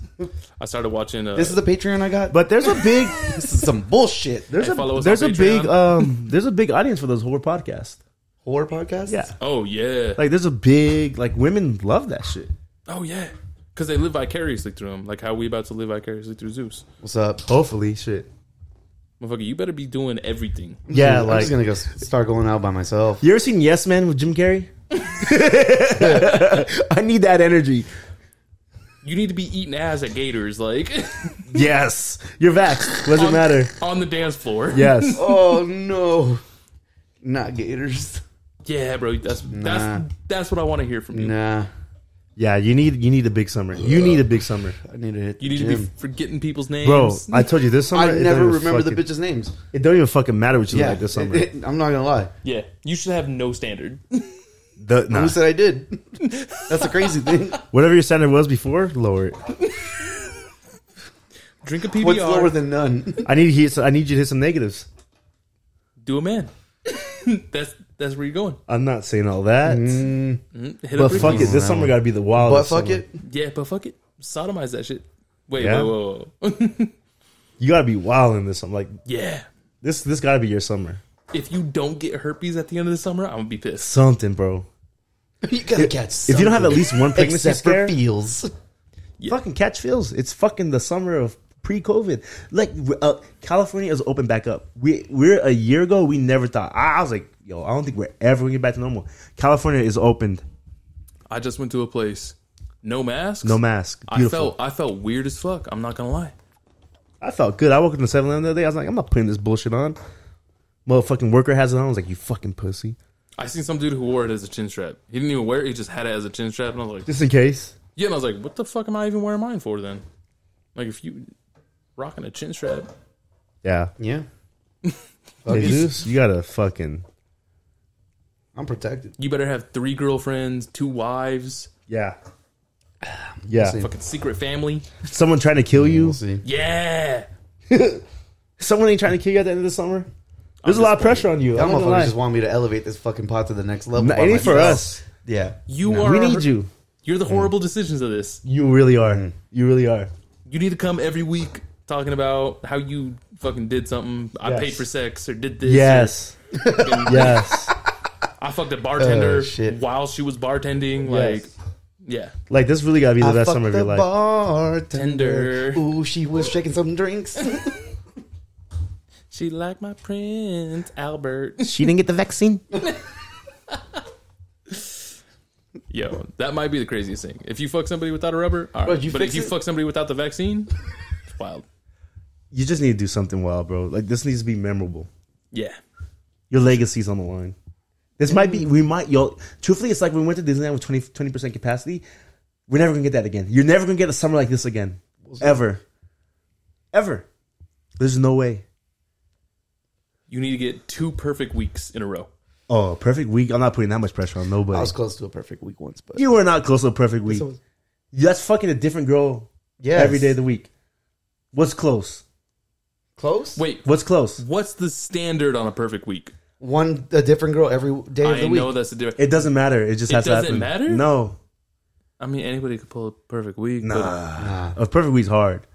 [SPEAKER 4] I started watching. Uh,
[SPEAKER 2] This is the Patreon I got.
[SPEAKER 3] But there's a big
[SPEAKER 2] this is some bullshit.
[SPEAKER 3] there's
[SPEAKER 4] Hey, follow
[SPEAKER 3] a
[SPEAKER 4] us
[SPEAKER 3] there's a
[SPEAKER 4] on
[SPEAKER 3] big
[SPEAKER 4] Patreon.
[SPEAKER 3] um there's a big audience for those horror podcasts.
[SPEAKER 2] Horror podcast.
[SPEAKER 3] Yeah.
[SPEAKER 4] oh yeah,
[SPEAKER 3] Like there's a big like women love that shit.
[SPEAKER 4] oh yeah, because they live vicariously through him, like how we about to live vicariously through Zeus.
[SPEAKER 2] What's up?
[SPEAKER 3] Hopefully, shit.
[SPEAKER 4] Motherfucker, you better be doing everything.
[SPEAKER 3] Yeah,
[SPEAKER 2] I'm
[SPEAKER 3] like
[SPEAKER 2] just gonna go s- start going out by myself.
[SPEAKER 3] you ever seen Yes Man with Jim Carrey? I need that energy.
[SPEAKER 4] You need to be eating ass at Gators, like
[SPEAKER 3] Yes, you're vaxxed. Doesn't
[SPEAKER 2] Um,
[SPEAKER 4] on-
[SPEAKER 3] matter.
[SPEAKER 4] on the dance floor.
[SPEAKER 3] Yes,
[SPEAKER 2] Oh no, not Gators.
[SPEAKER 4] yeah, bro, that's that's that's what I want to hear from you.
[SPEAKER 2] Nah,
[SPEAKER 3] Yeah, you need you need a big summer. You need a big summer,
[SPEAKER 2] I need to hit
[SPEAKER 4] You
[SPEAKER 2] the
[SPEAKER 4] need to be
[SPEAKER 2] gym.
[SPEAKER 4] forgetting people's names,
[SPEAKER 3] bro. I told you this summer.
[SPEAKER 2] I
[SPEAKER 3] it don't
[SPEAKER 2] never
[SPEAKER 3] even
[SPEAKER 2] remember the
[SPEAKER 3] fucking-
[SPEAKER 2] bitches' names.
[SPEAKER 3] It don't even fucking matter what you look
[SPEAKER 2] Yeah,
[SPEAKER 3] like this
[SPEAKER 2] it-
[SPEAKER 3] summer.
[SPEAKER 2] it- I'm not gonna lie.
[SPEAKER 4] Yeah, you should have no standard.
[SPEAKER 3] The- nah.
[SPEAKER 2] Who said I did? That's the crazy thing.
[SPEAKER 3] Whatever your standard was before, lower it.
[SPEAKER 4] Drink a PBR.
[SPEAKER 2] What's lower than none?
[SPEAKER 3] I need to hit, I need you to hit some negatives.
[SPEAKER 4] do a man. that's that's where you're going.
[SPEAKER 3] I'm not saying all that,
[SPEAKER 4] Hit
[SPEAKER 3] but
[SPEAKER 4] up
[SPEAKER 3] fuck it.
[SPEAKER 4] Ricky's.
[SPEAKER 3] This summer got to be the
[SPEAKER 2] Mm. But
[SPEAKER 3] wildest.
[SPEAKER 2] fuck
[SPEAKER 3] summer.
[SPEAKER 2] it.
[SPEAKER 4] Yeah, but fuck it. Sodomize that shit. Wait,
[SPEAKER 3] Yeah.
[SPEAKER 4] whoa, whoa, whoa.
[SPEAKER 3] You got to be wild in this. summer. like
[SPEAKER 4] yeah.
[SPEAKER 3] this. This got to be your summer.
[SPEAKER 4] If you don't get herpes at the end of the summer, I'm gonna be pissed.
[SPEAKER 3] Something, bro.
[SPEAKER 2] You gotta catch.
[SPEAKER 3] If you don't have at
[SPEAKER 2] something.
[SPEAKER 3] least one pregnancy
[SPEAKER 2] except for
[SPEAKER 3] scare,
[SPEAKER 2] feels,
[SPEAKER 3] fucking catch feels. It's fucking the summer of pre-COVID. Like uh, California is open back up. We we're a year ago. We never thought. I, I was like, yo, I don't think we're ever gonna get back to normal. California is opened.
[SPEAKER 4] I just went to a place, no masks,
[SPEAKER 3] No mask.
[SPEAKER 4] I
[SPEAKER 3] Beautiful.
[SPEAKER 4] felt I felt weird as fuck. I'm not gonna lie.
[SPEAKER 3] I felt good. I woke up in the 7 Eleven the other day. I was like, I'm not putting this bullshit on. Motherfucking worker has it on. I was like, you fucking pussy.
[SPEAKER 4] I seen some dude who wore it as a chin strap. He didn't even wear it; he just had it as a chin strap. And I was like,
[SPEAKER 3] Just in case.
[SPEAKER 4] "Yeah," and I was like, "What the fuck am I even wearing mine for then?" Like, if you rocking a chin strap,
[SPEAKER 3] Yeah.
[SPEAKER 2] yeah,
[SPEAKER 3] Jesus, you gotta fucking.
[SPEAKER 2] I'm protected.
[SPEAKER 4] you better have three girlfriends, two wives,
[SPEAKER 3] Yeah. Yeah.
[SPEAKER 2] see.
[SPEAKER 4] fucking secret family.
[SPEAKER 3] Someone trying to kill you.
[SPEAKER 2] We'll see.
[SPEAKER 4] Yeah,
[SPEAKER 3] Someone ain't trying to kill you at the end of the summer. There's a lot of pressure on you.
[SPEAKER 2] Y'all
[SPEAKER 3] I'm not gonna
[SPEAKER 2] motherfuckers
[SPEAKER 3] lie.
[SPEAKER 2] just want me to elevate this fucking pot to the next level.
[SPEAKER 3] Nah,
[SPEAKER 2] by
[SPEAKER 3] it ain't for
[SPEAKER 2] myself.
[SPEAKER 3] us.
[SPEAKER 2] Yeah,
[SPEAKER 4] you are.
[SPEAKER 3] We need you. Mm.
[SPEAKER 4] You're the horrible decisions of this.
[SPEAKER 3] You really are. You really are.
[SPEAKER 4] You need to come every week talking about how you fucking did something. I
[SPEAKER 3] Yes.
[SPEAKER 4] paid for sex or did this.
[SPEAKER 3] Yes.
[SPEAKER 4] or fucking-
[SPEAKER 3] Yes.
[SPEAKER 4] I fucked a bartender
[SPEAKER 2] Oh, shit.
[SPEAKER 4] while she was bartending. Like,
[SPEAKER 3] Yes.
[SPEAKER 4] yeah.
[SPEAKER 3] Like this really gotta be the
[SPEAKER 2] I
[SPEAKER 3] best
[SPEAKER 2] fucked
[SPEAKER 3] summer of
[SPEAKER 2] the
[SPEAKER 3] your life.
[SPEAKER 2] bartender.
[SPEAKER 4] Tender.
[SPEAKER 2] Ooh, she was shaking some drinks.
[SPEAKER 4] She liked my print, Albert.
[SPEAKER 3] She didn't get the vaccine.
[SPEAKER 4] Yo, that might be the craziest thing. If you fuck somebody without a rubber, all right.
[SPEAKER 2] Bro, you
[SPEAKER 4] but if
[SPEAKER 2] fix
[SPEAKER 4] you
[SPEAKER 2] it?
[SPEAKER 4] fuck somebody without the vaccine, it's wild.
[SPEAKER 3] You just need to do something wild, bro. Like this needs to be memorable.
[SPEAKER 4] Yeah.
[SPEAKER 3] Your legacy's on the line. This might be, we might, yo, truthfully, it's like we went to Disneyland with 20, 20% capacity. We're never going to get that again. You're never going to get a summer like this again. Ever. Ever. There's no way.
[SPEAKER 4] You need to get two perfect weeks in a row.
[SPEAKER 3] Oh, perfect week. I'm not putting that much pressure on nobody.
[SPEAKER 2] I was close to a perfect week once, but
[SPEAKER 3] you were not close to a perfect week. That's fucking a different girl
[SPEAKER 2] Yes.
[SPEAKER 3] every day of the week. What's close?
[SPEAKER 2] close.
[SPEAKER 4] Wait,
[SPEAKER 3] What's close?
[SPEAKER 4] what's the standard on a perfect week?
[SPEAKER 2] One a different girl every day of
[SPEAKER 4] I
[SPEAKER 2] the week.
[SPEAKER 4] know that's the difference.
[SPEAKER 3] It doesn't matter. It just
[SPEAKER 4] It
[SPEAKER 3] has to happen.
[SPEAKER 4] doesn't matter?
[SPEAKER 3] No.
[SPEAKER 4] I mean, anybody could pull a perfect week. Nah.
[SPEAKER 2] Ah.
[SPEAKER 3] A perfect week's hard.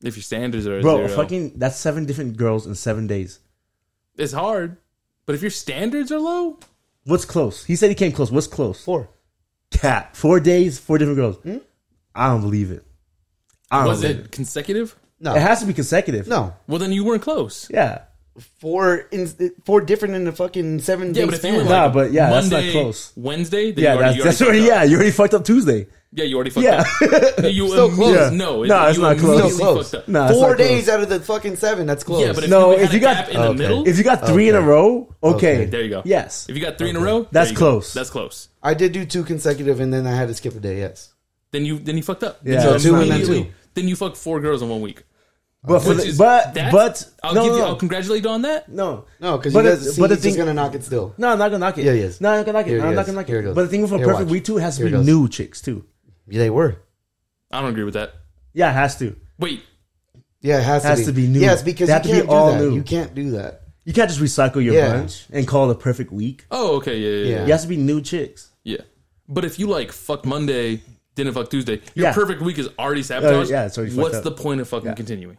[SPEAKER 4] But if your standards are
[SPEAKER 3] Bro,
[SPEAKER 4] zero,
[SPEAKER 3] fucking, that's seven different girls in seven days.
[SPEAKER 4] it's hard. But if your standards are low,
[SPEAKER 3] What's close? He said he came close. What's close? Four. Cat. Four days, four different girls.
[SPEAKER 2] Hmm?
[SPEAKER 3] I don't believe it. I don't
[SPEAKER 4] was
[SPEAKER 3] believe it.
[SPEAKER 4] it consecutive?
[SPEAKER 2] No,
[SPEAKER 3] It has to be consecutive.
[SPEAKER 2] no,
[SPEAKER 4] Well, then you weren't close.
[SPEAKER 3] Yeah.
[SPEAKER 2] four in four different in the fucking seven.
[SPEAKER 4] Yeah,
[SPEAKER 2] days
[SPEAKER 4] but if you were like
[SPEAKER 2] span.
[SPEAKER 3] Nah, but yeah, that's not close.
[SPEAKER 4] Wednesday, then
[SPEAKER 3] Yeah,
[SPEAKER 4] you already,
[SPEAKER 3] that's,
[SPEAKER 4] you
[SPEAKER 3] that's
[SPEAKER 4] already
[SPEAKER 3] right.
[SPEAKER 4] fucked up.
[SPEAKER 3] Yeah, you already fucked up Tuesday.
[SPEAKER 4] yeah, you already fucked
[SPEAKER 3] Yeah.
[SPEAKER 4] up. You
[SPEAKER 2] Still
[SPEAKER 4] imme-
[SPEAKER 2] close.
[SPEAKER 4] No, it-
[SPEAKER 3] Nah, it's
[SPEAKER 4] you
[SPEAKER 3] not close.
[SPEAKER 4] immediately
[SPEAKER 2] Close.
[SPEAKER 4] fucked up.
[SPEAKER 3] Nah, it's
[SPEAKER 2] four
[SPEAKER 3] not close.
[SPEAKER 2] days out of the fucking seven. That's close.
[SPEAKER 4] Yeah, but if
[SPEAKER 3] No,
[SPEAKER 4] you, had
[SPEAKER 3] if
[SPEAKER 4] a
[SPEAKER 3] you got-
[SPEAKER 4] gap in the
[SPEAKER 2] okay.
[SPEAKER 4] middle,
[SPEAKER 3] If you got three in a row, okay.
[SPEAKER 2] Okay.
[SPEAKER 4] there you go.
[SPEAKER 3] Yes.
[SPEAKER 4] If you got three in a row,
[SPEAKER 3] That's
[SPEAKER 4] there you go.
[SPEAKER 3] close.
[SPEAKER 4] That's close.
[SPEAKER 2] I did do two consecutive, and then I had to skip a day. Yes,
[SPEAKER 4] Then you then you fucked up.
[SPEAKER 3] Yeah.
[SPEAKER 4] Then you
[SPEAKER 3] So two and
[SPEAKER 2] then
[SPEAKER 4] immediately-
[SPEAKER 2] two.
[SPEAKER 4] Then you fucked four girls in one week.
[SPEAKER 3] But, for
[SPEAKER 4] Which
[SPEAKER 3] the,
[SPEAKER 4] is-
[SPEAKER 3] but,
[SPEAKER 4] that's-
[SPEAKER 3] but,
[SPEAKER 4] I'll
[SPEAKER 3] no,
[SPEAKER 4] give
[SPEAKER 3] no,
[SPEAKER 4] you.
[SPEAKER 3] no.
[SPEAKER 4] I'll congratulate you on that.
[SPEAKER 3] no.
[SPEAKER 2] no, because
[SPEAKER 3] But
[SPEAKER 2] you
[SPEAKER 3] it-
[SPEAKER 2] guys, see,
[SPEAKER 3] but the
[SPEAKER 2] he's
[SPEAKER 3] thing-
[SPEAKER 2] just gonna knock it still.
[SPEAKER 3] No, I'm not gonna knock it.
[SPEAKER 2] Yeah, he is.
[SPEAKER 3] No, I'm not gonna knock it.
[SPEAKER 2] Here
[SPEAKER 3] No, I'm
[SPEAKER 2] he
[SPEAKER 3] not
[SPEAKER 2] is.
[SPEAKER 3] gonna knock
[SPEAKER 2] Here he
[SPEAKER 3] it.
[SPEAKER 2] goes.
[SPEAKER 3] But the thing for
[SPEAKER 2] Here,
[SPEAKER 3] perfect
[SPEAKER 2] watch.
[SPEAKER 3] week too it has to
[SPEAKER 2] Here
[SPEAKER 3] be
[SPEAKER 2] he goes.
[SPEAKER 3] new chicks too.
[SPEAKER 2] Yeah, they were.
[SPEAKER 4] I don't agree with that.
[SPEAKER 3] Yeah, it has to.
[SPEAKER 4] Wait,
[SPEAKER 2] Yeah, it has,
[SPEAKER 3] Has
[SPEAKER 2] to, be.
[SPEAKER 3] to be new.
[SPEAKER 2] Yes, because
[SPEAKER 3] They
[SPEAKER 2] you
[SPEAKER 3] have
[SPEAKER 2] can't
[SPEAKER 3] to be
[SPEAKER 2] do
[SPEAKER 3] all
[SPEAKER 2] that.
[SPEAKER 3] new.
[SPEAKER 2] You can't do that.
[SPEAKER 3] You can't just recycle your
[SPEAKER 2] Yeah.
[SPEAKER 3] bunch and call it a perfect week.
[SPEAKER 4] Oh, okay, yeah, yeah, yeah,
[SPEAKER 2] Yeah.
[SPEAKER 3] It has to be new chicks.
[SPEAKER 4] yeah. But if you like fucked Monday, didn't fuck Tuesday, your
[SPEAKER 3] Yeah. Oh,
[SPEAKER 4] perfect week is already sabotaged.
[SPEAKER 3] yeah, it's already fucked
[SPEAKER 4] What's
[SPEAKER 3] up.
[SPEAKER 4] the point of fucking continuing?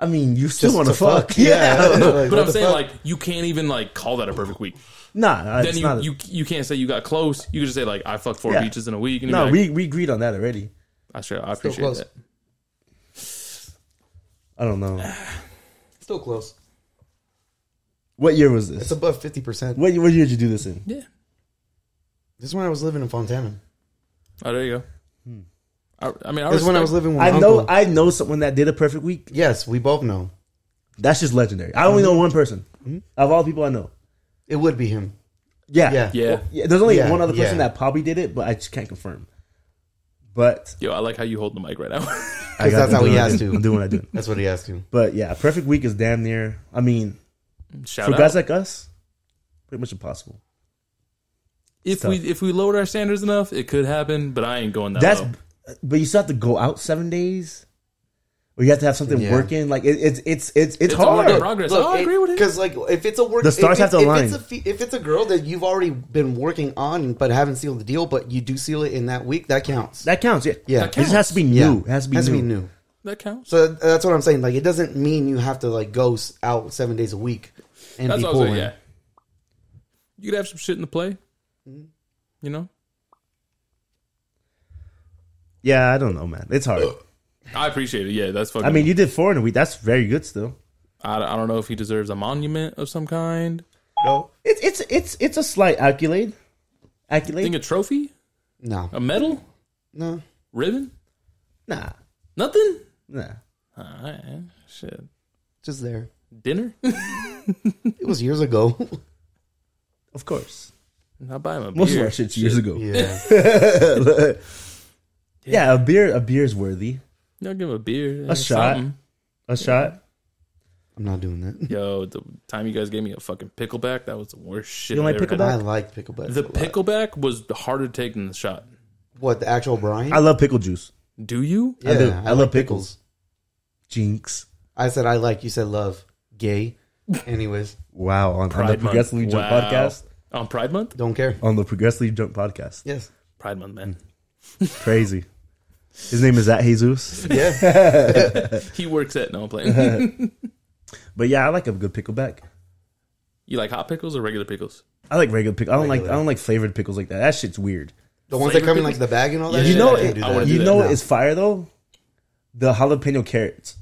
[SPEAKER 3] I mean, you still
[SPEAKER 2] Just
[SPEAKER 3] want to
[SPEAKER 2] to
[SPEAKER 3] fuck.
[SPEAKER 2] fuck. Yeah.
[SPEAKER 3] Yeah.
[SPEAKER 2] Like,
[SPEAKER 4] But
[SPEAKER 2] what
[SPEAKER 4] I'm
[SPEAKER 2] the
[SPEAKER 4] saying
[SPEAKER 2] fuck?
[SPEAKER 4] like you can't even like call that a perfect week.
[SPEAKER 3] nah,
[SPEAKER 4] Then
[SPEAKER 3] it's
[SPEAKER 4] you,
[SPEAKER 3] not.
[SPEAKER 4] you you can't say you got close. You can just say like I fucked four
[SPEAKER 3] Yeah.
[SPEAKER 4] beaches in a week. And
[SPEAKER 3] no,
[SPEAKER 4] no, like,
[SPEAKER 3] we, we agreed on that already.
[SPEAKER 4] I, sure, I appreciate
[SPEAKER 2] close.
[SPEAKER 4] that.
[SPEAKER 3] I don't know.
[SPEAKER 2] Still close.
[SPEAKER 3] What year was
[SPEAKER 2] It's
[SPEAKER 3] this?
[SPEAKER 2] above fifty percent.
[SPEAKER 3] What, what year did you do this in?
[SPEAKER 4] Yeah.
[SPEAKER 2] This is when I was living in Fontana.
[SPEAKER 4] Oh, there you
[SPEAKER 3] Hmm.
[SPEAKER 4] go. I, I mean, I
[SPEAKER 2] This is when I
[SPEAKER 4] respect-
[SPEAKER 2] was living with my
[SPEAKER 3] I know
[SPEAKER 2] uncle.
[SPEAKER 3] I know someone that did a perfect week.
[SPEAKER 2] yes, we both know. Mm-hmm.
[SPEAKER 3] That's just legendary. I only know one person. Of all the people I know.
[SPEAKER 2] It would be him.
[SPEAKER 3] Yeah.
[SPEAKER 5] Yeah.
[SPEAKER 4] Yeah.
[SPEAKER 3] Yeah, There's only
[SPEAKER 5] Yeah,
[SPEAKER 3] one other person
[SPEAKER 5] yeah.
[SPEAKER 3] that probably did it, but I just can't confirm. But
[SPEAKER 4] Yo, I like how you hold the mic right now.
[SPEAKER 3] I got-
[SPEAKER 5] that's how
[SPEAKER 3] I'm
[SPEAKER 5] he
[SPEAKER 3] doing
[SPEAKER 5] has
[SPEAKER 3] it.
[SPEAKER 5] to.
[SPEAKER 3] I'm doing what I do.
[SPEAKER 5] That's what he has to.
[SPEAKER 3] But yeah, perfect week is damn near. I mean,
[SPEAKER 4] Shout
[SPEAKER 3] for
[SPEAKER 4] out.
[SPEAKER 3] guys like us, pretty much impossible.
[SPEAKER 4] if we if we lowered our standards enough, it could happen. But I ain't going that
[SPEAKER 3] That's,
[SPEAKER 4] low.
[SPEAKER 3] but you still have to go out seven days, or you have to have something
[SPEAKER 2] Yeah.
[SPEAKER 3] working. Like it, it's it's it's it's
[SPEAKER 4] It's a work in
[SPEAKER 3] hard.
[SPEAKER 4] progress. Oh, I agree with it.
[SPEAKER 2] Because like, if it's a work,
[SPEAKER 3] The stars
[SPEAKER 2] if
[SPEAKER 3] have
[SPEAKER 2] it's-
[SPEAKER 3] to align.
[SPEAKER 2] If it's, a, fe- if it's a girl that you've already been working on, but haven't sealed the deal, but you do seal it in that week, that counts.
[SPEAKER 3] That counts. Yeah,
[SPEAKER 2] Yeah.
[SPEAKER 3] It just has to be new.
[SPEAKER 2] Yeah.
[SPEAKER 3] It has to be
[SPEAKER 2] has
[SPEAKER 3] new.
[SPEAKER 2] to be new.
[SPEAKER 4] That counts.
[SPEAKER 2] So that- that's what I'm saying. Like, it doesn't mean you have to like go s- out seven days a week and
[SPEAKER 4] That's
[SPEAKER 2] be
[SPEAKER 4] what I was
[SPEAKER 2] pulling.
[SPEAKER 4] like, yeah. You could have some shit in the play.
[SPEAKER 2] Mm-hmm.
[SPEAKER 4] You know,
[SPEAKER 3] Yeah, I don't know, man. It's hard.
[SPEAKER 4] I appreciate it. Yeah, that's fucking.
[SPEAKER 3] I mean, you did four in a week. That's very good still.
[SPEAKER 4] I, I don't know if he deserves a monument of some kind.
[SPEAKER 2] No,
[SPEAKER 3] It's it's it's it's a slight accolade.
[SPEAKER 4] I think
[SPEAKER 3] Accolade?
[SPEAKER 4] a trophy,
[SPEAKER 2] no,
[SPEAKER 4] a medal,
[SPEAKER 2] no.
[SPEAKER 4] ribbon,
[SPEAKER 3] Nah,
[SPEAKER 4] nothing.
[SPEAKER 3] nah.
[SPEAKER 4] All right, shit.
[SPEAKER 2] Just there.
[SPEAKER 4] Dinner?
[SPEAKER 2] It was years ago.
[SPEAKER 3] Of course,
[SPEAKER 4] I'll buy him a beer.
[SPEAKER 3] most of our shit's years ago.
[SPEAKER 2] yeah,
[SPEAKER 3] yeah. a beer a beer's worthy.
[SPEAKER 4] I'll give him a beer.
[SPEAKER 3] A shot. A shot.
[SPEAKER 2] I'm not doing that.
[SPEAKER 4] Yo, the time you guys gave me a fucking pickleback, that was the worst shit.
[SPEAKER 3] You don't
[SPEAKER 4] I've
[SPEAKER 3] like
[SPEAKER 4] ever
[SPEAKER 2] I
[SPEAKER 4] had.
[SPEAKER 2] like pickleback.
[SPEAKER 4] The pickleback was harder to take than the shot.
[SPEAKER 2] What the actual brine?
[SPEAKER 3] I love pickle juice.
[SPEAKER 4] Do you?
[SPEAKER 2] yeah,
[SPEAKER 3] do. I love
[SPEAKER 2] like
[SPEAKER 3] pickles. Jinx.
[SPEAKER 2] I said I like. You said love. Gay. Anyways,
[SPEAKER 3] Wow. On, on the
[SPEAKER 4] Pride Month.
[SPEAKER 3] Progressively Drunk
[SPEAKER 4] Wow.
[SPEAKER 3] podcast.
[SPEAKER 4] On Pride Month?
[SPEAKER 2] don't care.
[SPEAKER 3] On the Progressively Drunk podcast.
[SPEAKER 2] Yes.
[SPEAKER 4] Pride Month, man.
[SPEAKER 3] Crazy. His name is that Jesus.
[SPEAKER 2] Yeah.
[SPEAKER 4] He works at no I'm playing.
[SPEAKER 3] But yeah, I like a good pickleback.
[SPEAKER 4] you like hot pickles or regular pickles?
[SPEAKER 3] I like regular pickle. I don't like I
[SPEAKER 2] Regular.
[SPEAKER 3] don't like flavored pickles like that. That shit's weird.
[SPEAKER 2] The ones that
[SPEAKER 4] Flavored
[SPEAKER 2] come in
[SPEAKER 4] pickles?
[SPEAKER 2] like the bag and all that.
[SPEAKER 4] Yeah,
[SPEAKER 2] shit,
[SPEAKER 3] You know,
[SPEAKER 2] I can't do
[SPEAKER 4] I wouldn't
[SPEAKER 2] that.
[SPEAKER 4] do
[SPEAKER 3] you
[SPEAKER 4] that,
[SPEAKER 3] know what
[SPEAKER 2] no.
[SPEAKER 3] is fire though? The jalapeno carrots.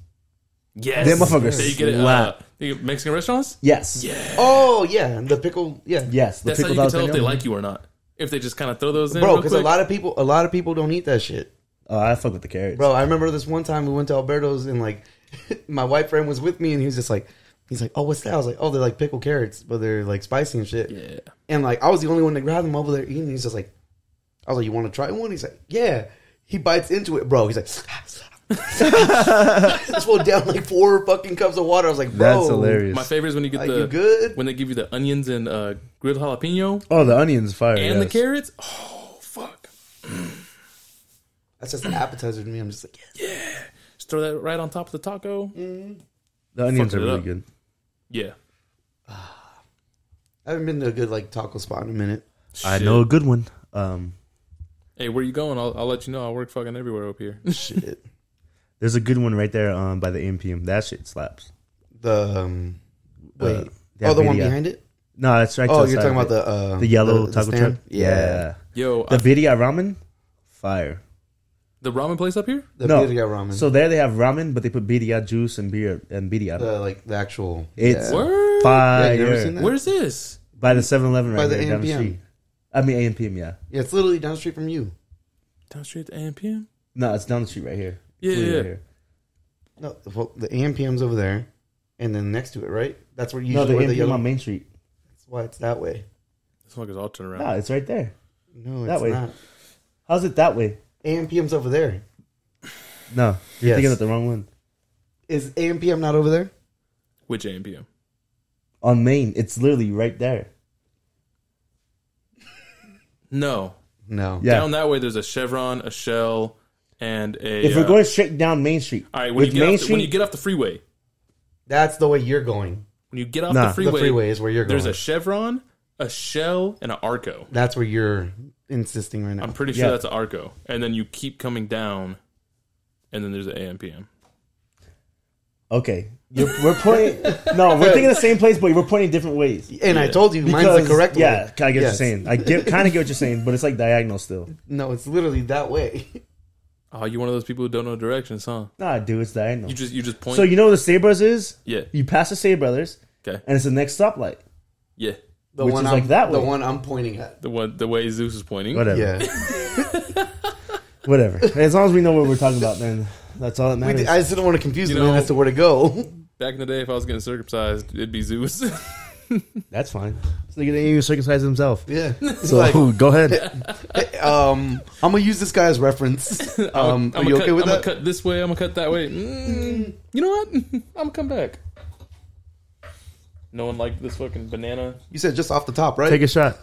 [SPEAKER 4] Yes.
[SPEAKER 3] Them motherfuckers
[SPEAKER 4] That you get at uh,
[SPEAKER 3] slap.
[SPEAKER 4] you get Mexican restaurants?
[SPEAKER 3] Yes.
[SPEAKER 2] Oh yeah, the pickle. Yeah,
[SPEAKER 3] Yes. The
[SPEAKER 4] That's how you
[SPEAKER 3] pickled
[SPEAKER 4] can tell
[SPEAKER 3] jalapeno.
[SPEAKER 4] if they like you or not. If they just kind of throw those in.
[SPEAKER 2] bro.
[SPEAKER 4] real
[SPEAKER 2] Because a
[SPEAKER 4] quick.
[SPEAKER 2] lot of people, a lot of people don't eat that shit,
[SPEAKER 3] Oh, I fuck with the carrots.
[SPEAKER 2] bro. I remember this one time we went to Alberto's and like, my white friend was with me and he was just like, he's like, oh, what's that? I was like, oh, they're like pickled carrots, but they're like spicy and shit.
[SPEAKER 4] Yeah.
[SPEAKER 2] And like, I was the only one to grab them over there eating. He's just like, I was like, you want to try one? He's like, yeah. He bites into it, bro. He's like, this will down like four fucking cups of water. I was like, bro,
[SPEAKER 3] That's hilarious.
[SPEAKER 4] My favorite is when you get
[SPEAKER 2] Are
[SPEAKER 4] the
[SPEAKER 2] you good?
[SPEAKER 4] when they give you the onions and uh, grilled jalapeno
[SPEAKER 3] oh, the onions fire.
[SPEAKER 4] and the
[SPEAKER 3] yes.
[SPEAKER 4] carrots. Oh fuck!
[SPEAKER 2] That's just an appetizer to me. I'm just like, yes.
[SPEAKER 4] Just throw that right on top of the taco.
[SPEAKER 3] The onions
[SPEAKER 4] Fucking
[SPEAKER 3] are
[SPEAKER 4] it
[SPEAKER 3] really
[SPEAKER 4] up.
[SPEAKER 3] good.
[SPEAKER 4] Yeah,
[SPEAKER 2] I haven't been to a good like taco spot in a minute.
[SPEAKER 3] I
[SPEAKER 4] Shit.
[SPEAKER 3] know a good one. Um,
[SPEAKER 4] Hey, where you going? I'll, I'll let you know. I work fucking everywhere up here.
[SPEAKER 2] Shit.
[SPEAKER 3] there's a good one right there um, by the AMPM. That shit slaps.
[SPEAKER 2] The um, wait,
[SPEAKER 3] that
[SPEAKER 2] oh, the one
[SPEAKER 3] video.
[SPEAKER 2] behind it.
[SPEAKER 3] No, that's right. to
[SPEAKER 2] Oh,
[SPEAKER 3] the
[SPEAKER 2] you're
[SPEAKER 3] side
[SPEAKER 2] talking
[SPEAKER 3] of
[SPEAKER 2] about
[SPEAKER 3] it.
[SPEAKER 2] the uh,
[SPEAKER 3] the yellow taco
[SPEAKER 2] stand?
[SPEAKER 3] truck.
[SPEAKER 2] Yeah,
[SPEAKER 4] Yo,
[SPEAKER 3] the
[SPEAKER 4] I-
[SPEAKER 3] Vidya ramen, fire.
[SPEAKER 2] Mm-hmm.
[SPEAKER 4] the ramen place up here.
[SPEAKER 2] the
[SPEAKER 3] no,
[SPEAKER 2] beer got ramen.
[SPEAKER 3] So there they have ramen, but they put Vidya juice and beer and Vidya.
[SPEAKER 2] the like the actual
[SPEAKER 3] it's
[SPEAKER 4] Word?
[SPEAKER 2] Yeah, you
[SPEAKER 3] fire.
[SPEAKER 2] never seen that?
[SPEAKER 4] Where's this?
[SPEAKER 3] By the 7-Eleven right
[SPEAKER 2] By the
[SPEAKER 3] there down the
[SPEAKER 2] AMPM.
[SPEAKER 3] street. I mean AMPM, yeah.
[SPEAKER 2] yeah, it's literally down the street from you.
[SPEAKER 4] Down straight to AMPM.
[SPEAKER 3] No, it's down the street right here.
[SPEAKER 4] Yeah,
[SPEAKER 3] Completely
[SPEAKER 4] yeah.
[SPEAKER 3] right here.
[SPEAKER 2] No, well, the AMPM's over there, and then next to it, right? That's where you
[SPEAKER 3] No,
[SPEAKER 2] usually
[SPEAKER 3] the
[SPEAKER 2] where
[SPEAKER 3] AMPM
[SPEAKER 2] the yellow.
[SPEAKER 3] on Main Street.
[SPEAKER 2] That's why it's that way.
[SPEAKER 4] This fucker's all turned around.
[SPEAKER 3] No, it's right there.
[SPEAKER 2] No, it's
[SPEAKER 3] That way.
[SPEAKER 2] not.
[SPEAKER 3] How's it that way?
[SPEAKER 2] AMPM's over there.
[SPEAKER 3] No, you're
[SPEAKER 2] Yes.
[SPEAKER 3] thinking of the wrong one.
[SPEAKER 2] Is AMPM not over there?
[SPEAKER 4] Which AMPM?
[SPEAKER 3] On Main, it's literally right there.
[SPEAKER 4] No.
[SPEAKER 2] No.
[SPEAKER 3] Yeah.
[SPEAKER 4] Down that way, there's a Chevron, a Shell, and a.
[SPEAKER 3] If we're
[SPEAKER 4] uh,
[SPEAKER 3] going straight down Main Street,
[SPEAKER 4] all right,
[SPEAKER 3] with
[SPEAKER 4] when you, get
[SPEAKER 3] Main
[SPEAKER 4] off the, when you
[SPEAKER 3] Street,
[SPEAKER 4] get off the freeway,
[SPEAKER 2] That's the way you're going.
[SPEAKER 4] when you get off
[SPEAKER 3] Nah.
[SPEAKER 4] the
[SPEAKER 3] The
[SPEAKER 4] freeway,
[SPEAKER 2] The freeway is where you're going.
[SPEAKER 4] there's a Chevron, a Shell, and an Arco.
[SPEAKER 2] That's where you're insisting right now.
[SPEAKER 4] I'm pretty sure
[SPEAKER 3] Yeah.
[SPEAKER 4] that's an Arco. And then you keep coming down, and then there's an AMPM.
[SPEAKER 3] okay, you're, we're pointing. no, we're thinking the same place, but we're pointing different ways.
[SPEAKER 2] and I told you, mine's
[SPEAKER 3] Because-
[SPEAKER 2] the correct
[SPEAKER 3] yeah,
[SPEAKER 2] way.
[SPEAKER 3] I get what you're
[SPEAKER 2] Yes.
[SPEAKER 3] saying. I get kind of get what you're saying, but it's like diagonal still.
[SPEAKER 2] No, it's literally that way.
[SPEAKER 4] Oh, you're one of those people who don't know directions, huh?
[SPEAKER 3] Nah, dude, it's diagonal.
[SPEAKER 4] You just you just point.
[SPEAKER 3] so you know what the Say Brothers is?
[SPEAKER 4] yeah,
[SPEAKER 3] You pass the Say Brothers,
[SPEAKER 4] okay,
[SPEAKER 3] and it's the next stoplight.
[SPEAKER 4] yeah.
[SPEAKER 2] The
[SPEAKER 3] Which
[SPEAKER 2] one
[SPEAKER 3] is
[SPEAKER 2] I'm,
[SPEAKER 3] like that
[SPEAKER 2] The
[SPEAKER 3] way.
[SPEAKER 2] one I'm pointing at.
[SPEAKER 4] The one the way Zeus is pointing.
[SPEAKER 3] Whatever,
[SPEAKER 2] Yeah.
[SPEAKER 3] whatever. As long as we know what we're talking about, then that's all that
[SPEAKER 2] We
[SPEAKER 3] matters.
[SPEAKER 2] did- I just didn't want to confuse
[SPEAKER 4] You
[SPEAKER 2] the man
[SPEAKER 4] know-
[SPEAKER 2] as to where to go.
[SPEAKER 4] Back in the day, if I was getting circumcised, it'd be Zeus.
[SPEAKER 3] That's fine. So they didn't even circumcise himself.
[SPEAKER 2] Yeah.
[SPEAKER 3] So go ahead.
[SPEAKER 2] um, I'm gonna use this guy as reference. Um, are
[SPEAKER 4] I'm
[SPEAKER 2] you
[SPEAKER 4] gonna
[SPEAKER 2] okay
[SPEAKER 4] cut,
[SPEAKER 2] with
[SPEAKER 4] I'm
[SPEAKER 2] that?
[SPEAKER 4] Gonna cut this way. I'm gonna cut that way. Mm, you know what? I'm gonna come back. No one liked this fucking banana.
[SPEAKER 2] You said just off the top, right?
[SPEAKER 3] Take a shot.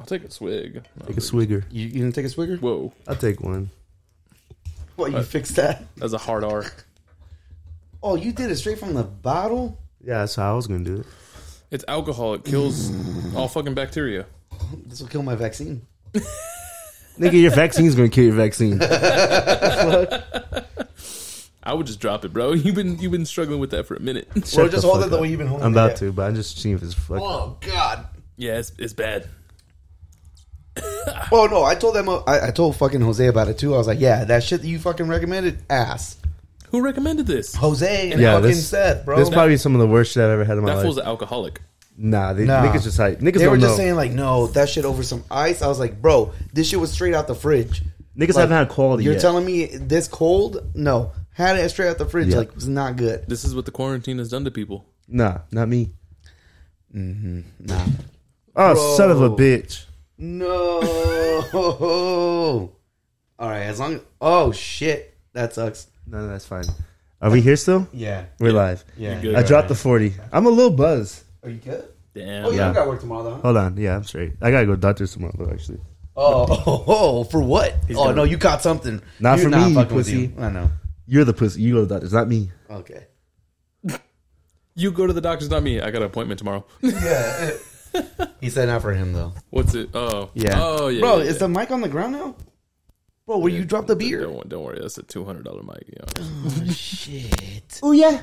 [SPEAKER 4] I'll take a swig.
[SPEAKER 3] Take a swigger.
[SPEAKER 2] you, you didn't take a swigger?
[SPEAKER 4] Whoa,
[SPEAKER 3] I'll take one.
[SPEAKER 2] Well, you fixed that.
[SPEAKER 4] that's a hard R.
[SPEAKER 2] Oh, you did it straight from the bottle.
[SPEAKER 3] Yeah, that's how I was gonna do it.
[SPEAKER 4] It's alcohol. It kills all fucking bacteria.
[SPEAKER 2] This will kill my vaccine.
[SPEAKER 3] Nigga, your vaccine's gonna kill your vaccine.
[SPEAKER 4] I would just drop it, bro. You've been you've been struggling with that for a minute.
[SPEAKER 2] Well,
[SPEAKER 3] Shut
[SPEAKER 2] just
[SPEAKER 3] the
[SPEAKER 2] hold
[SPEAKER 3] fuck
[SPEAKER 2] it the
[SPEAKER 3] up.
[SPEAKER 2] way you've been holding
[SPEAKER 3] I'm
[SPEAKER 2] it.
[SPEAKER 3] about to, but I'm just seeing if it's fuck.
[SPEAKER 2] Oh God.
[SPEAKER 4] Yeah, it's it's bad.
[SPEAKER 2] Oh no, I told them. I, I told fucking Jose about it too. I was like, yeah, that shit that you fucking recommended, ass.
[SPEAKER 4] Who recommended this?
[SPEAKER 2] Jose and
[SPEAKER 3] Yeah,
[SPEAKER 2] fucking
[SPEAKER 3] this-
[SPEAKER 2] Seth, bro.
[SPEAKER 3] This is probably some of the worst shit I've ever had in my
[SPEAKER 4] That
[SPEAKER 3] life.
[SPEAKER 4] fool's an alcoholic.
[SPEAKER 3] Nah, they,
[SPEAKER 2] Nah.
[SPEAKER 3] niggas just hype. Niggas
[SPEAKER 2] they were
[SPEAKER 3] don't
[SPEAKER 2] just
[SPEAKER 3] know.
[SPEAKER 2] saying like, no, that shit over some ice. I was like, bro, this shit was straight out the fridge.
[SPEAKER 3] Niggas
[SPEAKER 2] Like,
[SPEAKER 3] haven't had quality
[SPEAKER 2] You're
[SPEAKER 3] yet.
[SPEAKER 2] telling me this cold? No, had it straight out the fridge.
[SPEAKER 3] Yeah.
[SPEAKER 2] Like, it was not good.
[SPEAKER 4] This is what the quarantine has done to people.
[SPEAKER 3] nah, not me.
[SPEAKER 2] Mm-hmm. Nah.
[SPEAKER 3] Oh,
[SPEAKER 2] Bro.
[SPEAKER 3] son of a bitch.
[SPEAKER 2] No. All right, as long. Oh shit, that sucks.
[SPEAKER 3] No, no, that's fine. Are we here still?
[SPEAKER 2] Yeah.
[SPEAKER 3] We're live.
[SPEAKER 2] Yeah.
[SPEAKER 4] good.
[SPEAKER 3] I dropped the 40. I'm a little buzz.
[SPEAKER 2] Are you good?
[SPEAKER 4] Damn.
[SPEAKER 2] Oh, yeah.
[SPEAKER 3] Yeah.
[SPEAKER 2] you got work tomorrow, though. huh?
[SPEAKER 3] Hold on. Yeah, I'm straight. I gotta go to doctor tomorrow, actually.
[SPEAKER 2] Oh, oh, oh, for what? oh,
[SPEAKER 4] gonna-
[SPEAKER 2] no, you caught something.
[SPEAKER 3] Not
[SPEAKER 2] You're
[SPEAKER 3] for me, you
[SPEAKER 2] fucking with
[SPEAKER 3] pussy.
[SPEAKER 2] you. I know.
[SPEAKER 3] You're the pussy. You go to the doctor. It's not me.
[SPEAKER 2] Okay.
[SPEAKER 4] You go to the doctor's, not me. I got an appointment tomorrow.
[SPEAKER 2] Yeah. he said not for him, though.
[SPEAKER 4] What's it? Oh,
[SPEAKER 2] Yeah.
[SPEAKER 4] Oh, yeah.
[SPEAKER 2] Bro,
[SPEAKER 4] yeah,
[SPEAKER 2] is
[SPEAKER 4] yeah.
[SPEAKER 2] the mic on the ground now? Bro, where you dropped the beer?
[SPEAKER 4] Don't, don't worry. That's a two hundred dollar mic. You know.
[SPEAKER 2] Shit.
[SPEAKER 3] Oh, yeah.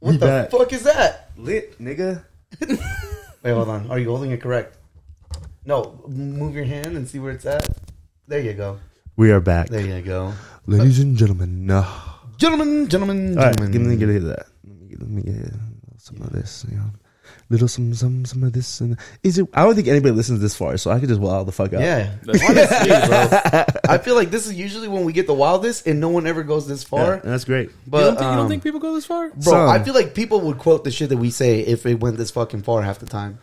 [SPEAKER 2] What the
[SPEAKER 3] back.
[SPEAKER 2] fuck is that?
[SPEAKER 3] Lit, nigga.
[SPEAKER 2] Wait, hold on. Are you holding it correct? No, move your hand and see where it's at. There you go.
[SPEAKER 3] We are back.
[SPEAKER 2] There you go.
[SPEAKER 3] Ladies and gentlemen. No. All
[SPEAKER 2] Gentlemen, gentlemen,
[SPEAKER 3] right.
[SPEAKER 2] gentlemen.
[SPEAKER 3] Give me, give me that. Let me, let me get some of this. You know. Little some, some, some of this. And is it? I don't think anybody listens this far, so I could just wow the fuck out.
[SPEAKER 2] Yeah.
[SPEAKER 4] That's-
[SPEAKER 2] Honestly, bro. I feel like this is usually when we get the wildest and no one ever goes this
[SPEAKER 3] Yeah,
[SPEAKER 2] far.
[SPEAKER 3] that's great.
[SPEAKER 2] But
[SPEAKER 4] you, don't think, you don't
[SPEAKER 2] um,
[SPEAKER 4] think people go this far?
[SPEAKER 2] Bro,
[SPEAKER 3] Some.
[SPEAKER 2] I feel like people would quote the shit that we say if it went this fucking far half the time.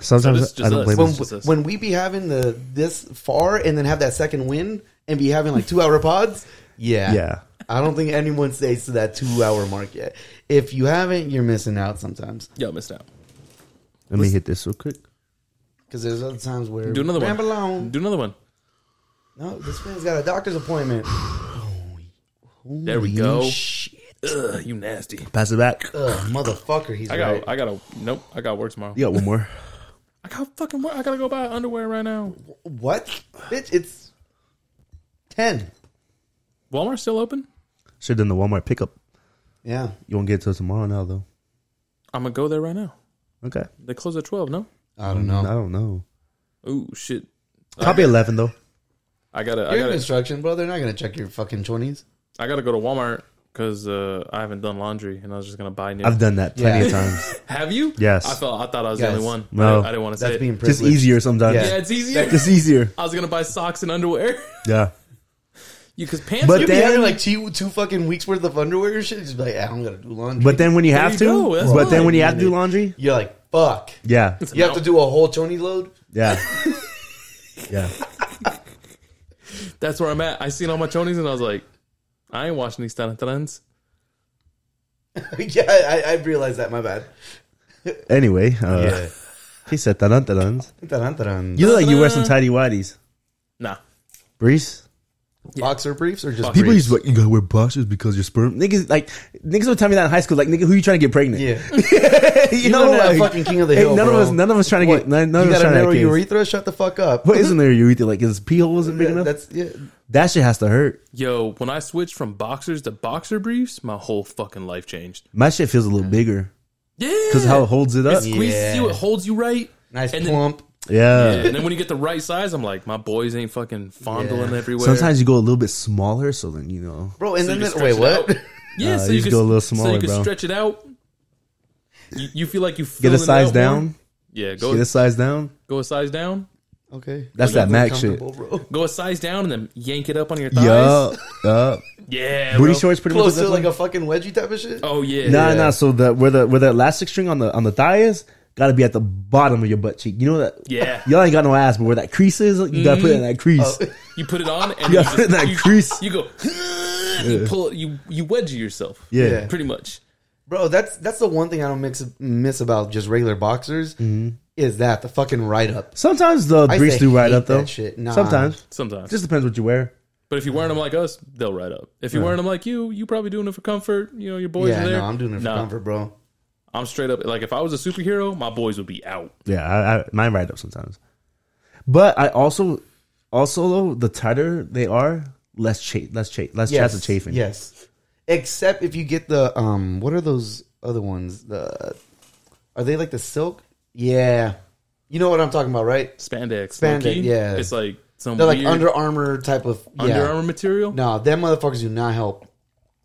[SPEAKER 3] Sometimes
[SPEAKER 4] it's just
[SPEAKER 3] I don't
[SPEAKER 4] us.
[SPEAKER 3] blame
[SPEAKER 4] Boom.
[SPEAKER 2] When
[SPEAKER 3] us.
[SPEAKER 4] It's just us.
[SPEAKER 2] when we be having the this far and then have that second win and be having like two hour pods, yeah,
[SPEAKER 3] Yeah.
[SPEAKER 2] I don't think anyone stays to that two hour mark yet. If you haven't, you're missing out sometimes
[SPEAKER 4] Yo, missed out.
[SPEAKER 3] Let me hit this real quick.
[SPEAKER 2] because there's other times where
[SPEAKER 4] Do another one.
[SPEAKER 2] ramble on.
[SPEAKER 4] Do another one.
[SPEAKER 2] No, this man's got a doctor's appointment.
[SPEAKER 4] There we go. Ugh, you nasty.
[SPEAKER 3] Pass it back.
[SPEAKER 4] Uh.
[SPEAKER 2] Ugh, motherfucker, he's
[SPEAKER 4] I got.
[SPEAKER 2] right.
[SPEAKER 4] I got to Nope. I got work tomorrow.
[SPEAKER 3] You got one more.
[SPEAKER 4] I got fucking work. I gotta go buy underwear right now.
[SPEAKER 2] What, bitch? It's ten.
[SPEAKER 4] Walmart's still open.
[SPEAKER 3] Should have done the Walmart pickup.
[SPEAKER 2] Yeah,
[SPEAKER 3] You won't get it till tomorrow now, though.
[SPEAKER 4] I'm gonna go there right now.
[SPEAKER 3] Okay.
[SPEAKER 4] They close at twelve. No.
[SPEAKER 2] I don't
[SPEAKER 3] I
[SPEAKER 2] know.
[SPEAKER 3] don't know.
[SPEAKER 4] Oh shit.
[SPEAKER 3] Probably 11, though.
[SPEAKER 4] I gotta. I
[SPEAKER 2] You're in
[SPEAKER 4] gotta.
[SPEAKER 2] construction, bro. They're not gonna check your fucking twenties.
[SPEAKER 4] I gotta go to Walmart because uh, I haven't done laundry and I was just gonna buy new.
[SPEAKER 3] I've done that plenty of
[SPEAKER 2] Yeah.
[SPEAKER 3] times.
[SPEAKER 4] Have you?
[SPEAKER 3] Yes.
[SPEAKER 4] I felt. I thought I was
[SPEAKER 2] Yes.
[SPEAKER 4] the only one.
[SPEAKER 3] No.
[SPEAKER 4] I didn't, I didn't want to say.
[SPEAKER 2] That's
[SPEAKER 4] it.
[SPEAKER 2] being privileged.
[SPEAKER 3] Just easier sometimes.
[SPEAKER 2] Yeah.
[SPEAKER 4] yeah, it's easier.
[SPEAKER 3] Just easier.
[SPEAKER 4] I was gonna buy socks and underwear.
[SPEAKER 3] Yeah.
[SPEAKER 4] You because pants.
[SPEAKER 3] But
[SPEAKER 4] are-
[SPEAKER 2] Be
[SPEAKER 3] then-
[SPEAKER 2] having like two, two fucking weeks worth of underwear and shit. Just be like, "Ah, I'm gonna do laundry.
[SPEAKER 3] But then when you
[SPEAKER 4] There
[SPEAKER 3] have
[SPEAKER 4] you
[SPEAKER 3] to,
[SPEAKER 4] go, that's
[SPEAKER 3] but then
[SPEAKER 4] fine.
[SPEAKER 3] when you have to do laundry,
[SPEAKER 2] you're like, fuck.
[SPEAKER 3] yeah.
[SPEAKER 2] You have to do a whole Tony load.
[SPEAKER 3] Yeah. Yeah.
[SPEAKER 4] that's where I'm at. I seen all my chonies and I was like, I ain't watching these tantrans.
[SPEAKER 2] yeah, I, I realized that. My bad.
[SPEAKER 3] Anyway, uh, he said taran tarans.
[SPEAKER 2] Dun-dun-dun.
[SPEAKER 3] You look like you wear some tidy whities.
[SPEAKER 4] Nah.
[SPEAKER 3] Brees?
[SPEAKER 2] Boxer briefs or just
[SPEAKER 4] People
[SPEAKER 2] briefs?
[SPEAKER 3] like, you gotta wear boxers because you're sperm. Niggas, like, niggas would tell me that in high school. Like, nigga, who you trying to get pregnant?
[SPEAKER 2] yeah.
[SPEAKER 3] you,
[SPEAKER 2] You
[SPEAKER 3] know,
[SPEAKER 2] know that
[SPEAKER 3] like,
[SPEAKER 2] fucking king of the
[SPEAKER 3] hey,
[SPEAKER 2] hill.
[SPEAKER 3] none
[SPEAKER 2] bro.
[SPEAKER 3] of us, none of us trying to
[SPEAKER 2] What?
[SPEAKER 3] get, none, none
[SPEAKER 2] you
[SPEAKER 3] of us
[SPEAKER 2] got a
[SPEAKER 3] trying to
[SPEAKER 2] narrow
[SPEAKER 3] get kids.
[SPEAKER 2] urethra. Shut the fuck up.
[SPEAKER 3] What isn't there urethra? Like his pee hole isn't big enough.
[SPEAKER 2] That's yeah.
[SPEAKER 3] that shit has to hurt.
[SPEAKER 4] Yo, when I switched from boxers to boxer briefs, my whole fucking life changed.
[SPEAKER 3] My shit feels a little bigger
[SPEAKER 4] Yeah.
[SPEAKER 3] because how it holds it
[SPEAKER 4] it
[SPEAKER 3] up.
[SPEAKER 4] squeezes
[SPEAKER 2] Yeah.
[SPEAKER 4] you, it holds you right.
[SPEAKER 2] Nice
[SPEAKER 4] And then-
[SPEAKER 2] plump.
[SPEAKER 3] Yeah.
[SPEAKER 4] Yeah, and then when you get the right size, I'm like, my boys ain't fucking fondling everywhere.
[SPEAKER 3] Sometimes you go a little bit smaller, so then you know.
[SPEAKER 2] bro, and
[SPEAKER 4] So
[SPEAKER 2] then
[SPEAKER 4] you
[SPEAKER 2] that,
[SPEAKER 4] can
[SPEAKER 2] wait,
[SPEAKER 4] stretch it
[SPEAKER 2] what?
[SPEAKER 4] out. yeah,
[SPEAKER 3] Nah,
[SPEAKER 4] so
[SPEAKER 3] you
[SPEAKER 4] you
[SPEAKER 3] just
[SPEAKER 4] can
[SPEAKER 3] go a little
[SPEAKER 4] So
[SPEAKER 3] smaller,
[SPEAKER 4] you can
[SPEAKER 3] bro.
[SPEAKER 4] stretch it out. You, you feel like you
[SPEAKER 3] Get a
[SPEAKER 4] filling it
[SPEAKER 3] size
[SPEAKER 4] out more.
[SPEAKER 3] down.
[SPEAKER 4] Yeah, go
[SPEAKER 3] Get a size down.
[SPEAKER 4] go a size down.
[SPEAKER 2] Okay.
[SPEAKER 6] That's that Mac shit.
[SPEAKER 2] Comfortable, bro.
[SPEAKER 4] Go a size down and then yank it up on your thighs.
[SPEAKER 6] Yup. Yup.
[SPEAKER 4] Yeah.
[SPEAKER 3] Booty
[SPEAKER 4] bro.
[SPEAKER 3] shorts pretty
[SPEAKER 2] Close
[SPEAKER 3] much.
[SPEAKER 2] to like a fucking wedgie type of shit.
[SPEAKER 4] Oh yeah.
[SPEAKER 3] nah,
[SPEAKER 4] yeah.
[SPEAKER 3] nah. So the where the where the elastic string on the on the thigh is, gotta be at the bottom of your butt cheek. You know that?
[SPEAKER 4] Yeah.
[SPEAKER 3] Y'all ain't got no ass, but where that crease is, you gotta put it
[SPEAKER 2] Mm-hmm.
[SPEAKER 3] in that crease.
[SPEAKER 2] Oh.
[SPEAKER 4] You put it on and
[SPEAKER 3] Yeah,
[SPEAKER 4] you just-
[SPEAKER 3] that
[SPEAKER 4] you,
[SPEAKER 3] crease.
[SPEAKER 4] You go. and You pull. You you wedge yourself.
[SPEAKER 3] Yeah.
[SPEAKER 2] Yeah.
[SPEAKER 4] Pretty much.
[SPEAKER 2] Bro, that's that's the one thing I don't mix, miss about just regular boxers
[SPEAKER 3] Mm-hmm.
[SPEAKER 2] is that the fucking write up.
[SPEAKER 3] Sometimes the
[SPEAKER 2] I
[SPEAKER 3] grease
[SPEAKER 2] say
[SPEAKER 3] do right
[SPEAKER 2] hate
[SPEAKER 3] up though.
[SPEAKER 2] that shit. Nah.
[SPEAKER 3] Sometimes.
[SPEAKER 4] Sometimes.
[SPEAKER 3] Just depends what you wear.
[SPEAKER 4] but if you're wearing them like us, they'll ride up. If you're wearing them like you, you probably doing it for comfort. You know your boys
[SPEAKER 2] Yeah,
[SPEAKER 4] are there.
[SPEAKER 2] no, I'm doing it for
[SPEAKER 4] Nah,
[SPEAKER 2] comfort, bro.
[SPEAKER 4] I'm straight up. Like if I was a superhero, my boys would be out.
[SPEAKER 3] Yeah, I, I mine ride up sometimes. But I also also though the tighter they are, less cha- less cha- less chance of chafing.
[SPEAKER 2] Yes. Except if you get the um what are those other ones? The are they like the silk? Yeah. You know what I'm talking about, right?
[SPEAKER 4] Spandex.
[SPEAKER 2] Spandex,
[SPEAKER 4] low-key.
[SPEAKER 2] yeah.
[SPEAKER 4] It's like some
[SPEAKER 2] They're like
[SPEAKER 4] weird
[SPEAKER 2] Under Armour type of
[SPEAKER 4] Under
[SPEAKER 2] yeah.
[SPEAKER 4] Armour material.
[SPEAKER 2] No, them motherfuckers do not help.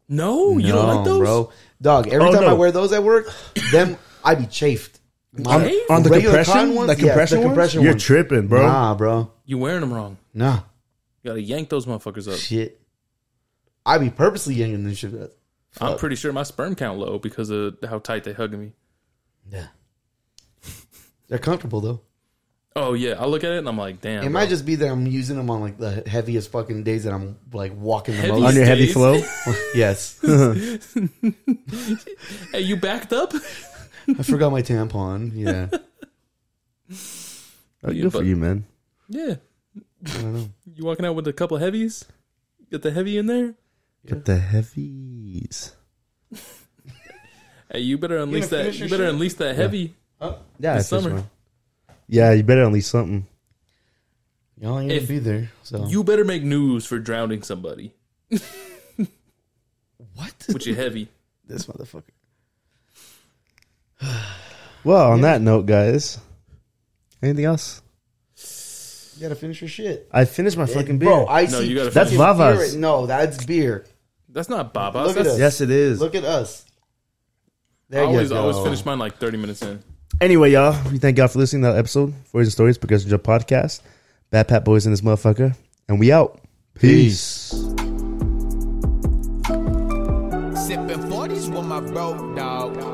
[SPEAKER 4] No, you don't like
[SPEAKER 2] No,
[SPEAKER 4] those,
[SPEAKER 2] bro. Dog, every
[SPEAKER 3] Oh,
[SPEAKER 2] time
[SPEAKER 3] no.
[SPEAKER 2] I wear those at work, them I be chafed. My-
[SPEAKER 4] Chafed?
[SPEAKER 3] On the
[SPEAKER 2] regular
[SPEAKER 3] compression,
[SPEAKER 2] cotton ones?
[SPEAKER 3] the
[SPEAKER 2] Yeah,
[SPEAKER 3] compression,
[SPEAKER 2] the
[SPEAKER 3] ones?
[SPEAKER 2] compression
[SPEAKER 3] You're
[SPEAKER 2] ones.
[SPEAKER 3] tripping, bro.
[SPEAKER 2] Nah, bro.
[SPEAKER 4] You wearing them wrong.
[SPEAKER 2] Nah.
[SPEAKER 4] You gotta yank those motherfuckers up.
[SPEAKER 2] Shit. I be purposely yanking this shit up.
[SPEAKER 4] I'm pretty sure my sperm count low because of how tight they hugging me.
[SPEAKER 2] Yeah. They're comfortable though.
[SPEAKER 4] Oh yeah, I look at it and I'm like, damn.
[SPEAKER 2] It might just be that I'm using them on like the heaviest fucking days that I'm like walking the
[SPEAKER 4] Heaviest
[SPEAKER 2] most.
[SPEAKER 3] On your heavy
[SPEAKER 4] Stays.
[SPEAKER 3] flow.
[SPEAKER 2] Yes.
[SPEAKER 4] hey, you backed up?
[SPEAKER 2] I forgot my tampon. Yeah.
[SPEAKER 3] Oh, Good for you, man.
[SPEAKER 4] yeah. You walking out with a couple heavies? Get the heavy in there?
[SPEAKER 3] Get the heavies.
[SPEAKER 4] Hey, you better unleash that you better unleash that heavy.
[SPEAKER 3] Yeah,
[SPEAKER 4] This
[SPEAKER 3] it's just
[SPEAKER 4] summer.
[SPEAKER 3] one. Yeah, you better unleash something.
[SPEAKER 2] Y'all ain't gonna
[SPEAKER 4] If
[SPEAKER 2] be there. So
[SPEAKER 4] You better make news for drowning somebody
[SPEAKER 2] what?
[SPEAKER 4] with your heavy.
[SPEAKER 2] This motherfucker.
[SPEAKER 3] Well, on that note, guys, anything else?
[SPEAKER 2] You gotta finish your shit.
[SPEAKER 3] I finished my fucking beer.
[SPEAKER 2] Bro, I
[SPEAKER 4] No,
[SPEAKER 2] see
[SPEAKER 4] you gotta
[SPEAKER 2] fucking
[SPEAKER 4] finish.
[SPEAKER 3] That's Vava's.
[SPEAKER 2] spirit- No, that's beer.
[SPEAKER 4] That's not Baba's.
[SPEAKER 2] Look at
[SPEAKER 4] That's,
[SPEAKER 2] us.
[SPEAKER 3] yes, it is.
[SPEAKER 2] Look at us.
[SPEAKER 4] I
[SPEAKER 2] There
[SPEAKER 4] always
[SPEAKER 2] you go.
[SPEAKER 4] always finish mine like 30 minutes in.
[SPEAKER 3] Anyway, y'all, we thank y'all for listening to that episode, Stories and Stories, Progressive Joe Podcast. Bad Pat Boys in this motherfucker. And we out. Peace.
[SPEAKER 1] Sipping 40s with my bro, dog.